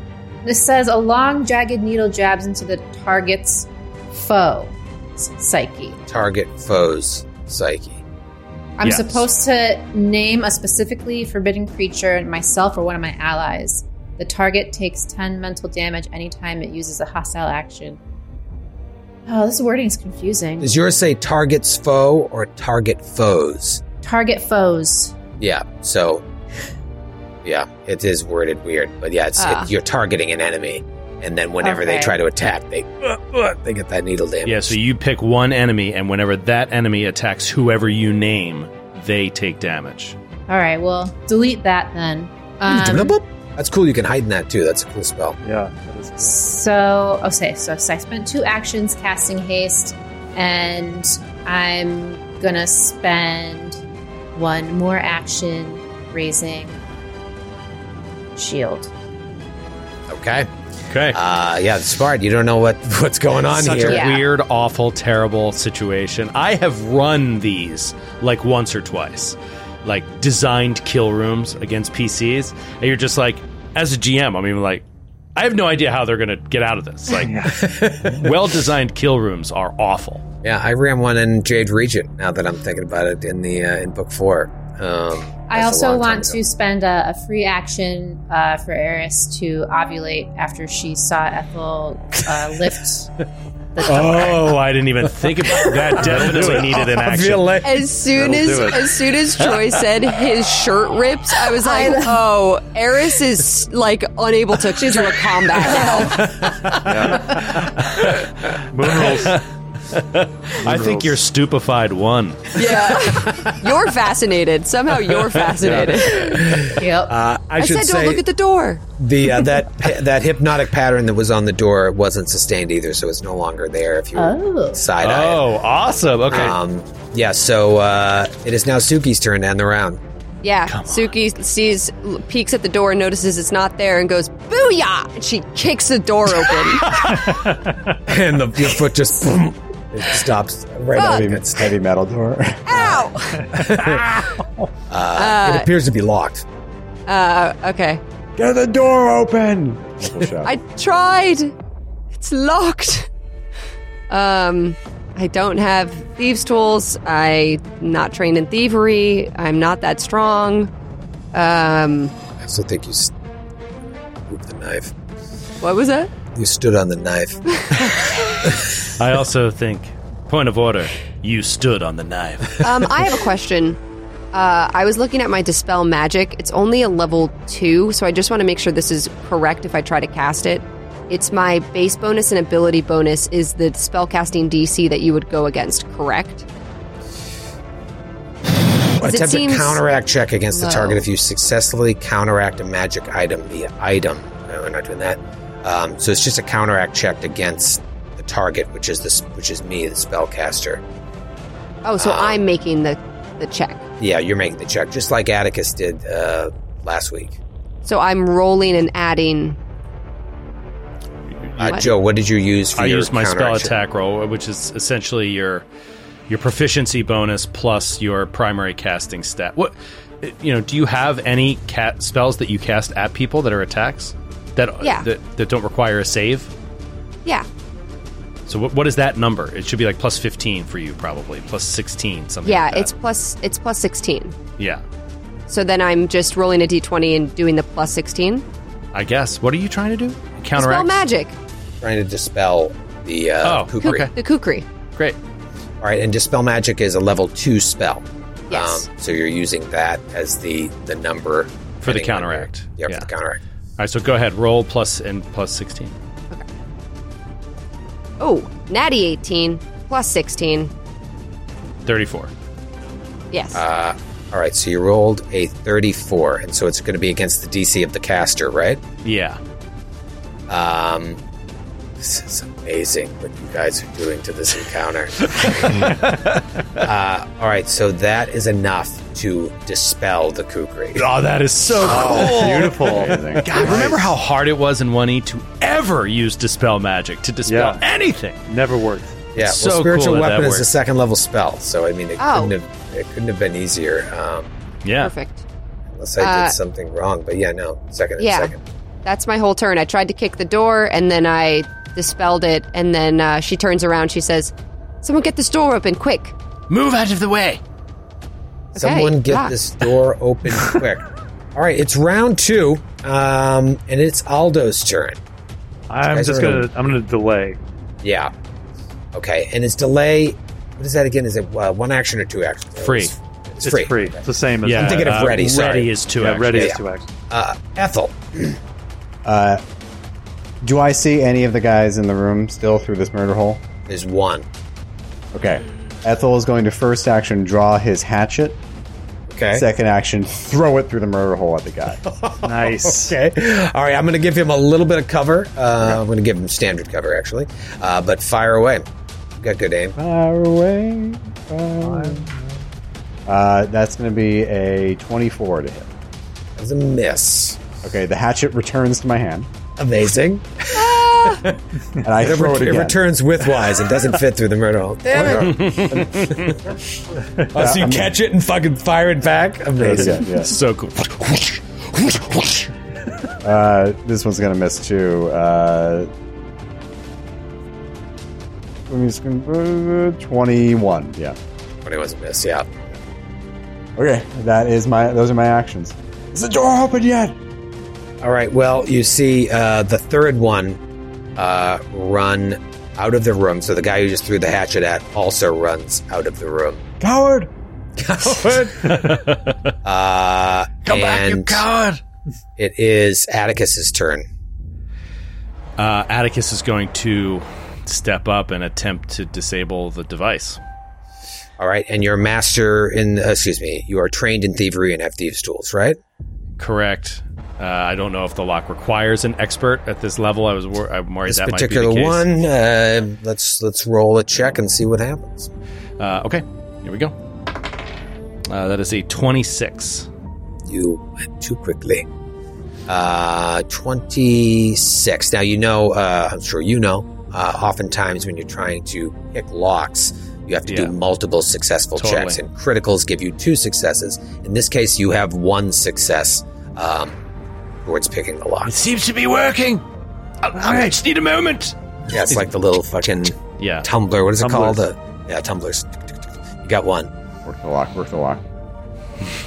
Speaker 4: This says a long, jagged needle jabs into the target's foe s- psyche.
Speaker 1: Target foes psyche.
Speaker 4: I'm
Speaker 3: Yes.
Speaker 4: supposed to name a specifically forbidden creature, myself or one of my allies. The target takes 10 mental damage anytime it uses a hostile action. Oh, this wording is confusing.
Speaker 1: Does yours say targets foe or target foes?
Speaker 4: Target foes.
Speaker 1: Yeah. So, yeah, it is worded weird, but yeah, it's
Speaker 6: Ah.
Speaker 1: it, you're targeting an enemy, and then whenever they
Speaker 4: Okay.
Speaker 1: try to attack, they uh, uh, they get that needle damage.
Speaker 3: Yeah, so you pick one enemy, and whenever that enemy attacks whoever you name, they take damage.
Speaker 4: All right, well, delete that then. Um,
Speaker 1: Boop. That's cool. You can hide in that too. That's a cool spell.
Speaker 2: Yeah, that is cool.
Speaker 4: So, okay, so I spent two actions casting haste, and I'm gonna spend one more action raising shield.
Speaker 1: Okay.
Speaker 3: Okay.
Speaker 1: Uh, yeah, Spard, you don't know what what's going on
Speaker 3: Such
Speaker 1: here.
Speaker 3: a
Speaker 4: Yeah.
Speaker 3: weird, awful, terrible situation. I have run these like once or twice, like designed kill rooms against PCs, and you're just like, as a GM, I'm even like, I have no idea how they're gonna get out of this. Like, well designed kill rooms are awful.
Speaker 1: Yeah, I ran one in Jade Regent. Now that I'm thinking about it, in the uh, in book four. Um,
Speaker 4: I
Speaker 1: that's a
Speaker 4: also
Speaker 1: long time
Speaker 4: want
Speaker 1: ago.
Speaker 4: to spend a, a free action uh, for Eris to ovulate after she saw Ethel uh, lift
Speaker 1: Uh,
Speaker 4: the door.
Speaker 3: Oh, I didn't even think about that. Definitely needed an action.
Speaker 1: Ovulate.
Speaker 6: As soon
Speaker 7: That'll
Speaker 6: as
Speaker 7: do it.
Speaker 6: as soon as Troy said his shirt ripped, I was like, "Oh, Eris is like unable to do a combat now."
Speaker 2: Moon rules.
Speaker 3: I think you're stupefied. One.
Speaker 6: Yeah, you're fascinated. Somehow, you're fascinated.
Speaker 4: Yep.
Speaker 1: Uh, I,
Speaker 6: I
Speaker 1: should
Speaker 6: said,
Speaker 1: say
Speaker 6: "Don't look at the door."
Speaker 1: the uh, that pa- that hypnotic pattern that was on the door wasn't sustained either, so it's no longer there. If you
Speaker 4: Oh.
Speaker 1: side eye,
Speaker 3: Oh, awesome. Okay.
Speaker 1: um, yeah. So uh, it is now Suki's turn to end the round.
Speaker 6: Yeah, Suki sees peeks at the door, notices it's not there, and goes "booyah!" and she kicks the door open.
Speaker 1: and the, your foot just boom, it stops right
Speaker 6: Fuck.
Speaker 1: on
Speaker 5: Heavy,
Speaker 1: it.
Speaker 5: heavy metal door.
Speaker 6: Ow!
Speaker 4: Ah.
Speaker 1: it appears to be locked.
Speaker 6: Uh, okay,
Speaker 5: Get the door open! Triple shot.
Speaker 6: I tried. It's locked. Um, I don't have thieves' tools. I'm not trained in thievery. I'm not that strong. Um,
Speaker 1: I still think you s- moved the knife.
Speaker 6: what was that?
Speaker 1: You stood on the knife.
Speaker 3: I also think. Point of order. You stood on the knife.
Speaker 6: Um, I have a question. Uh, I was looking at my dispel magic. It's only a level two, so I just want to make sure this is correct if I try to cast it. It's my base bonus and ability bonus is the spell casting DC that you would go against, correct? it
Speaker 1: Attempt a
Speaker 6: seems
Speaker 1: counteract check against
Speaker 6: low.
Speaker 1: the target if you successfully counteract a magic item. The item. No, we're not doing that. Um, so it's just a counteract check against the target, which is this, which is me, the spellcaster.
Speaker 6: Oh, so I'm making the the check.
Speaker 1: Yeah, you're making the check, just like Atticus did uh, last week.
Speaker 6: So I'm rolling and adding.
Speaker 1: Uh,
Speaker 6: What?
Speaker 1: Joe, what did you use for
Speaker 3: I
Speaker 1: your
Speaker 3: used my spell
Speaker 1: counteract check?
Speaker 3: attack roll, which is essentially your your proficiency bonus plus your primary casting stat. What you know? Do you have any cat spells that you cast at people that are attacks that uh,
Speaker 6: Yeah.
Speaker 3: that, that don't require a save?
Speaker 6: Yeah.
Speaker 3: So what, what is that number? It should be like plus fifteen for you, probably plus sixteen, something.
Speaker 6: Yeah,
Speaker 3: like that.
Speaker 6: it's plus it's plus 16.
Speaker 3: yeah.
Speaker 6: So then I'm just rolling a d20 and doing the plus 16.
Speaker 3: I guess. What are you trying to do? Counteract
Speaker 6: Spell magic.
Speaker 1: Trying to dispel the uh,
Speaker 3: Oh,
Speaker 1: kukri.
Speaker 3: okay.
Speaker 6: The kukri.
Speaker 3: Great.
Speaker 1: All right, and dispel magic is a level two spell. Um,
Speaker 6: Yes.
Speaker 1: so you're using that as the the number
Speaker 3: For the
Speaker 1: depending on
Speaker 3: counteract.
Speaker 1: your-
Speaker 3: Yeah.
Speaker 1: Yeah, for the counteract.
Speaker 3: All right. So go ahead. Roll plus and plus sixteen.
Speaker 6: Oh, natty 18 plus 16.
Speaker 3: Thirty-four.
Speaker 6: Yes.
Speaker 3: Ah,
Speaker 1: Uh, All right, so you rolled a 34, and so it's going to be against the DC of the caster, right?
Speaker 3: Yeah.
Speaker 1: Um, this is amazing what you guys are doing to this encounter. uh, all right, so that is enough to dispel the kukri.
Speaker 3: Oh, that is so cool.
Speaker 2: Beautiful.
Speaker 3: God, remember how hard it was in 1E to ever use Dispel Magic to dispel
Speaker 2: Yeah.
Speaker 3: anything?
Speaker 2: Never worked.
Speaker 1: Yeah, well,
Speaker 3: so
Speaker 1: spiritual
Speaker 3: cool that that
Speaker 1: weapon is a
Speaker 3: worked.
Speaker 1: second level spell, so I mean, it,
Speaker 6: Oh.
Speaker 1: couldn't, have, it couldn't have been easier. Um,
Speaker 3: Yeah.
Speaker 6: Perfect.
Speaker 1: Unless I
Speaker 6: Uh,
Speaker 1: did something wrong, but yeah, no, second and
Speaker 6: Yeah.
Speaker 1: second.
Speaker 6: That's my whole turn. I tried to kick the door and then I dispelled it. And then uh, she turns around. She says, Someone get this door open quick.
Speaker 3: Move out of the way.
Speaker 1: Someone get
Speaker 6: locked.
Speaker 1: this door open quick. All right, it's round two, um, and it's Aldo's turn.
Speaker 2: I'm
Speaker 1: guys
Speaker 2: just
Speaker 1: are
Speaker 2: gonna.
Speaker 1: in
Speaker 2: I'm gonna delay.
Speaker 1: Yeah. Okay, and it's delay. What is that again? Is it uh, one action or two actions?
Speaker 3: Free.
Speaker 1: It's, it's
Speaker 2: It's
Speaker 1: free.
Speaker 2: free. It's the same as
Speaker 3: Yeah,
Speaker 1: thinking of ready,
Speaker 3: Ready
Speaker 1: sorry.
Speaker 3: is two.
Speaker 2: Yeah,
Speaker 3: actually.
Speaker 2: ready
Speaker 1: yeah,
Speaker 2: is
Speaker 1: yeah.
Speaker 2: two actions.
Speaker 1: Uh, Ethel.
Speaker 5: Uh, do I see any of the guys in the room still through this murder hole?
Speaker 1: is one.
Speaker 5: Okay. Ethel is going to first action draw his hatchet
Speaker 1: Okay.
Speaker 5: Second action, throw it through the murder hole at the guy.
Speaker 2: Nice.
Speaker 1: Okay. All right. I'm going to give him a little bit of cover. Uh, I'm going to give him standard cover, actually. Uh, but fire away. Got good aim.
Speaker 5: Fire away. fire away. Uh, that's going to be a 24 to hit.
Speaker 1: That was a miss.
Speaker 5: Okay, the hatchet returns to my hand,
Speaker 1: Amazing.
Speaker 5: and I
Speaker 1: It,
Speaker 5: throw it
Speaker 1: ret- it
Speaker 5: again.
Speaker 1: returns with wise and doesn't fit through the murder hole. Damn it. oh, so you catch it and fucking fire it back?
Speaker 5: Yeah,
Speaker 1: Amazing.
Speaker 5: yeah.
Speaker 3: So cool.
Speaker 5: Uh, this one's gonna miss too. Uh, let me just- uh, Twenty-one. Yeah.
Speaker 1: But it was a miss, yeah.
Speaker 5: Okay, that is my. Those are my actions. Is the door open yet?
Speaker 1: All right. Well, you see uh, the third one uh, run out of the room. So the guy who just threw the hatchet at also runs out of the room.
Speaker 5: Coward!
Speaker 1: Uh,
Speaker 7: Come back, you
Speaker 1: and
Speaker 7: coward!
Speaker 1: It is Atticus's turn.
Speaker 3: Uh, Atticus is going to step up and attempt to disable the device.
Speaker 1: All right, and you're a master in uh, excuse me, you are trained in thievery and have thieves tools, right?
Speaker 3: Correct. Uh, I don't know if the lock requires an expert at this level. I was wor- I'm worried
Speaker 1: This
Speaker 3: that
Speaker 1: particular
Speaker 3: might be the case.
Speaker 1: one, uh, let's let's roll a check and see what happens.
Speaker 3: Uh, okay, here we go. Uh, that is a 26.
Speaker 1: You went too quickly. Uh, twenty six. Now you know, uh, I'm sure you know. Uh, oftentimes when you're trying to pick locks, you have to
Speaker 3: Yeah.
Speaker 1: do multiple successful
Speaker 3: Totally.
Speaker 1: checks, and criticals give you two successes. In this case, you have one success um, towards picking the lock.
Speaker 7: It seems to be working. I, I just need a moment.
Speaker 1: Yeah, it's like the little fucking
Speaker 3: Yeah.
Speaker 1: tumbler. What is it
Speaker 3: Tumblers.
Speaker 1: called? The yeah, tumblers. You got one.
Speaker 5: Work the lock. Work the lock.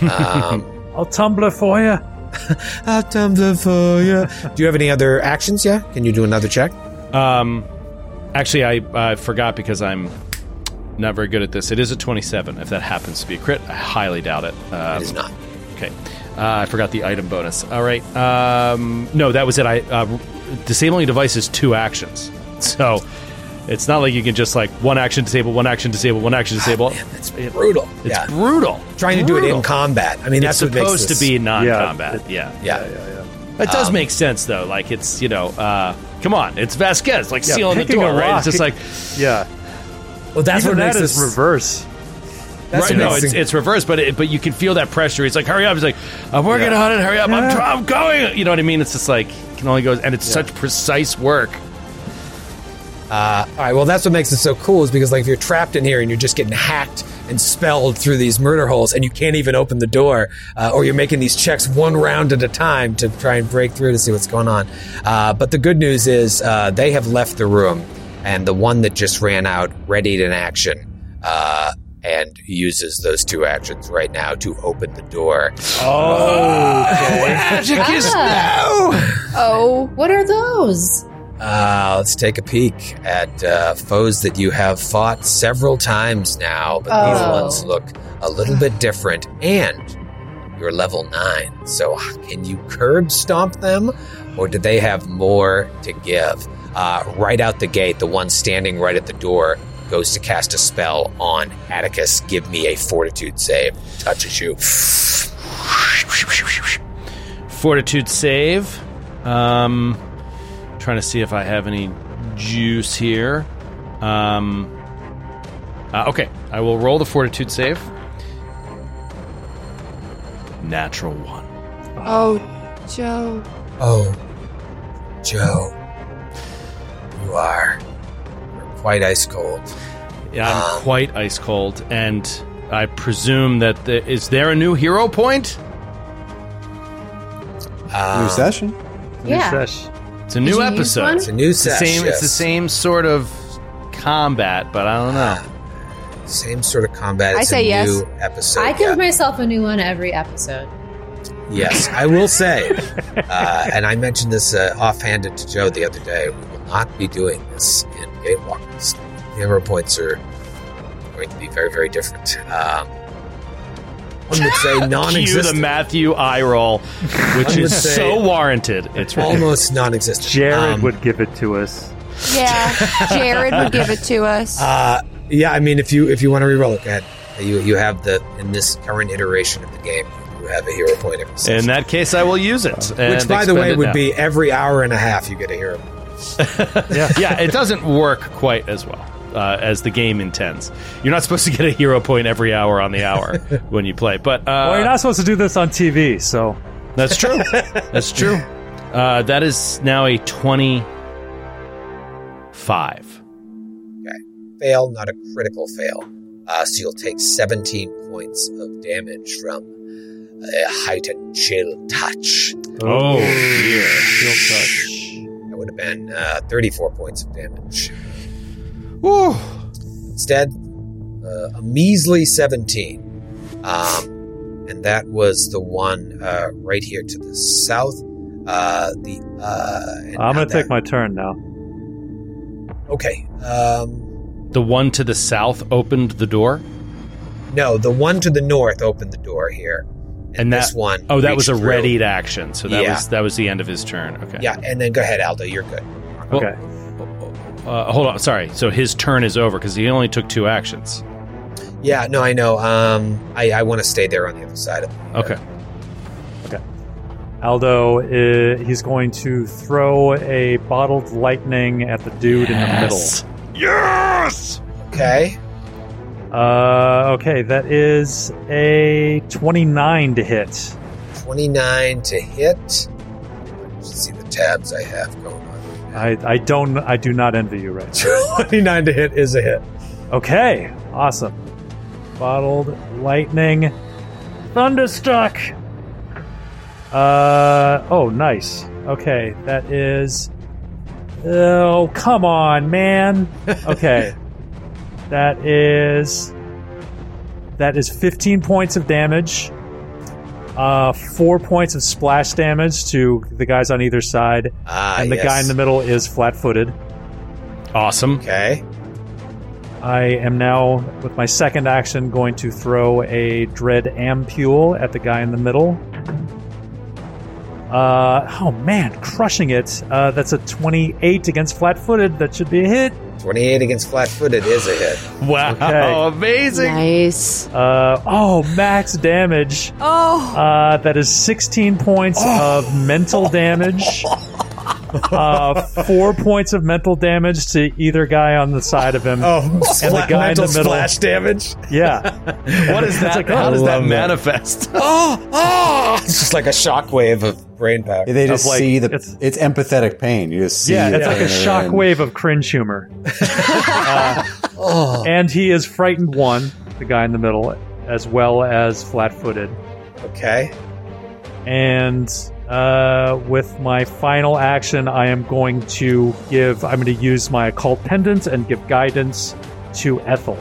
Speaker 1: Um,
Speaker 2: I'll tumbler for you.
Speaker 1: I'll tumbler for you. Do you have any other actions? Yeah, can you do another check?
Speaker 3: Um, actually, I, I forgot because I'm not very good at this. It is a 27. If that happens to be a crit, I highly doubt it. Um,
Speaker 1: it is not.
Speaker 3: Okay. Uh, I forgot the item bonus. All right. Um, no, that was it. I uh, disabling device is two actions, so it's not like you can just like one action disable, one action disable, one action
Speaker 1: Ah,
Speaker 3: disable.
Speaker 1: It's brutal.
Speaker 3: it's
Speaker 1: yeah,
Speaker 3: brutal.
Speaker 1: trying to do it
Speaker 3: Brutal.
Speaker 1: in combat. I mean,
Speaker 3: It's
Speaker 1: that's what makes
Speaker 3: supposed
Speaker 1: this-
Speaker 3: to be non-combat.
Speaker 2: it-
Speaker 3: Yeah,
Speaker 1: Yeah. Um,
Speaker 3: It does make sense though. Like it's you know, uh, come on, it's Vasquez like
Speaker 2: Yeah,
Speaker 3: sealing the
Speaker 2: picking a
Speaker 3: door, right? It's
Speaker 2: lock-
Speaker 3: just like
Speaker 2: Yeah.
Speaker 1: Well, that's
Speaker 2: Even
Speaker 1: what
Speaker 2: that
Speaker 1: makes
Speaker 2: is
Speaker 1: this.
Speaker 2: reverse.
Speaker 1: that's
Speaker 3: right,
Speaker 1: what
Speaker 3: no,
Speaker 1: makes
Speaker 3: it's,
Speaker 1: it-
Speaker 3: it's reversed, but it, but you can feel that pressure. He's like, hurry up. He's like, "Uh, I'm working on it. Hurry up. I'm,
Speaker 2: Yeah.
Speaker 3: tr- I'm going. You know what I mean? It's just like it can only go, and it's such precise work.
Speaker 1: uh, all right. Well, that's what makes it so cool is because like if you're trapped in here and you're just getting hacked and spelled through these murder holes and you can't even open the door, uh, or you're making these checks one round at a time to try and break through to see what's going on. Uh, but the good news is uh, they have left the room, and the one that just ran out readied an action. Uh, and uses those two actions right now to open the door.
Speaker 6: Oh,
Speaker 4: Ah. What are those?
Speaker 1: Uh, let's take a peek at uh, foes that you have fought several times now, but these
Speaker 4: Oh.
Speaker 1: ones look a little bit different. And you're level nine, so uh, can you curb stomp them, or do they have more to give? Uh, right out the gate, the one standing right at the door goes to cast a spell on Atticus. Give me a fortitude save. Touches you.
Speaker 3: Fortitude save. Um, trying to see if I have any juice here. Um, uh, okay, I will roll the fortitude save. Natural one.
Speaker 6: oh, Joe.
Speaker 1: Oh, Joe, you are you're quite ice cold. Um,
Speaker 3: Yeah, I'm quite ice cold, and I presume that the, is there a new hero point?
Speaker 1: Um,
Speaker 5: New session.
Speaker 4: yeah.
Speaker 2: New sesh.
Speaker 3: It's a
Speaker 4: you
Speaker 3: new
Speaker 4: use
Speaker 3: episode.
Speaker 4: one?
Speaker 1: It's a new
Speaker 3: It's the
Speaker 1: sesh,
Speaker 3: same. It's the
Speaker 1: yes.
Speaker 3: same sort of combat, but I don't know.
Speaker 1: Same sort of combat.
Speaker 6: I
Speaker 1: It's
Speaker 6: say
Speaker 1: a
Speaker 6: yes.
Speaker 1: New episode.
Speaker 4: I give
Speaker 1: yeah.
Speaker 4: myself a new one every episode.
Speaker 1: Yes, I will say, uh, and I mentioned this uh, offhanded to Joe the other day. We will not be doing this in Gatewalkers. The hero points are going to be very, very different. Um, one would say
Speaker 3: Cue the
Speaker 1: non-existent,
Speaker 3: Matthew eye roll, which
Speaker 1: I would
Speaker 3: is
Speaker 1: say-
Speaker 3: so warranted. It's ridiculous.
Speaker 1: almost non-existent.
Speaker 2: Jared
Speaker 1: Um,
Speaker 2: would give it to us.
Speaker 6: Yeah, Jared would give it to us.
Speaker 1: Uh, yeah, I mean, if you if you want to reroll it, go ahead. You you have the in this current iteration of the game, you have a hero point every
Speaker 3: In
Speaker 1: session.
Speaker 3: that case, I will use it.
Speaker 1: Which,
Speaker 3: and
Speaker 1: by the
Speaker 3: expend
Speaker 1: way,
Speaker 3: it
Speaker 1: would
Speaker 3: now.
Speaker 1: be every hour and a half you get a hero. point.
Speaker 3: yeah, it doesn't work quite as well uh, as the game intends. You're not supposed to get a hero point every hour on the hour when you play, but uh,
Speaker 2: well, you're not supposed to do this on TV, so
Speaker 3: that's true. that's true. Uh, that is now a twenty-five.
Speaker 1: Fail, not a critical fail. Uh, so you'll take 17 points of damage from a heightened chill touch.
Speaker 3: Oh, dear.
Speaker 1: That would have been uh, 34 points of damage.
Speaker 3: Woo.
Speaker 1: Instead, uh, a measly 17. Um, and that was the one uh, right here to the south. Uh, the uh, and
Speaker 3: Um,
Speaker 2: I'm
Speaker 1: now
Speaker 2: going to take
Speaker 1: that-
Speaker 2: my turn now.
Speaker 1: Okay. Um,
Speaker 3: The one to the south opened the door.
Speaker 1: no, the one to the north opened the door here. And,
Speaker 3: And
Speaker 1: this
Speaker 3: that-
Speaker 1: one.
Speaker 3: Oh, that was a
Speaker 1: reached through.
Speaker 3: readied action. So that
Speaker 1: Yeah.
Speaker 3: was that was the end of his turn. Okay.
Speaker 1: Yeah, and then go ahead, Aldo. You're good.
Speaker 3: Well-
Speaker 2: okay.
Speaker 3: Uh, hold on. Sorry. So his turn is over because he only took two actions.
Speaker 1: Yeah, no, I know. Um, I, I want to stay there on the other side of the
Speaker 3: Okay.
Speaker 2: Aldo, uh, he's going to throw a bottled lightning at the dude
Speaker 3: Yes.
Speaker 2: in the
Speaker 1: Okay.
Speaker 2: middle. Uh, okay, that is a 29 to hit.
Speaker 1: 29 to hit. Let's see the tabs I have going on.
Speaker 2: I, I don't, I do not envy you right
Speaker 1: 29 to hit is a hit.
Speaker 2: now. Okay, awesome. Bottled lightning. Thunderstruck! Uh, oh, nice. Okay, that is. Oh, come on, man. Okay. that is. That is 15 points of damage. Uh, four points of splash damage to the guys on either side.
Speaker 1: Ah,
Speaker 2: and the
Speaker 1: yes.
Speaker 2: guy in the middle is flat footed.
Speaker 3: Awesome.
Speaker 1: Okay.
Speaker 2: I am now, with my second action, going to throw a Dread Ampule at the guy in the middle. Uh, oh man, crushing it. Uh, that's a 28 against flat footed. That should be a hit.
Speaker 1: 28 against flat footed is a hit.
Speaker 3: Wow.
Speaker 2: Okay.
Speaker 3: Amazing.
Speaker 6: Nice.
Speaker 2: Uh, oh, max damage.
Speaker 6: Oh,
Speaker 2: Uh, that is 16 points of mental damage. Uh, four points of mental damage to either guy on the side of him.
Speaker 1: Oh,
Speaker 2: And the guy in the middle.
Speaker 1: splash damage.
Speaker 2: Yeah.
Speaker 3: What is that?
Speaker 2: like,
Speaker 3: How
Speaker 2: I
Speaker 3: does that
Speaker 5: love that.
Speaker 3: manifest?
Speaker 1: Oh, oh! It's just like a shockwave of brain power.
Speaker 5: They just
Speaker 2: Of, like,
Speaker 5: see the.
Speaker 2: it's-
Speaker 5: It's, empathetic pain. You just see.
Speaker 2: Yeah,
Speaker 5: it
Speaker 2: it's like a
Speaker 5: there and-
Speaker 2: shockwave of cringe humor. Uh, And he is frightened one, the guy in the middle, as well as flat footed.
Speaker 1: Okay.
Speaker 2: And uh, with my final action, I am going to give, I'm going to use my occult pendant and give guidance to Ethel.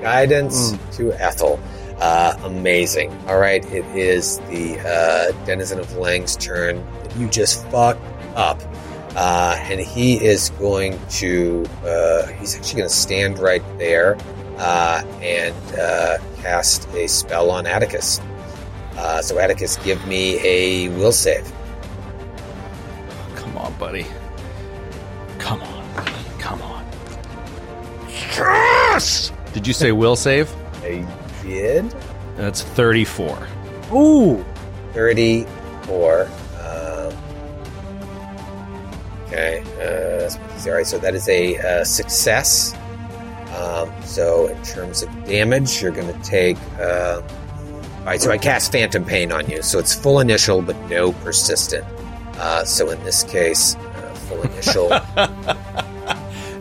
Speaker 1: Guidance
Speaker 5: Hmm.
Speaker 1: to Ethel. Uh, amazing. All right, it is the uh, denizen of Lang's turn. You just fucked up. Uh, and he is going to, uh, he's actually going to stand right there uh, and uh, cast a spell on Atticus. Uh, so, Atticus, give me a will save.
Speaker 3: Come on, buddy. Come on. buddy. Come on. Did you say will save?
Speaker 1: I did
Speaker 3: That's 34.
Speaker 2: Ooh!
Speaker 1: 34. Um, okay, uh, that's what these are. All right, so that is a uh, success. Um, so in terms of damage, you're going to take. Uh, all right, so I cast Phantom Pain on you. So it's full initial, but no persistent. Uh, so in this case, uh, full initial.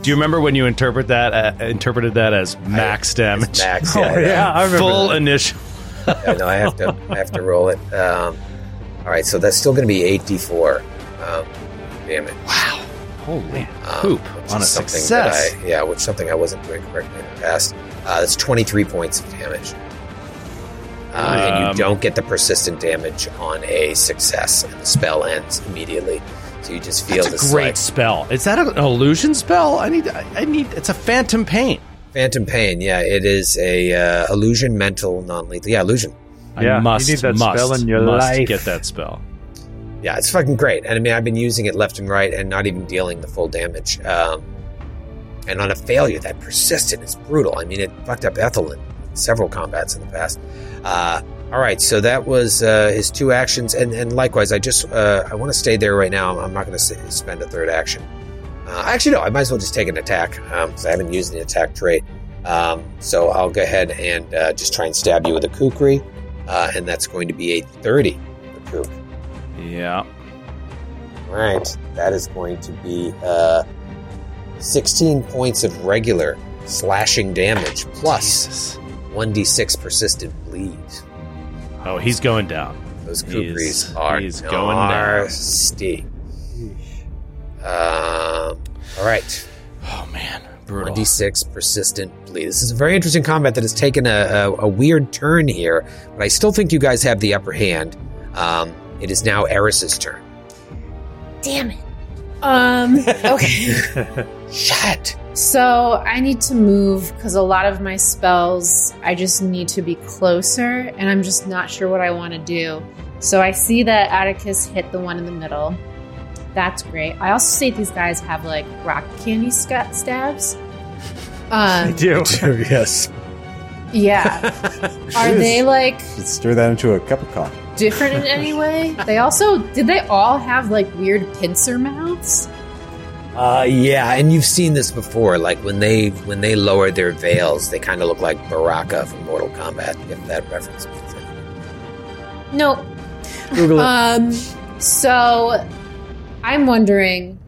Speaker 3: Do you remember when you interpret that uh, interpreted that as max damage?
Speaker 1: is max.
Speaker 2: Oh, yeah, I remember.
Speaker 3: Full
Speaker 2: that.
Speaker 3: initial.
Speaker 1: I know I have to I have to roll it. Um, all right, so that's still going to be eight d four um, damage.
Speaker 3: Holy
Speaker 1: um,
Speaker 3: poop
Speaker 1: which
Speaker 3: on a
Speaker 1: is something
Speaker 3: success.
Speaker 1: That I, yeah, which is something I wasn't doing correctly in the past. Uh, that's 23 points of damage. Uh, and
Speaker 3: Um,
Speaker 1: you don't get the persistent damage on a success, and the spell ends immediately. So you just feel
Speaker 3: That's
Speaker 1: this
Speaker 3: a great
Speaker 1: like,
Speaker 3: spell. Is that an illusion spell? I need. I I need. It's a phantom paint.
Speaker 1: phantom pain. Yeah, it is a uh, illusion, mental, non-lethal. Yeah, illusion.
Speaker 2: Yeah,
Speaker 3: I
Speaker 2: you
Speaker 3: must,
Speaker 2: need that
Speaker 3: must,
Speaker 2: spell in your
Speaker 3: must
Speaker 2: life.
Speaker 3: get that spell.
Speaker 1: Yeah, it's fucking great. And I mean, I've been using it left and right, and not even dealing the full damage. Um, and on a failure, that persistent is brutal. I mean, it fucked up Ethel in several combats in the past. Uh, all right, so that was uh, his two actions, and, and likewise, I just uh, I want to stay there right now. I'm not going to spend a third action. Uh, actually, no, I might as well just take an attack because I haven't used the attack trait. Um, so I'll go ahead and uh, just try and stab you with a kukri, uh, and that's going to be a 30 for kook.
Speaker 3: Yeah.
Speaker 1: All right, that is going to be uh, 16 points of regular slashing damage plus
Speaker 3: Jesus.
Speaker 1: 1d6 persistent bleed.
Speaker 3: Oh, he's going down.
Speaker 1: Those
Speaker 3: He is-
Speaker 1: kukris are
Speaker 3: he is going down.
Speaker 1: nasty. Um, all right.
Speaker 3: Oh man, brutal.
Speaker 1: 1d6 persistent bleed. This is a very interesting combat that has taken a, a, a weird turn here, but I still think you guys have the upper hand. Um, it is now Eris's turn.
Speaker 4: Damn it. Um. Okay.
Speaker 1: Shut!
Speaker 4: So I need to move because a lot of my spells, I just need to be closer, and I'm just not sure what I want to do. So I see that Atticus hit the one in the middle. That's great. I also see these guys have like rock candy sca- stabs.
Speaker 2: I
Speaker 4: Um,
Speaker 2: do.
Speaker 5: yes.
Speaker 4: yeah. Are they like
Speaker 5: Let's stir that into a cup of coffee.
Speaker 4: different in any way? They also did they all have like weird pincer mouths?
Speaker 1: Uh, yeah, and you've seen this before. Like when they when they lower their veils, they kind of look like Baraka from Mortal Kombat. If that reference means anything.
Speaker 4: Nope.
Speaker 1: Google
Speaker 4: Um, so I'm wondering.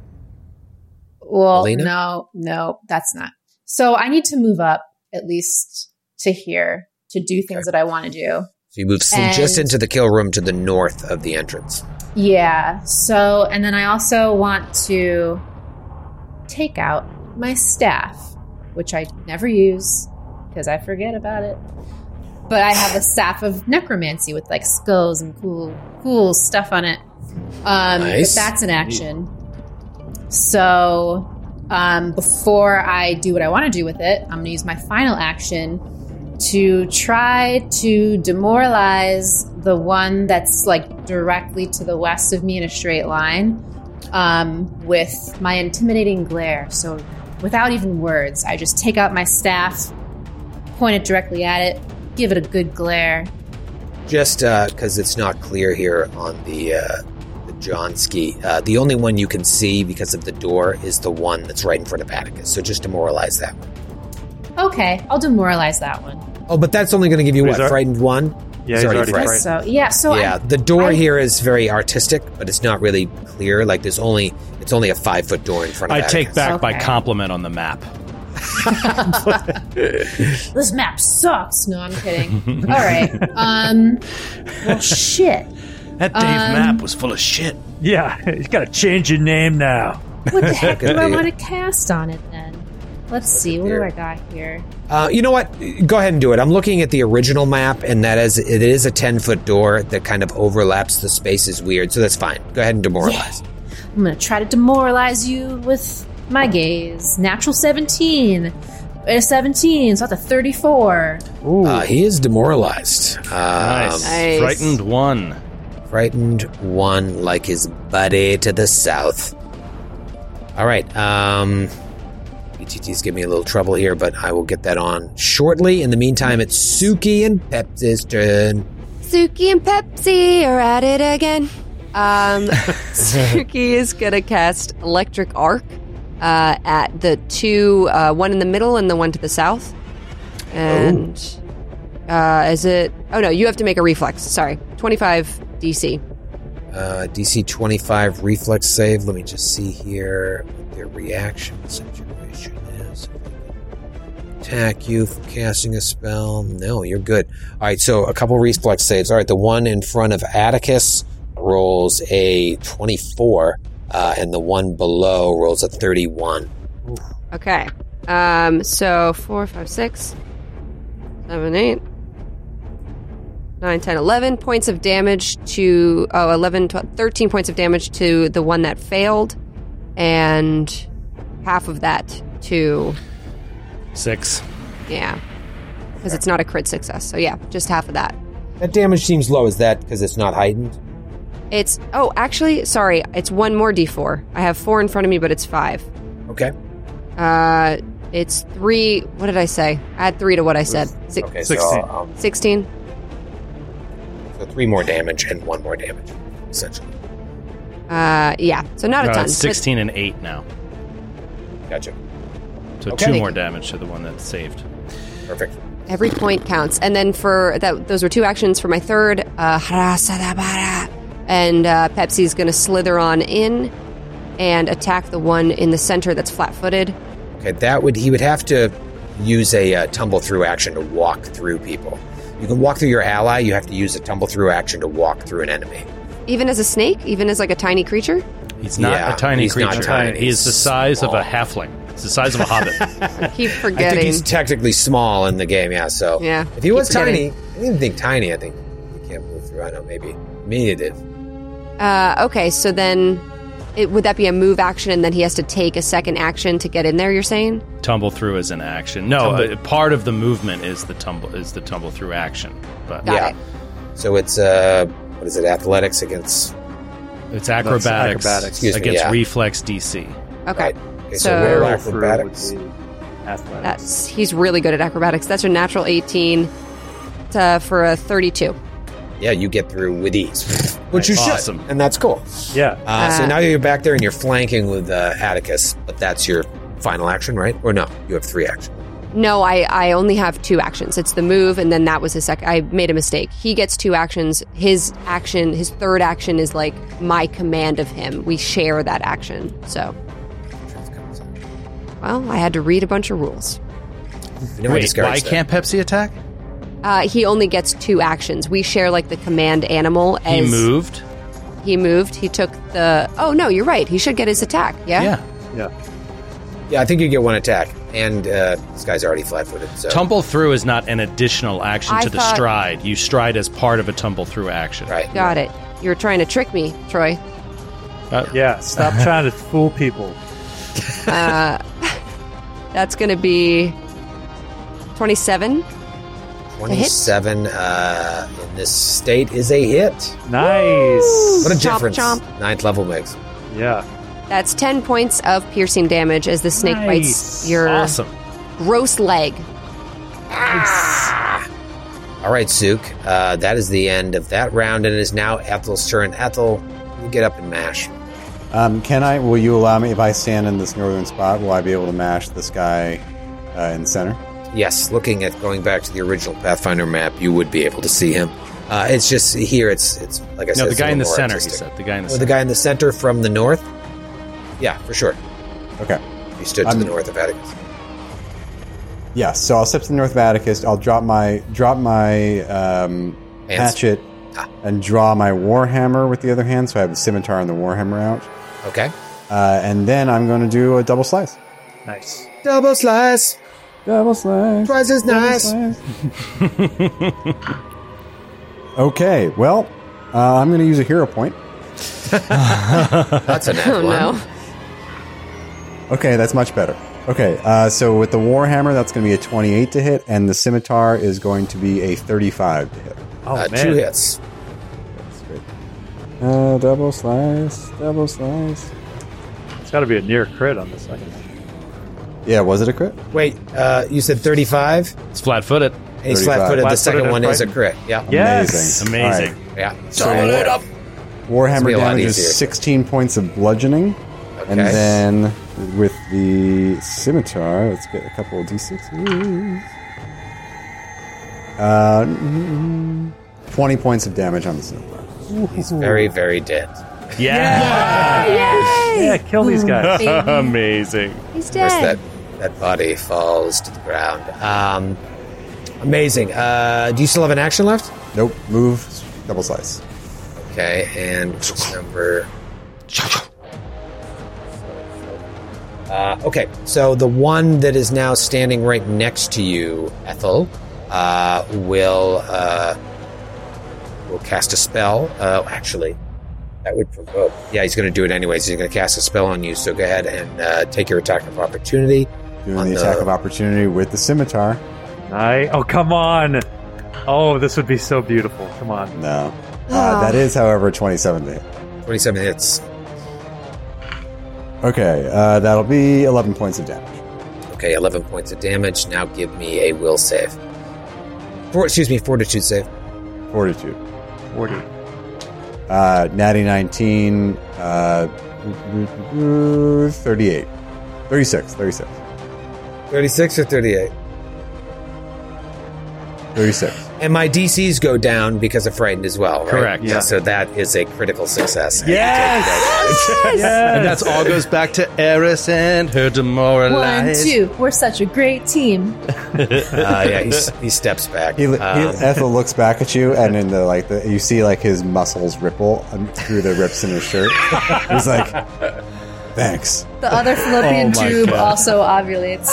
Speaker 4: Well,
Speaker 1: Elena?
Speaker 4: no, no, that's not. So I need to move up at least to here to do things that I want to do.
Speaker 1: So you move s- just
Speaker 4: And-
Speaker 1: into the kill room to the north of the entrance.
Speaker 4: Yeah. So, and then I also want to take out my staff, which I never use because I forget about it. But I have a staff of necromancy with like skulls and cool, cool stuff on it. Um,
Speaker 1: Nice.
Speaker 4: But that's an action. So, um, before I do what I want to do with it, I'm going to use my final action to try to demoralize the one that's like directly to the west of me in a straight line um, with my intimidating glare. So, without even words, I just take out my staff, point it directly at it, give it a good glare.
Speaker 1: Just because it's not clear here on the uh, the Johnski, uh, the only one you can see because of the door is the one that's right in front of Atticus. So just demoralize that one.
Speaker 4: Okay, I'll demoralize that one.
Speaker 1: Oh, but that's only going to give you
Speaker 2: Who's
Speaker 1: what
Speaker 2: our-
Speaker 1: frightened one.
Speaker 2: Yeah,
Speaker 1: He's
Speaker 2: he's
Speaker 1: already
Speaker 2: already
Speaker 1: fried.
Speaker 2: fried.
Speaker 4: So, yeah, so
Speaker 1: yeah,
Speaker 4: I,
Speaker 1: the door
Speaker 4: I-
Speaker 1: here is very artistic, but it's not really clear. Like there's only it's only a five foot door in front of.
Speaker 3: I take
Speaker 1: Atticus.
Speaker 3: back my
Speaker 4: Okay.
Speaker 3: compliment on the map.
Speaker 4: this map sucks. No, I'm kidding. All right. Um, well, shit.
Speaker 3: That Dave
Speaker 4: Um,
Speaker 3: map was full of shit.
Speaker 2: Yeah, you gotta change your name now.
Speaker 4: What the heck do I
Speaker 1: Yeah.
Speaker 4: want to cast on it then? Let's see. What do
Speaker 1: here.
Speaker 4: I got here?
Speaker 1: Uh, you know what? Go ahead and do it. I'm looking at the original map, and that is it is a ten foot door that kind of overlaps. The space is weird, so that's fine. Go ahead and demoralize.
Speaker 4: I'm gonna try to demoralize you with my gaze. Natural 17. A 17, so that's a 34.
Speaker 2: Ooh,
Speaker 1: Uh, he is demoralized. Um,
Speaker 3: Nice.
Speaker 6: Nice.
Speaker 3: Frightened one.
Speaker 1: Frightened one like his buddy to the south. All right. Um, BTT's giving me a little trouble here, but I will get that on shortly. In the meantime, it's Suki and Pepsi's turn.
Speaker 6: Suki and Pepsi are at it again. Um, Suki is going to cast Electric Arc uh, at the two, uh, one in the middle and the one to the south. And uh, is it? Oh no, you have to make a reflex. Sorry, twenty-five DC.
Speaker 1: Uh, DC 25 reflex save. Let me just see here what their reaction situation is. Attack you for casting a spell. No, you're good. All right, so a couple reflex saves. All right, the one in front of Atticus rolls a 24, uh, and the one below rolls a 31.
Speaker 6: Okay. Um, so four, five, six, seven, eight, nine, ten, eleven points of damage to, oh, 11, 12, 13 points of damage to the one that failed, and half of that to,
Speaker 3: Six.
Speaker 6: yeah, because it's not a crit success. So, yeah, just half of that.
Speaker 1: That damage seems low. Is that because it's not heightened?
Speaker 6: It's, oh, actually, sorry, it's one more d4. I have four in front of me, but it's five.
Speaker 1: Okay.
Speaker 6: Uh, It's three. What did I say? Add three to what I said. Six,
Speaker 1: Okay, so, um,
Speaker 2: 16.
Speaker 1: I'll- I'll-
Speaker 6: 16.
Speaker 1: so three more damage and one more damage, essentially.
Speaker 6: Uh, yeah. So not
Speaker 3: No,
Speaker 6: a ton.
Speaker 3: it's
Speaker 6: but-
Speaker 3: 16 and 8 now.
Speaker 1: Gotcha.
Speaker 3: So
Speaker 6: Okay.
Speaker 3: two more damage to the one that's saved.
Speaker 1: Perfect.
Speaker 6: Every point counts. And then for that, those were two actions for my third. Uh, Harasadabara. and uh, Pepsi's going to slither on in and attack the one in the center that's flat-footed.
Speaker 1: Okay, that would he would have to use a uh, tumble through action to walk through people. You can walk through your ally. You have to use a tumble through action to walk through an enemy.
Speaker 6: Even as a snake, even as like a tiny creature.
Speaker 3: He's not
Speaker 1: Yeah,
Speaker 3: a tiny
Speaker 1: he's not
Speaker 3: creature.
Speaker 1: tiny.
Speaker 3: He is the size of
Speaker 1: Small.
Speaker 3: a halfling. It's the size of a hobbit.
Speaker 6: I keep
Speaker 1: I think
Speaker 6: forgetting.
Speaker 1: he's technically small in the game. Yeah, so
Speaker 6: Yeah,
Speaker 1: if he
Speaker 6: keep
Speaker 1: was
Speaker 6: forgetting.
Speaker 1: tiny, I didn't think tiny. I think he can't move through. I don't know. Maybe me it is.
Speaker 6: Uh, okay, so then it, would that be a move action, and then he has to take a second action to get in there? You're saying?
Speaker 3: tumble through is an action. No, uh, part of the movement is the tumble is the tumble through action. But
Speaker 6: Got
Speaker 1: yeah.
Speaker 6: it.
Speaker 1: So it's uh, what is it? Athletics against
Speaker 3: it's acrobatics,
Speaker 2: acrobatics.
Speaker 1: Excuse me,
Speaker 3: against
Speaker 1: yeah.
Speaker 3: reflex DC.
Speaker 6: Okay,
Speaker 1: Okay,
Speaker 6: So-
Speaker 1: roll
Speaker 2: Barrel through would
Speaker 1: acrobatics.
Speaker 2: be athletics.
Speaker 6: that's he's really good at acrobatics. That's a natural 18 to, for a 32.
Speaker 1: Yeah, you get through with ease, which you should,
Speaker 3: Awesome.
Speaker 1: and that's cool.
Speaker 2: yeah.
Speaker 1: Uh, so
Speaker 6: Uh,
Speaker 1: now you're back there and you're flanking with uh, Atticus, but that's your final action, right? Or no, you have three actions.
Speaker 6: No, I, I only have two actions. It's the move, and then that was his second. I made a mistake. He gets two actions. His action, his third action is like my command of him. We share that action. So, well, I had to read a bunch of rules.
Speaker 1: You know, I
Speaker 3: Wait,
Speaker 1: discouraged
Speaker 3: why
Speaker 1: that.
Speaker 3: can't Pepsi attack?
Speaker 6: Uh, he only gets two actions. We share like the command animal
Speaker 3: He
Speaker 6: as
Speaker 3: moved.
Speaker 6: he moved. He took the. Oh no, you're right. He should get his attack. Yeah.
Speaker 3: yeah.
Speaker 1: Yeah, I think you get one attack, and uh, this guy's already flat-footed. So
Speaker 3: Tumble through is not an additional action
Speaker 6: I
Speaker 3: to the
Speaker 6: thought-
Speaker 3: stride. You stride as part of a tumble through action.
Speaker 1: right,
Speaker 6: Got it. You're trying to trick me, Troy.
Speaker 3: Uh,
Speaker 2: Yeah. Stop trying to fool people.
Speaker 6: Uh, That's going to be twenty-seven.
Speaker 1: twenty-seven uh, in this state is a hit.
Speaker 2: Nice.
Speaker 1: What a
Speaker 6: Chomp,
Speaker 1: difference!
Speaker 6: chomp.
Speaker 1: Ninth level makes.
Speaker 2: Yeah.
Speaker 6: That's 10 points of piercing damage as the snake bites
Speaker 2: Nice.
Speaker 6: your
Speaker 3: Awesome.
Speaker 6: gross leg.
Speaker 1: All right, Suk, uh, that is the end of that round, and it is now Ethel's turn. Ethel, you get up and mash.
Speaker 5: Um, can I? Will you allow me if I stand in this northern spot? Will I be able to mash this guy uh, in the center?
Speaker 1: Yes, looking at going back to the original Pathfinder map, you would be able to see him. Uh, it's just here. It's it's like I said.
Speaker 3: No, the
Speaker 1: it's a
Speaker 3: guy in the
Speaker 1: little more
Speaker 3: center.
Speaker 1: artistic.
Speaker 3: He said the guy in the
Speaker 1: Oh, the
Speaker 3: center.
Speaker 1: guy in the center from the north. Yeah, for sure.
Speaker 5: Okay.
Speaker 1: He stood to
Speaker 5: I'm-
Speaker 1: the north of Atticus.
Speaker 5: Yeah. So I'll step to the north of Atticus. I'll drop my drop my um,
Speaker 1: Hands.
Speaker 5: hatchet
Speaker 1: Ah.
Speaker 5: and draw my warhammer with the other hand. So I have the scimitar and the warhammer out.
Speaker 1: Okay.
Speaker 5: Uh, and then I'm going to do a double slice.
Speaker 2: Nice.
Speaker 1: Double slice.
Speaker 5: Double slice.
Speaker 1: Slice is nice.
Speaker 5: okay. Well, uh, I'm going to use a hero point.
Speaker 1: That's a nat
Speaker 6: Oh
Speaker 1: one.
Speaker 6: no.
Speaker 5: Okay, that's much better. Okay, uh, so with the Warhammer, that's going to be a 28 to hit, and the Scimitar is going to be a 35 to hit.
Speaker 2: Oh
Speaker 1: Uh,
Speaker 2: man.
Speaker 1: two hits.
Speaker 5: Uh, double slice, double slice.
Speaker 2: It's got to be a near crit on this thing.
Speaker 5: Yeah, was it a crit?
Speaker 1: Wait, uh, you said 35?
Speaker 3: It's flat footed.
Speaker 1: And he's flat footed. The
Speaker 2: Flat-footed
Speaker 1: second one
Speaker 2: and
Speaker 1: is a
Speaker 2: frightened.
Speaker 1: crit. Yeah.
Speaker 2: Yes.
Speaker 5: Amazing.
Speaker 3: Amazing.
Speaker 5: All
Speaker 1: Yeah.
Speaker 5: So up.
Speaker 1: This'll be
Speaker 5: Warhammer
Speaker 1: a lot
Speaker 5: damage
Speaker 1: easier.
Speaker 5: is 16 points of bludgeoning, and
Speaker 1: Okay.
Speaker 5: then with the Scimitar, let's get a couple of d6s. Uh, mm, 20 points of damage on the Scimitar.
Speaker 1: He's very, very dead.
Speaker 3: Yeah.
Speaker 2: Yeah. Kill these guys.
Speaker 3: Amazing.
Speaker 6: He's
Speaker 1: Of course,
Speaker 6: dead.
Speaker 1: that, that body falls to the ground. Um, amazing. Uh, do you still have an action left?
Speaker 5: Nope, move, double slice.
Speaker 1: Okay, and it's number. Uh, okay, so the one that is now standing right next to you, Ethel, uh, will uh, will cast a spell. Uh, actually, that would provoke. Yeah, he's going to do it anyways. He's going to cast a spell on you. So go ahead and uh, take your attack of opportunity.
Speaker 5: Doing
Speaker 1: on
Speaker 5: the attack of opportunity with the Scimitar.
Speaker 2: I, oh come on. Oh, this would be so beautiful. Come on.
Speaker 5: No.
Speaker 1: Ah.
Speaker 5: Uh, that is, however, 27 to hit.
Speaker 1: twenty-seven hits.
Speaker 5: Okay, uh, that'll be 11 points of damage.
Speaker 1: Okay, 11 points of damage. Now give me a will save. For, excuse me, fortitude save.
Speaker 5: Fortitude.
Speaker 2: 40.
Speaker 5: Uh, natty 19, uh, 38. 36, 36,
Speaker 1: 36 or 38?
Speaker 5: 36.
Speaker 1: And my DCs go down because of frightened as well, right?
Speaker 3: Correct.
Speaker 2: Yeah.
Speaker 1: So that is a critical success.
Speaker 3: And that's all goes back to Eris and her
Speaker 4: One,
Speaker 3: demoralized. Ah,
Speaker 4: two. We're such a great team.
Speaker 1: Uh, yeah, he, s- he steps back.
Speaker 5: He, he,
Speaker 3: Uh,
Speaker 1: Um,
Speaker 5: Ethel looks back at you, and in the like, the, you see like his muscles ripple um, through the rips in his shirt. He's like, "Thanks."
Speaker 4: The other fallopian
Speaker 3: Oh my
Speaker 4: tube
Speaker 3: God.
Speaker 4: also ovulates.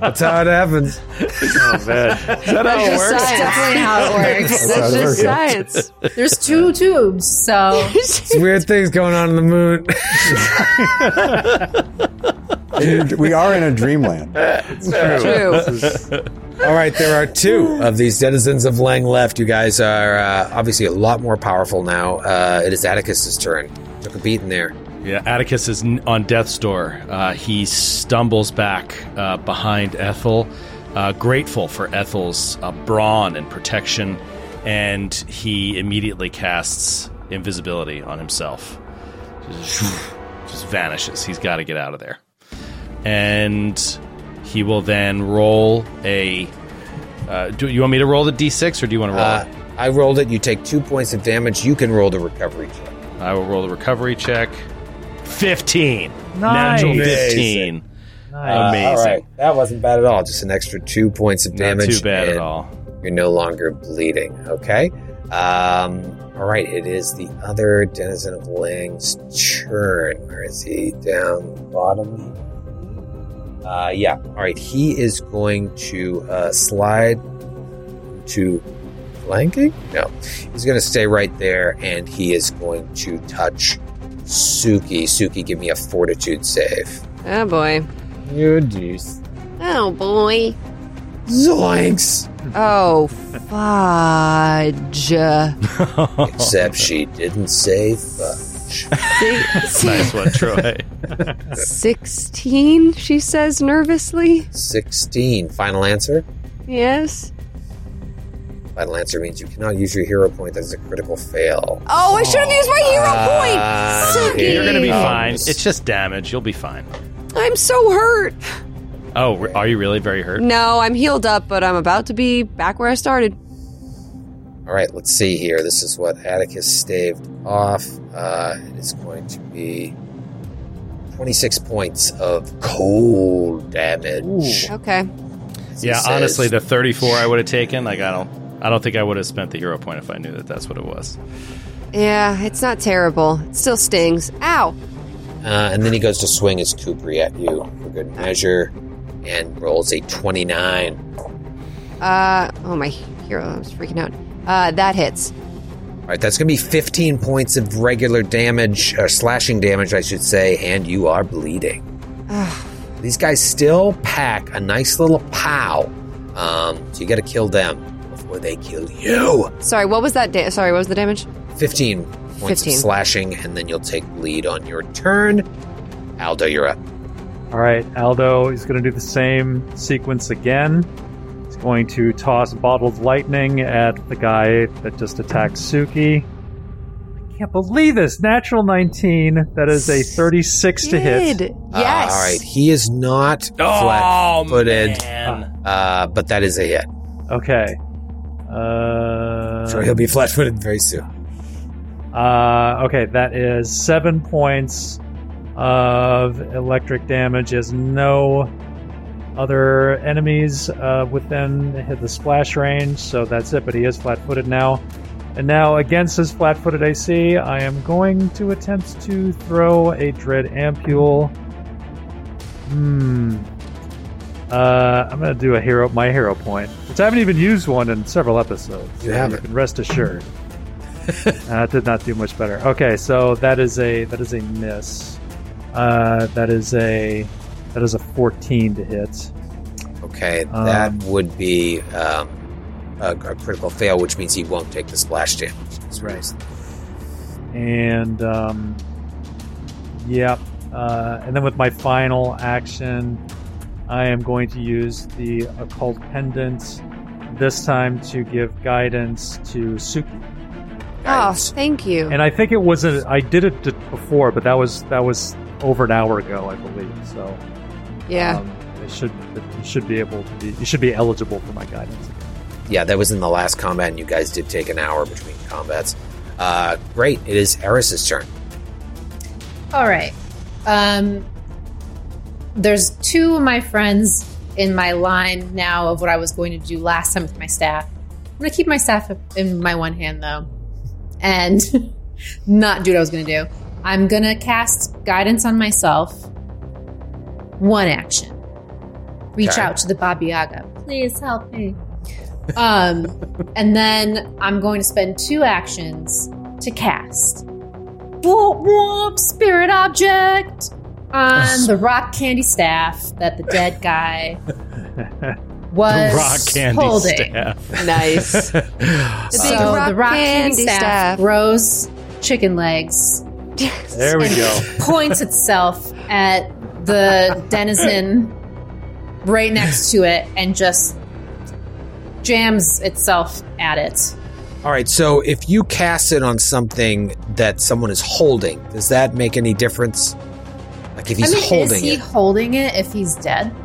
Speaker 1: that's how it happens.
Speaker 2: Oh, man.
Speaker 4: That's definitely how it works.
Speaker 5: That's
Speaker 6: That's
Speaker 5: how it
Speaker 6: just
Speaker 5: works.
Speaker 6: science.
Speaker 4: There's two tubes, so
Speaker 1: It's weird things going on in the moon.
Speaker 5: And you- we are in a dreamland.
Speaker 6: True.
Speaker 1: All right, there are two of these denizens of Lang left. You guys are uh, obviously a lot more powerful now. Uh, it is Atticus's turn. Took a beating there.
Speaker 3: Yeah, Atticus is n- on death's door. Uh, he stumbles back uh, behind Ethel, uh, grateful for Ethel's uh, brawn and protection, and he immediately casts invisibility on himself. Just, just vanishes. He's got to get out of there. And he will then roll a. Uh, do you want me to roll the d6 or do you want to roll
Speaker 1: Uh,
Speaker 3: it?
Speaker 1: I rolled it. You take two points of damage. You can roll the recovery check.
Speaker 3: I will roll the recovery check. 15.
Speaker 2: Nice.
Speaker 3: Natural 15.
Speaker 2: Nice.
Speaker 3: Amazing.
Speaker 1: All right, that wasn't bad at all. Just an extra two points of damage.
Speaker 3: Not too bad at
Speaker 1: and
Speaker 3: all.
Speaker 1: You're no longer bleeding. Okay. Um, all right. It is the other denizen of Lang's turn. Where is he? Down bottom. Uh, yeah. All right. He is going to uh, slide to flanking. No, he's going to stay right there, and he is going to touch Suki. Suki, give me a Fortitude save.
Speaker 6: Oh boy.
Speaker 1: You deuce.
Speaker 6: Oh boy.
Speaker 1: Zoinks!
Speaker 6: Oh fudge.
Speaker 1: Except she didn't say fudge.
Speaker 3: Nice one, Troy.
Speaker 6: 16, she says nervously.
Speaker 1: 16. Final answer?
Speaker 6: Yes.
Speaker 1: Final answer means you cannot use your hero point. That is a critical fail.
Speaker 6: Oh, I should have used my hero
Speaker 1: Ah,
Speaker 6: point.
Speaker 1: okay.
Speaker 6: Suki.
Speaker 3: You're gonna be
Speaker 1: Um,
Speaker 3: fine. It's just damage. You'll be fine.
Speaker 6: I'm so hurt.
Speaker 3: Oh, re- are you really very hurt?
Speaker 6: No, I'm healed up, but I'm about to be back where I started.
Speaker 1: All right, let's see here. This is what Atticus staved off. Uh, it is going to be 26 points of cold damage.
Speaker 6: Okay.
Speaker 1: He
Speaker 3: Yeah,
Speaker 1: says,
Speaker 3: honestly, the 34 I would have taken. Like, I don't, I don't think I would have spent the hero point if I knew that that's what it was.
Speaker 6: Yeah, it's not terrible. It still stings. Ow.
Speaker 1: Uh, and then he goes to swing his Kupri at you for good measure and rolls a 29.
Speaker 6: Uh oh my hero, I was freaking out. Uh that hits.
Speaker 1: All right, that's going to be 15 points of regular damage, or slashing damage, I should say, and you are bleeding. These guys still pack a nice little pow, um, so you got to kill them before they kill you.
Speaker 6: Sorry, what was that da- sorry, what was the damage?
Speaker 1: 15 points
Speaker 6: 15.
Speaker 1: of slashing, and then you'll take bleed on your turn. Aldo, you're up.
Speaker 2: All right, Aldo is going to do the same sequence again. He's going to toss bottled lightning at the guy that just attacked Suki. I can't believe this. Natural 19. That is a 36 to hit.
Speaker 6: Did.
Speaker 1: Uh,
Speaker 6: Yes.
Speaker 1: all right, he is not flat-footed, uh, but that is a hit.
Speaker 2: Okay. Uh,
Speaker 1: so he'll be flat-footed very soon.
Speaker 2: Uh, okay, that is seven points of electric damage. As no other enemies uh, within hit the splash range, so that's it. But he is flat-footed now, and now against his flat-footed AC, I am going to attempt to throw a dread ampule. Hmm. Uh, I'm gonna do a hero, my hero point, which I haven't even used one in several episodes.
Speaker 1: You
Speaker 2: so
Speaker 1: haven't.
Speaker 2: can rest assured. Uh, that did not do much better. Okay, so that is a that is a miss. Uh, that is a that is a fourteen to hit.
Speaker 1: Okay, that
Speaker 2: Um,
Speaker 1: would be um, a, a critical fail, which means he won't take the splash damage. That's
Speaker 2: right. And um, yeah, Uh, and then with my final action, I am going to use the occult pendant this time to give guidance to Suki.
Speaker 6: Oh, thank you.
Speaker 2: And I think it was a I did it d- before, but that was that was over an hour ago, I believe. So
Speaker 6: yeah.
Speaker 2: um, it should it should be able to be you should be eligible for my guidance.
Speaker 1: Yeah, that was in the last combat, and you guys did take an hour between combats. Uh, great. It is Eris's turn.
Speaker 4: All right. Um, there's two of my friends in my line now of what I was going to do last time with my staff. I'm going to keep my staff in my one hand, though, and not do what I was going to do. I'm going to cast guidance on myself. One action. Reach
Speaker 1: Okay.
Speaker 4: out to the Baba Yaga. Please help me. Um, and then I'm going to spend two actions to cast whoop whoop spirit object on the rock candy staff that the dead guy was
Speaker 3: rock candy
Speaker 4: holding.
Speaker 3: staff.
Speaker 6: Nice.
Speaker 4: So
Speaker 6: big
Speaker 4: Oh, the rock candy, staff, grows chicken legs,
Speaker 3: Uh,
Speaker 2: There we go.
Speaker 4: points itself at the denizen right next to it, and just jams itself at it.
Speaker 1: All right, so if you cast it on something that someone is holding, does that make any difference? Like if he's
Speaker 4: I mean,
Speaker 1: holding
Speaker 4: is he
Speaker 1: it?
Speaker 4: holding it if he's dead?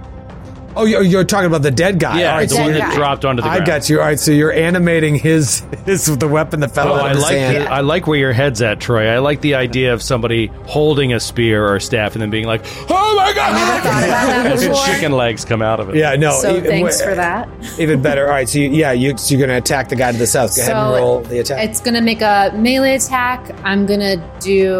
Speaker 1: Oh, you're, you're talking about the dead guy.
Speaker 3: Yeah,
Speaker 1: All right,
Speaker 3: the
Speaker 1: so
Speaker 3: one
Speaker 1: you're-
Speaker 3: that dropped onto the
Speaker 1: I
Speaker 3: ground.
Speaker 1: got you. All right, so you're animating his his the weapon that
Speaker 3: Oh,
Speaker 1: fell out of
Speaker 3: I
Speaker 1: his
Speaker 3: like
Speaker 1: hand.
Speaker 3: the, I like where your head's at, Troy. I like the idea of somebody holding a spear or a staff and then being like, "Oh my
Speaker 4: thought
Speaker 3: god!"
Speaker 4: about that
Speaker 3: As
Speaker 4: before.
Speaker 3: chicken legs come out of it.
Speaker 1: Yeah, no.
Speaker 4: so
Speaker 1: even,
Speaker 4: thanks
Speaker 1: wa-
Speaker 4: for that.
Speaker 1: Even better. All right, so you, yeah, you, so you're going to attack the guy to the south. Go ahead and
Speaker 4: So,
Speaker 1: roll the attack.
Speaker 4: It's gonna make a melee attack. I'm gonna do.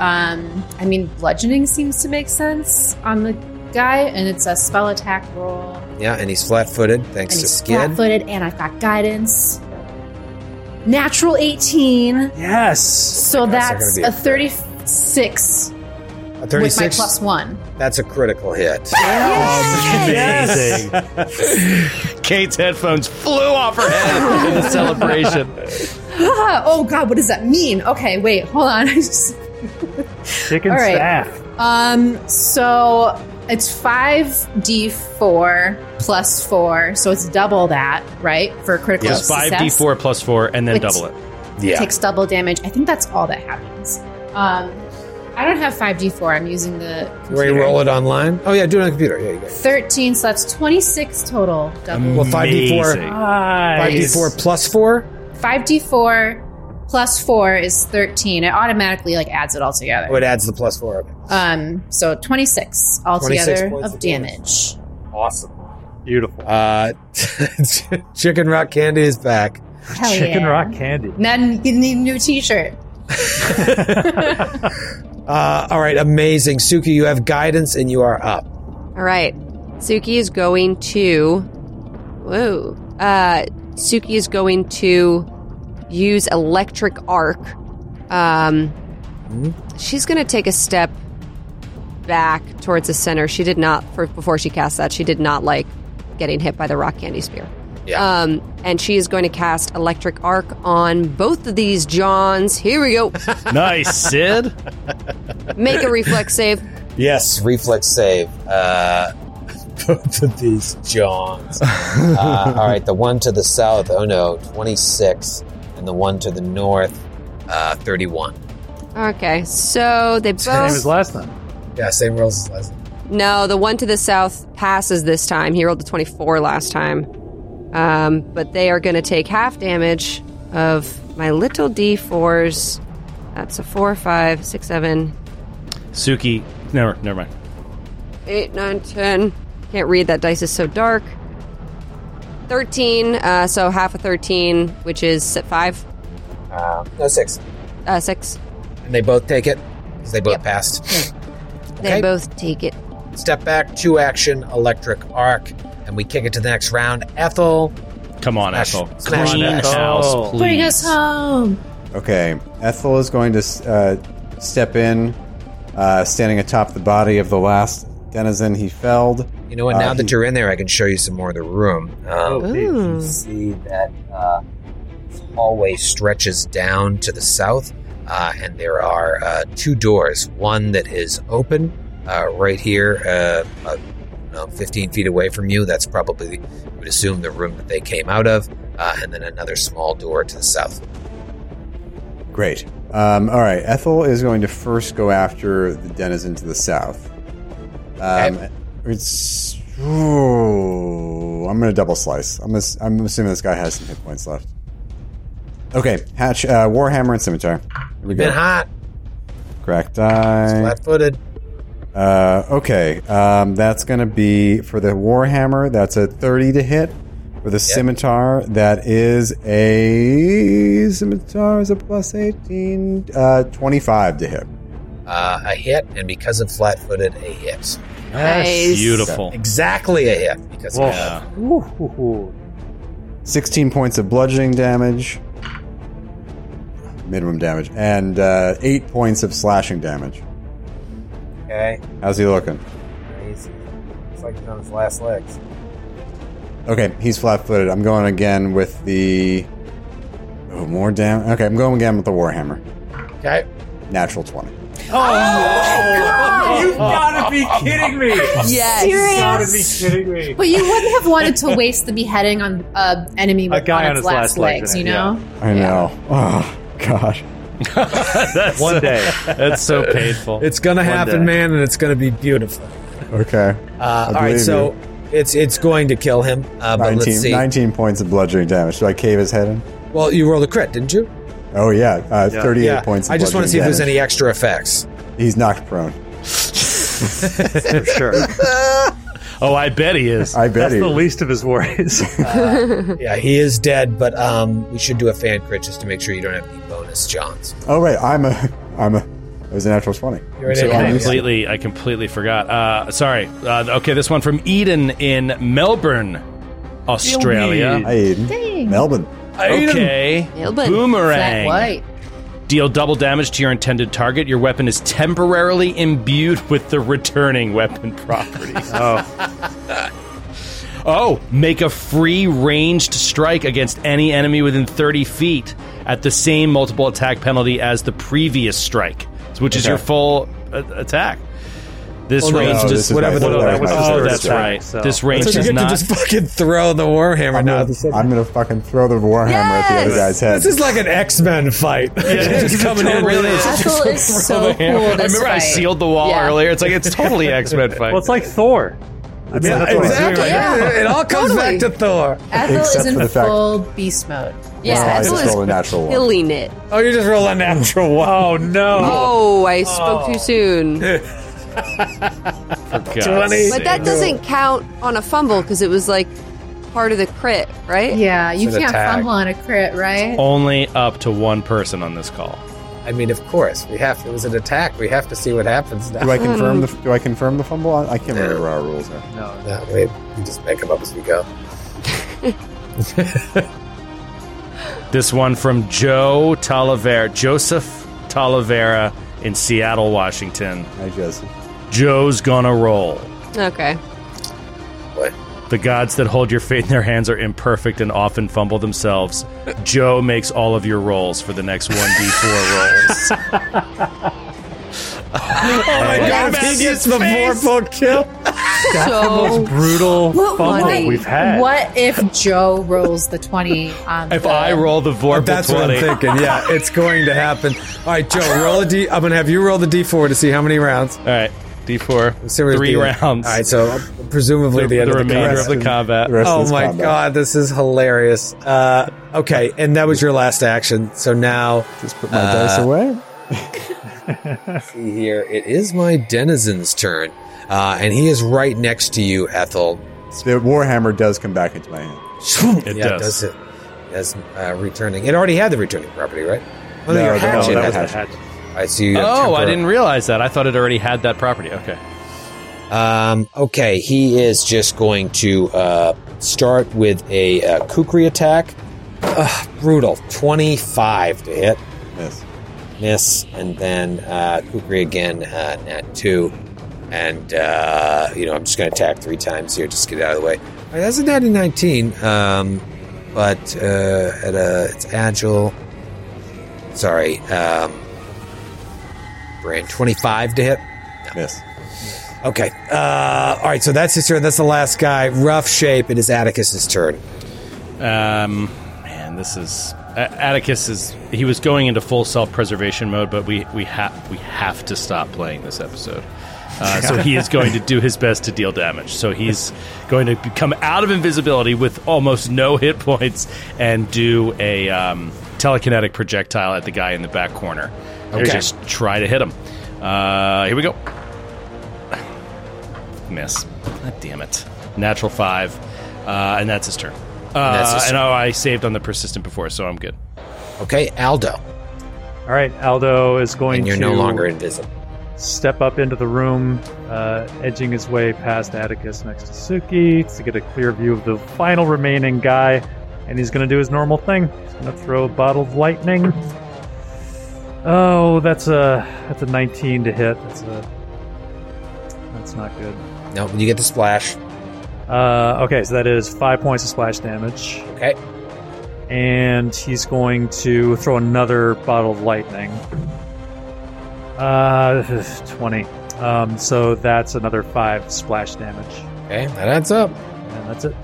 Speaker 4: Um, I mean, bludgeoning seems to make sense on the guy, and it's a spell attack roll.
Speaker 1: yeah, and he's flat-footed
Speaker 4: And
Speaker 1: thanks to
Speaker 4: he's
Speaker 1: Skid.
Speaker 4: flat-footed, and I've got guidance. Natural 18,
Speaker 2: Yes.
Speaker 4: so
Speaker 1: That's not
Speaker 4: that's
Speaker 1: gonna
Speaker 4: a
Speaker 1: be a crit.
Speaker 4: 36
Speaker 1: A
Speaker 4: with my
Speaker 1: 36.
Speaker 4: plus one.
Speaker 1: That's a critical hit.
Speaker 3: Amazing. Kate's headphones flew off her head in the celebration.
Speaker 4: Ah, oh God, what does that mean? Okay, wait, hold on. I just
Speaker 2: Chicken
Speaker 4: All right.
Speaker 2: staff.
Speaker 4: Um, so it's 5d4 plus 4, so it's double that, right? For a critical
Speaker 3: Just five
Speaker 4: success.
Speaker 3: d four plus four, and then
Speaker 4: Which-
Speaker 3: double it.
Speaker 1: yeah.
Speaker 4: Takes double damage. I think that's all that happens. Um, I don't have 5d4. I'm using the
Speaker 1: You want to
Speaker 4: computer.
Speaker 1: roll it online? Oh, yeah, do it on the computer. Yeah, you got it.
Speaker 4: 13, so that's 26 total. Double.
Speaker 1: Well, 5d4.
Speaker 3: Amazing.
Speaker 2: Nice.
Speaker 1: 5d4 plus 4?
Speaker 4: 5d4 plus 4 is 13. It automatically like adds it all together.
Speaker 1: Oh, it adds the plus 4. Okay.
Speaker 4: Um, so 26 altogether
Speaker 1: 26 points
Speaker 4: of
Speaker 1: of
Speaker 4: damage.
Speaker 2: Beautiful.
Speaker 1: Uh, Chicken Rock Candy is back.
Speaker 4: Hell
Speaker 2: Chicken
Speaker 4: yeah.
Speaker 2: rock candy.
Speaker 4: Now you can need a new t-shirt.
Speaker 1: Uh, all right, amazing. Suki, you have guidance and you are up.
Speaker 6: All right. Suki is going to. Whoa. Uh, Suki is going to use electric arc. Um, She's going to take a step back towards the center. She did not, for, before she cast that, she did not like getting hit by the rock candy spear.
Speaker 1: Yeah.
Speaker 6: Um, and she is going to cast electric arc on both of these Johns. Here we go.
Speaker 3: Nice, Sid.
Speaker 6: Make a reflex save.
Speaker 1: Yes, reflex save. Uh, both of these Johns. Uh, all right, the one to the south, oh no, 26. And the one to the north, uh, 31.
Speaker 6: Okay, so they both.
Speaker 2: Same as last time.
Speaker 1: Yeah, same rolls as last.
Speaker 6: No, the one to the south passes this time. He rolled a 24 last time. Um, but they are going to take half damage of my little d4s. That's a 4, 5, 6, 7,
Speaker 3: Suki, never, never mind.
Speaker 6: 8, 9, 10. Can't read. That dice is so dark. 13, uh, so half of 13, which is at 5,
Speaker 1: Uh, no, six.
Speaker 6: uh, 6.
Speaker 1: And they both take it because they both passed.
Speaker 6: They
Speaker 1: Okay.
Speaker 6: both take it.
Speaker 1: Step back, two action, electric arc. And we kick it to the next round. Ethel.
Speaker 3: Come on,
Speaker 1: Smash.
Speaker 3: Ethel.
Speaker 1: Smash.
Speaker 3: Clean
Speaker 1: Smash.
Speaker 3: house,
Speaker 2: Oh.
Speaker 3: please.
Speaker 4: Bring us home.
Speaker 5: Okay, Ethel is going to uh, step in, uh, standing atop the body of the last denizen he felled.
Speaker 1: You know what?
Speaker 5: Uh,
Speaker 1: now that
Speaker 5: he-
Speaker 1: you're in there, I can show you some more of the room. Um,
Speaker 6: Ooh.
Speaker 1: see that uh, hallway stretches down to the south. uh, and there are uh, two doors. One that is open uh, right here, uh, uh, no, 15 feet away from you. That's probably, I would assume, the room that they came out of, uh, and then another small door to the south.
Speaker 5: Great. Um, all right. Ethel is going to first go after the denizen to the south. Um, It's. ooh, I'm going to double slice. I'm, ass- I'm assuming this guy has some hit points left. Okay. Hatch, uh, Warhammer, and Scimitar. Here we
Speaker 1: Been
Speaker 5: go.
Speaker 1: hot,
Speaker 5: Crack die.
Speaker 1: flat footed.
Speaker 5: Uh, okay. Um, that's going to be for the Warhammer, that's a 30 to hit. For the Scimitar, that is a. Scimitar is a plus 18. Uh, 25 to hit.
Speaker 1: Uh, a hit, and because of flat footed, a hit.
Speaker 6: Nice.
Speaker 3: Beautiful.
Speaker 1: Exactly a hit. Because
Speaker 2: Whoa.
Speaker 1: of,
Speaker 3: Yeah.
Speaker 2: Ooh, hoo, hoo.
Speaker 5: 16 points of bludgeoning damage, minimum damage, and uh, 8 points of slashing damage.
Speaker 1: okay.
Speaker 5: How's he looking?
Speaker 1: He's, it's like he's on his last legs.
Speaker 5: Okay, he's flat footed. I'm going again with the. Oh, more damage. Okay, I'm going again with the Warhammer.
Speaker 1: Okay.
Speaker 5: Natural 20.
Speaker 2: You've got to Oh, be kidding me.
Speaker 6: Yes.
Speaker 2: You've got to be kidding me.
Speaker 4: But you wouldn't have wanted to waste the beheading on uh, enemy
Speaker 2: A
Speaker 4: with,
Speaker 2: guy
Speaker 4: on
Speaker 2: on
Speaker 4: its
Speaker 2: his
Speaker 4: last,
Speaker 2: last
Speaker 4: legs,
Speaker 2: legs,
Speaker 4: you
Speaker 2: yeah.
Speaker 4: know?
Speaker 5: I know. Oh, God.
Speaker 3: That's
Speaker 2: One
Speaker 3: so-
Speaker 2: day.
Speaker 3: That's so painful.
Speaker 1: It's gonna happen,
Speaker 3: day.
Speaker 1: man, and it's gonna be beautiful.
Speaker 5: Okay.
Speaker 1: Uh, all right,
Speaker 5: believe
Speaker 1: so it's it's going to kill him. Uh, but let's
Speaker 5: 19,
Speaker 1: see.
Speaker 5: 19 points of bludgeoning damage. Should I cave his head in?
Speaker 1: Well, you rolled a crit, didn't you?
Speaker 5: Oh, yeah. Uh, 38 points of
Speaker 1: I just want to see if
Speaker 5: bludgeoning
Speaker 1: there's
Speaker 5: damage.
Speaker 1: any extra effects.
Speaker 5: He's knocked prone.
Speaker 2: For sure.
Speaker 1: Uh,
Speaker 3: oh, I bet he is.
Speaker 5: I bet
Speaker 2: That's
Speaker 5: he.
Speaker 2: the least of his worries.
Speaker 1: Uh, Yeah, he is dead, but um, we should do a fan crit just to make sure you don't have any bonus johns.
Speaker 5: Oh, right. I'm a. I'm a. It was a natural 20.
Speaker 1: You're an
Speaker 5: So
Speaker 1: idiot.
Speaker 3: I
Speaker 5: I'm used to
Speaker 3: completely, I completely forgot. Uh, sorry. Uh, okay, this one from Eden in Melbourne, Australia.
Speaker 5: Hi, Aiden.
Speaker 4: Dang.
Speaker 5: Melbourne.
Speaker 3: Okay,
Speaker 6: Melbourne.
Speaker 4: Flat
Speaker 3: boomerang.
Speaker 4: white.
Speaker 3: Deal double damage to your intended target. Your weapon is temporarily imbued with the returning weapon properties.
Speaker 2: oh,
Speaker 3: Oh, make a free ranged strike against any enemy within 30 feet at the same multiple attack penalty as the previous strike, which is
Speaker 5: Okay.
Speaker 3: your full uh, attack. This
Speaker 1: Oh, no,
Speaker 3: range
Speaker 1: no,
Speaker 3: does.
Speaker 5: this is my-
Speaker 1: whatever the-
Speaker 5: that
Speaker 2: that was
Speaker 5: my
Speaker 2: his
Speaker 5: first
Speaker 3: Oh,
Speaker 2: third
Speaker 3: that's
Speaker 5: strike.
Speaker 2: strike,
Speaker 3: right.
Speaker 2: so-
Speaker 3: This range
Speaker 1: So you
Speaker 3: is
Speaker 1: get to
Speaker 3: not.
Speaker 1: just fucking throw the warhammer
Speaker 5: I'm
Speaker 1: now.
Speaker 5: gonna, I'm gonna fucking throw the warhammer at the other guy's
Speaker 6: Yes!
Speaker 5: head.
Speaker 1: This is like an X Men fight. just coming in.
Speaker 3: really is.
Speaker 6: Ethel is so cool.
Speaker 3: I
Speaker 6: this
Speaker 3: remember I
Speaker 6: fight.
Speaker 3: sealed the wall
Speaker 6: Yeah.
Speaker 3: earlier. It's like it's totally X Men fight.
Speaker 2: well, it's like Thor. I mean,
Speaker 5: Yeah,
Speaker 2: that's what he's doing
Speaker 1: Exactly.
Speaker 2: right now.
Speaker 6: now.
Speaker 1: It all comes
Speaker 6: Totally.
Speaker 1: back to Thor.
Speaker 4: Ethel
Speaker 5: Except
Speaker 4: is in
Speaker 5: for the fact-
Speaker 4: full beast mode.
Speaker 6: Yeah,
Speaker 5: I
Speaker 6: Ethel
Speaker 5: just
Speaker 6: is
Speaker 5: rolled a natural one.
Speaker 6: killing it.
Speaker 1: Oh, you just roll a natural one.
Speaker 2: Oh no!
Speaker 6: Oh, I spoke too soon.
Speaker 3: God's
Speaker 1: Twenty.
Speaker 3: sake.
Speaker 6: But that doesn't count on a fumble because it was like part of the crit, right?
Speaker 4: Yeah, you
Speaker 1: It's an
Speaker 4: can't
Speaker 1: attack.
Speaker 4: fumble on a crit, right?
Speaker 3: only up to one person on this call.
Speaker 1: I mean, of course, we have. It was an attack. We have to see what happens now.
Speaker 5: Do I confirm the Do I confirm the fumble? I I can't remember what our rules are.
Speaker 1: No, we, we just make them up as we go.
Speaker 3: This one from Joe Talavera, Joseph Talavera in Seattle, Washington.
Speaker 5: I just
Speaker 3: Joe's gonna roll.
Speaker 6: Okay.
Speaker 1: What?
Speaker 3: The gods that hold your fate in their hands are imperfect and often fumble themselves. Joe makes all of your rolls for the next 1d4 rolls.
Speaker 1: Oh my
Speaker 6: God,
Speaker 1: he gets the fourfold kill.
Speaker 2: That's the
Speaker 6: So-
Speaker 2: most brutal fumble
Speaker 6: one?
Speaker 2: we've had.
Speaker 4: What if Joe rolls the 20 on
Speaker 3: If
Speaker 4: the-
Speaker 3: I roll the Vorpal
Speaker 1: That's what
Speaker 3: 20,
Speaker 1: I'm thinking. Yeah, it's going to happen. All right, Joe, roll a D. I'm going to have you roll the D4 to see how many rounds.
Speaker 3: All right, D4,
Speaker 1: See what
Speaker 3: three
Speaker 1: we do.
Speaker 3: rounds.
Speaker 1: All right, so uh, presumably
Speaker 3: the,
Speaker 1: the, end
Speaker 3: the
Speaker 1: of the
Speaker 3: remainder
Speaker 1: combat.
Speaker 3: of the combat.
Speaker 5: the rest of
Speaker 1: Oh
Speaker 5: this
Speaker 1: my
Speaker 5: combat.
Speaker 1: god, this is hilarious. Uh, okay, and that was your last action. So now, uh,
Speaker 5: Just put my dice away.
Speaker 1: see here, it is my denizen's turn, uh, and he is right next to you, Ethel.
Speaker 5: The warhammer does come back into my hand.
Speaker 1: It yeah,
Speaker 3: does.
Speaker 1: does it? Does uh, returning? It already had the returning property, right? Well,
Speaker 5: No,
Speaker 1: your
Speaker 5: no,
Speaker 1: hatchet
Speaker 5: that
Speaker 1: had
Speaker 5: was
Speaker 1: it.
Speaker 5: a
Speaker 2: the hatchet.
Speaker 1: All right, so you have
Speaker 3: Oh, I
Speaker 1: temporary-
Speaker 3: didn't realize that. I thought it already had that property. Okay.
Speaker 1: Um, okay, he is just going to uh, start with a uh, Kukri attack. Ugh, brutal. 25 to hit,
Speaker 5: Yes.
Speaker 1: miss, and then uh, Kukri again, uh, nat 2. And, uh, you know, I'm just going to attack three times here, just get it out of the way. All right, that's a natty 19, um, but uh, at a, it's agile. Sorry, um, Brain 25 to hit.
Speaker 5: Miss.
Speaker 1: Okay. Uh, all right. So that's his turn. That's the last guy. Rough shape. It is Atticus's turn.
Speaker 3: Um, man, this is A- Atticus is he was going into full self preservation mode, but we we have we have to stop playing this episode. Uh, so he is going to do his best to deal damage. So he's going to be- come out of invisibility with almost no hit points and do a um, telekinetic projectile at the guy in the back corner. Okay.
Speaker 1: Okay.
Speaker 3: Just try to hit him. Uh, here we go. Miss. God damn it. Natural five, uh, and that's his turn. Uh,
Speaker 1: that's his
Speaker 3: and oh, I saved on the persistent before, so I'm good.
Speaker 1: Okay. Aldo.
Speaker 2: All right, Aldo is going
Speaker 1: And you're
Speaker 2: to
Speaker 1: no longer invisible.
Speaker 2: step up into the room, uh, edging his way past Atticus next to Suki to get a clear view of the final remaining guy. And he's going to do his normal thing. He's going to throw a bottle of lightning. Oh, that's a that's a 19 to hit. That's a that's not good.
Speaker 1: No, you get the splash.
Speaker 2: Uh, okay, so that is five points of splash damage,
Speaker 1: Okay.
Speaker 2: and he's going to throw another bottle of lightning. Uh, twenty. Um, so that's another five splash damage,
Speaker 1: Okay. That adds up.
Speaker 2: and that's it.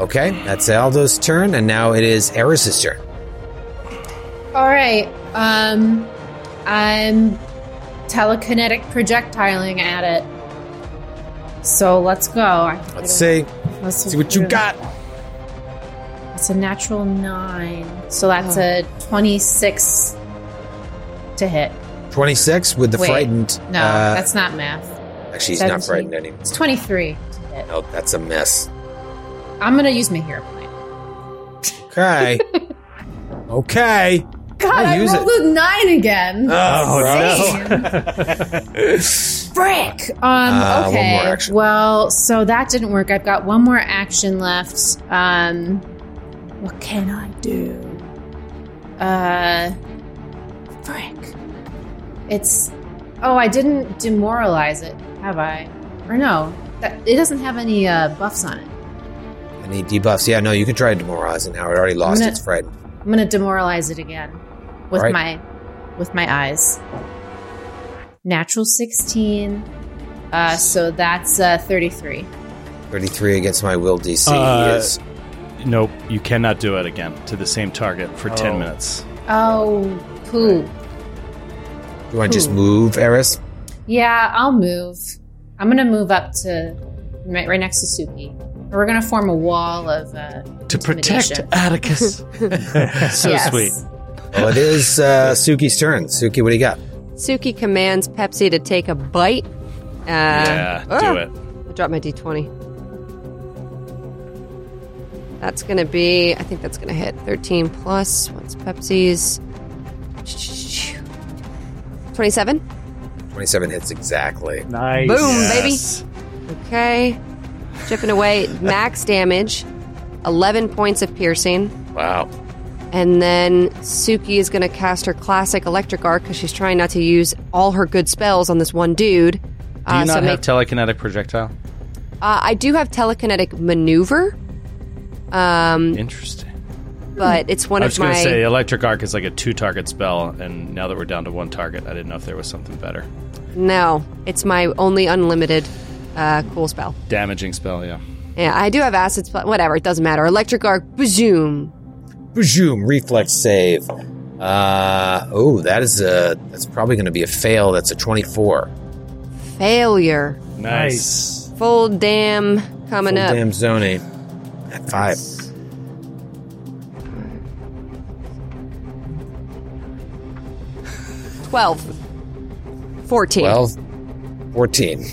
Speaker 1: Okay. That's Aldo's turn. And now it is Eris's turn.
Speaker 4: All right. Um, I'm telekinetic projectiling at it. So let's go. I- I
Speaker 1: Let's
Speaker 4: don't-
Speaker 1: see.
Speaker 4: let's
Speaker 1: See what you
Speaker 4: do-
Speaker 1: got.
Speaker 4: It's a natural nine. So that's a 26 to hit.
Speaker 1: 26 with the
Speaker 4: Wait,
Speaker 1: frightened.
Speaker 4: No,
Speaker 1: uh,
Speaker 4: that's not math.
Speaker 1: actually, he's not
Speaker 4: 17.
Speaker 1: frightened anymore.
Speaker 4: It's 23 to hit.
Speaker 1: No, oh, that's a miss.
Speaker 4: I'm going to use my hero point.
Speaker 1: Okay. okay.
Speaker 4: God, I
Speaker 1: use
Speaker 4: rolled a nine again.
Speaker 1: Oh,
Speaker 4: Frick! Um,
Speaker 1: Uh, one
Speaker 4: okay.
Speaker 1: more action.
Speaker 4: Well, so that didn't work. I've got one more action left. Um, what can I do? Uh, frick. It's. Oh, I didn't demoralize it, have I? Or no? That, it doesn't have any uh, buffs on it.
Speaker 1: no. Any debuffs? Yeah, no, you can try demoralizing now. It already lost
Speaker 4: gonna-
Speaker 1: its frightened.
Speaker 4: I'm gonna demoralize it again with
Speaker 1: Alright.
Speaker 4: my with my eyes. Natural sixteen. Uh, so that's uh, thirty-three.
Speaker 1: 33 against my will DC
Speaker 3: Uh,
Speaker 1: is.
Speaker 3: Nope, you cannot do it again to the same target for
Speaker 2: Oh.
Speaker 3: 10 minutes.
Speaker 4: Oh, poo.
Speaker 1: Do you want to just
Speaker 4: ooh.
Speaker 1: move, Eris?
Speaker 4: Yeah, I'll move. I'm gonna move up to right, right next to Suki. We're gonna form a wall of uh,
Speaker 7: To protect
Speaker 4: Intimidation.
Speaker 7: Atticus.
Speaker 3: so
Speaker 4: yes.
Speaker 3: sweet.
Speaker 1: Well, it is uh, Suki's turn. Suki, what do you got?
Speaker 6: Suki commands Pepsi to take a bite. Uh,
Speaker 3: yeah,
Speaker 6: ah,
Speaker 3: do it.
Speaker 6: I dropped my d20. That's going to be, I think that's going to hit 13 plus. What's Pepsi's? 27?
Speaker 1: 27 hits exactly.
Speaker 2: Nice.
Speaker 6: Boom, baby. Okay. Chipping away. Max damage 11 points of piercing.
Speaker 1: Wow.
Speaker 6: And then Suki is going to cast her classic electric arc because she's trying not to use all her good spells on this one dude.
Speaker 3: Do you
Speaker 6: Uh,
Speaker 3: not
Speaker 6: so
Speaker 3: have
Speaker 6: make-
Speaker 3: telekinetic projectile?
Speaker 6: uh, I do have telekinetic maneuver, Um,
Speaker 3: Interesting. Hmm.
Speaker 6: but it's one
Speaker 3: I
Speaker 6: of
Speaker 3: was going
Speaker 6: my.
Speaker 3: to say uh, electric arc is like a two target spell, and now that we're down to one target, I didn't know if there was something better.
Speaker 6: No, it's my only unlimited uh, cool spell.
Speaker 3: Damaging spell, yeah.
Speaker 6: Yeah, I do have acid spell. Whatever, it doesn't matter. Electric arc, bazoom.
Speaker 1: Boom, reflex save. Uh, oh, that is a. That's probably going to be a fail. That's a 24.
Speaker 6: Failure.
Speaker 2: Nice.
Speaker 6: Full damn coming
Speaker 1: Full
Speaker 6: up.
Speaker 1: Damn Zony. At five.
Speaker 6: Twelve. Fourteen.
Speaker 1: 12, 14.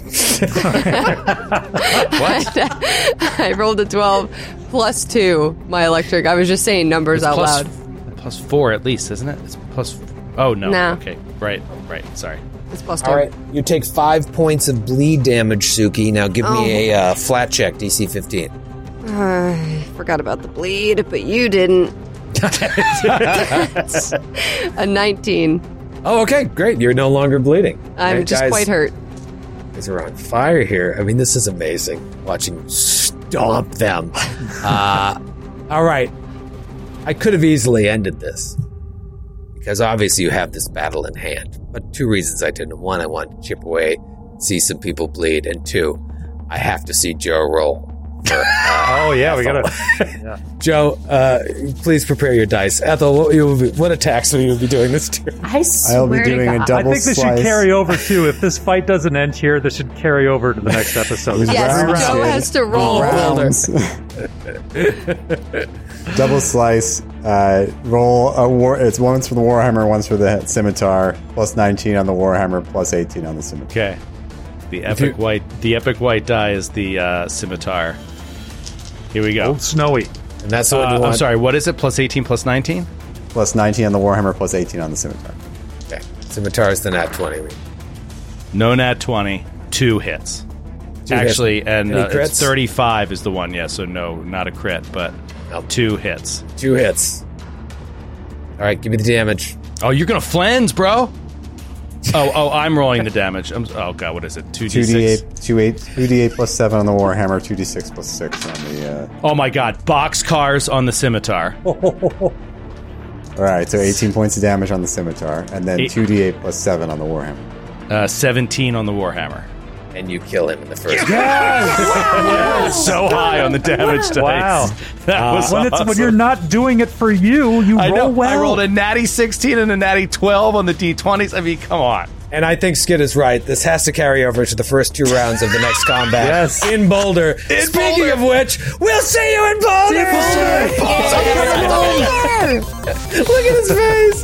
Speaker 6: I rolled a twelve plus two. My electric. I was just saying numbers out
Speaker 3: plus,
Speaker 6: loud.
Speaker 3: plus four at least, isn't it? It's plus. Oh, no.
Speaker 6: No.
Speaker 3: Okay, right, right. Sorry.
Speaker 6: It's plus two.
Speaker 1: All right, you take five points of bleed damage, Suki. Now give
Speaker 6: Oh.
Speaker 1: me a uh, flat check, DC 15.
Speaker 6: I forgot about the bleed, but you didn't. a nineteen.
Speaker 1: Oh, okay, great. You're no longer bleeding.
Speaker 6: I'm
Speaker 1: Right,
Speaker 6: just
Speaker 1: guys,
Speaker 6: quite hurt.
Speaker 1: Guys are on fire here. I mean, this is amazing. Watching you stomp them. uh, all right, I could have easily ended this because obviously you have this battle in hand, but two reasons I didn't. One, I wanted to chip away, see some people bleed, and two, I have to see Joe roll. uh,
Speaker 2: Oh yeah, we gotta.
Speaker 1: Joe, uh, please prepare your dice. Ethel, what, you will be, what attacks will you be doing this turn?
Speaker 4: I swear
Speaker 5: I'll be doing
Speaker 4: to
Speaker 5: a
Speaker 4: God.
Speaker 2: I
Speaker 5: double
Speaker 2: think this
Speaker 5: slice.
Speaker 2: should carry over too. If this fight doesn't end here, this should carry over to the next episode.
Speaker 6: Yes,
Speaker 5: Round
Speaker 6: Joe
Speaker 5: two.
Speaker 6: has to roll.
Speaker 5: rounds. Double slice. Uh, roll a war. It's one's for the warhammer, one's for the scimitar. Plus nineteen on the warhammer, plus eighteen on the scimitar.
Speaker 3: Okay. The epic white the epic white die is the uh, scimitar. Here we go.
Speaker 2: Old Snowy.
Speaker 1: And that's
Speaker 3: Uh,
Speaker 1: what you
Speaker 3: I'm
Speaker 1: want.
Speaker 3: sorry, what is it? Plus 18 plus 19?
Speaker 5: Plus nineteen on the warhammer, plus eighteen on the scimitar.
Speaker 1: Okay. Scimitar is the nat 20.
Speaker 3: No nat 20, two hits. Actually, and
Speaker 1: Any
Speaker 3: uh, it's
Speaker 1: crits?
Speaker 3: 35 is the one, yeah, so no, not a crit, but
Speaker 1: Nope.
Speaker 3: two hits.
Speaker 1: Two hits. All right, give me the damage.
Speaker 3: Oh, you're going to flens, bro? Oh, oh, I'm rolling the damage. I'm, oh, God, what is it?
Speaker 5: 2 d
Speaker 3: 2d6.
Speaker 5: 8 2 8 2 d 8 plus 7 on the warhammer 2 d6 plus 6 on the
Speaker 3: Oh, my God. Box cars on the scimitar.
Speaker 1: Oh.
Speaker 5: uh, all right so 18 points of damage on the scimitar and then
Speaker 3: Eight.
Speaker 5: 2 d 8 plus 7 on the warhammer
Speaker 3: Uh, 17 on the Warhammer.
Speaker 1: And you kill him in the first
Speaker 3: So high on the damage dice.
Speaker 2: Wow.
Speaker 3: That was
Speaker 2: When, it's,
Speaker 3: awesome.
Speaker 2: when you're not doing it for you, you
Speaker 3: I
Speaker 2: roll
Speaker 3: know.
Speaker 2: well.
Speaker 3: I rolled a natty 16 and a natty 12 on the d20s. I mean, come on.
Speaker 1: And I think Skid is right. This has to carry over to the first two rounds of the next combat yes. in Boulder. Speaking of which, we'll see you in Boulder. Look at his face.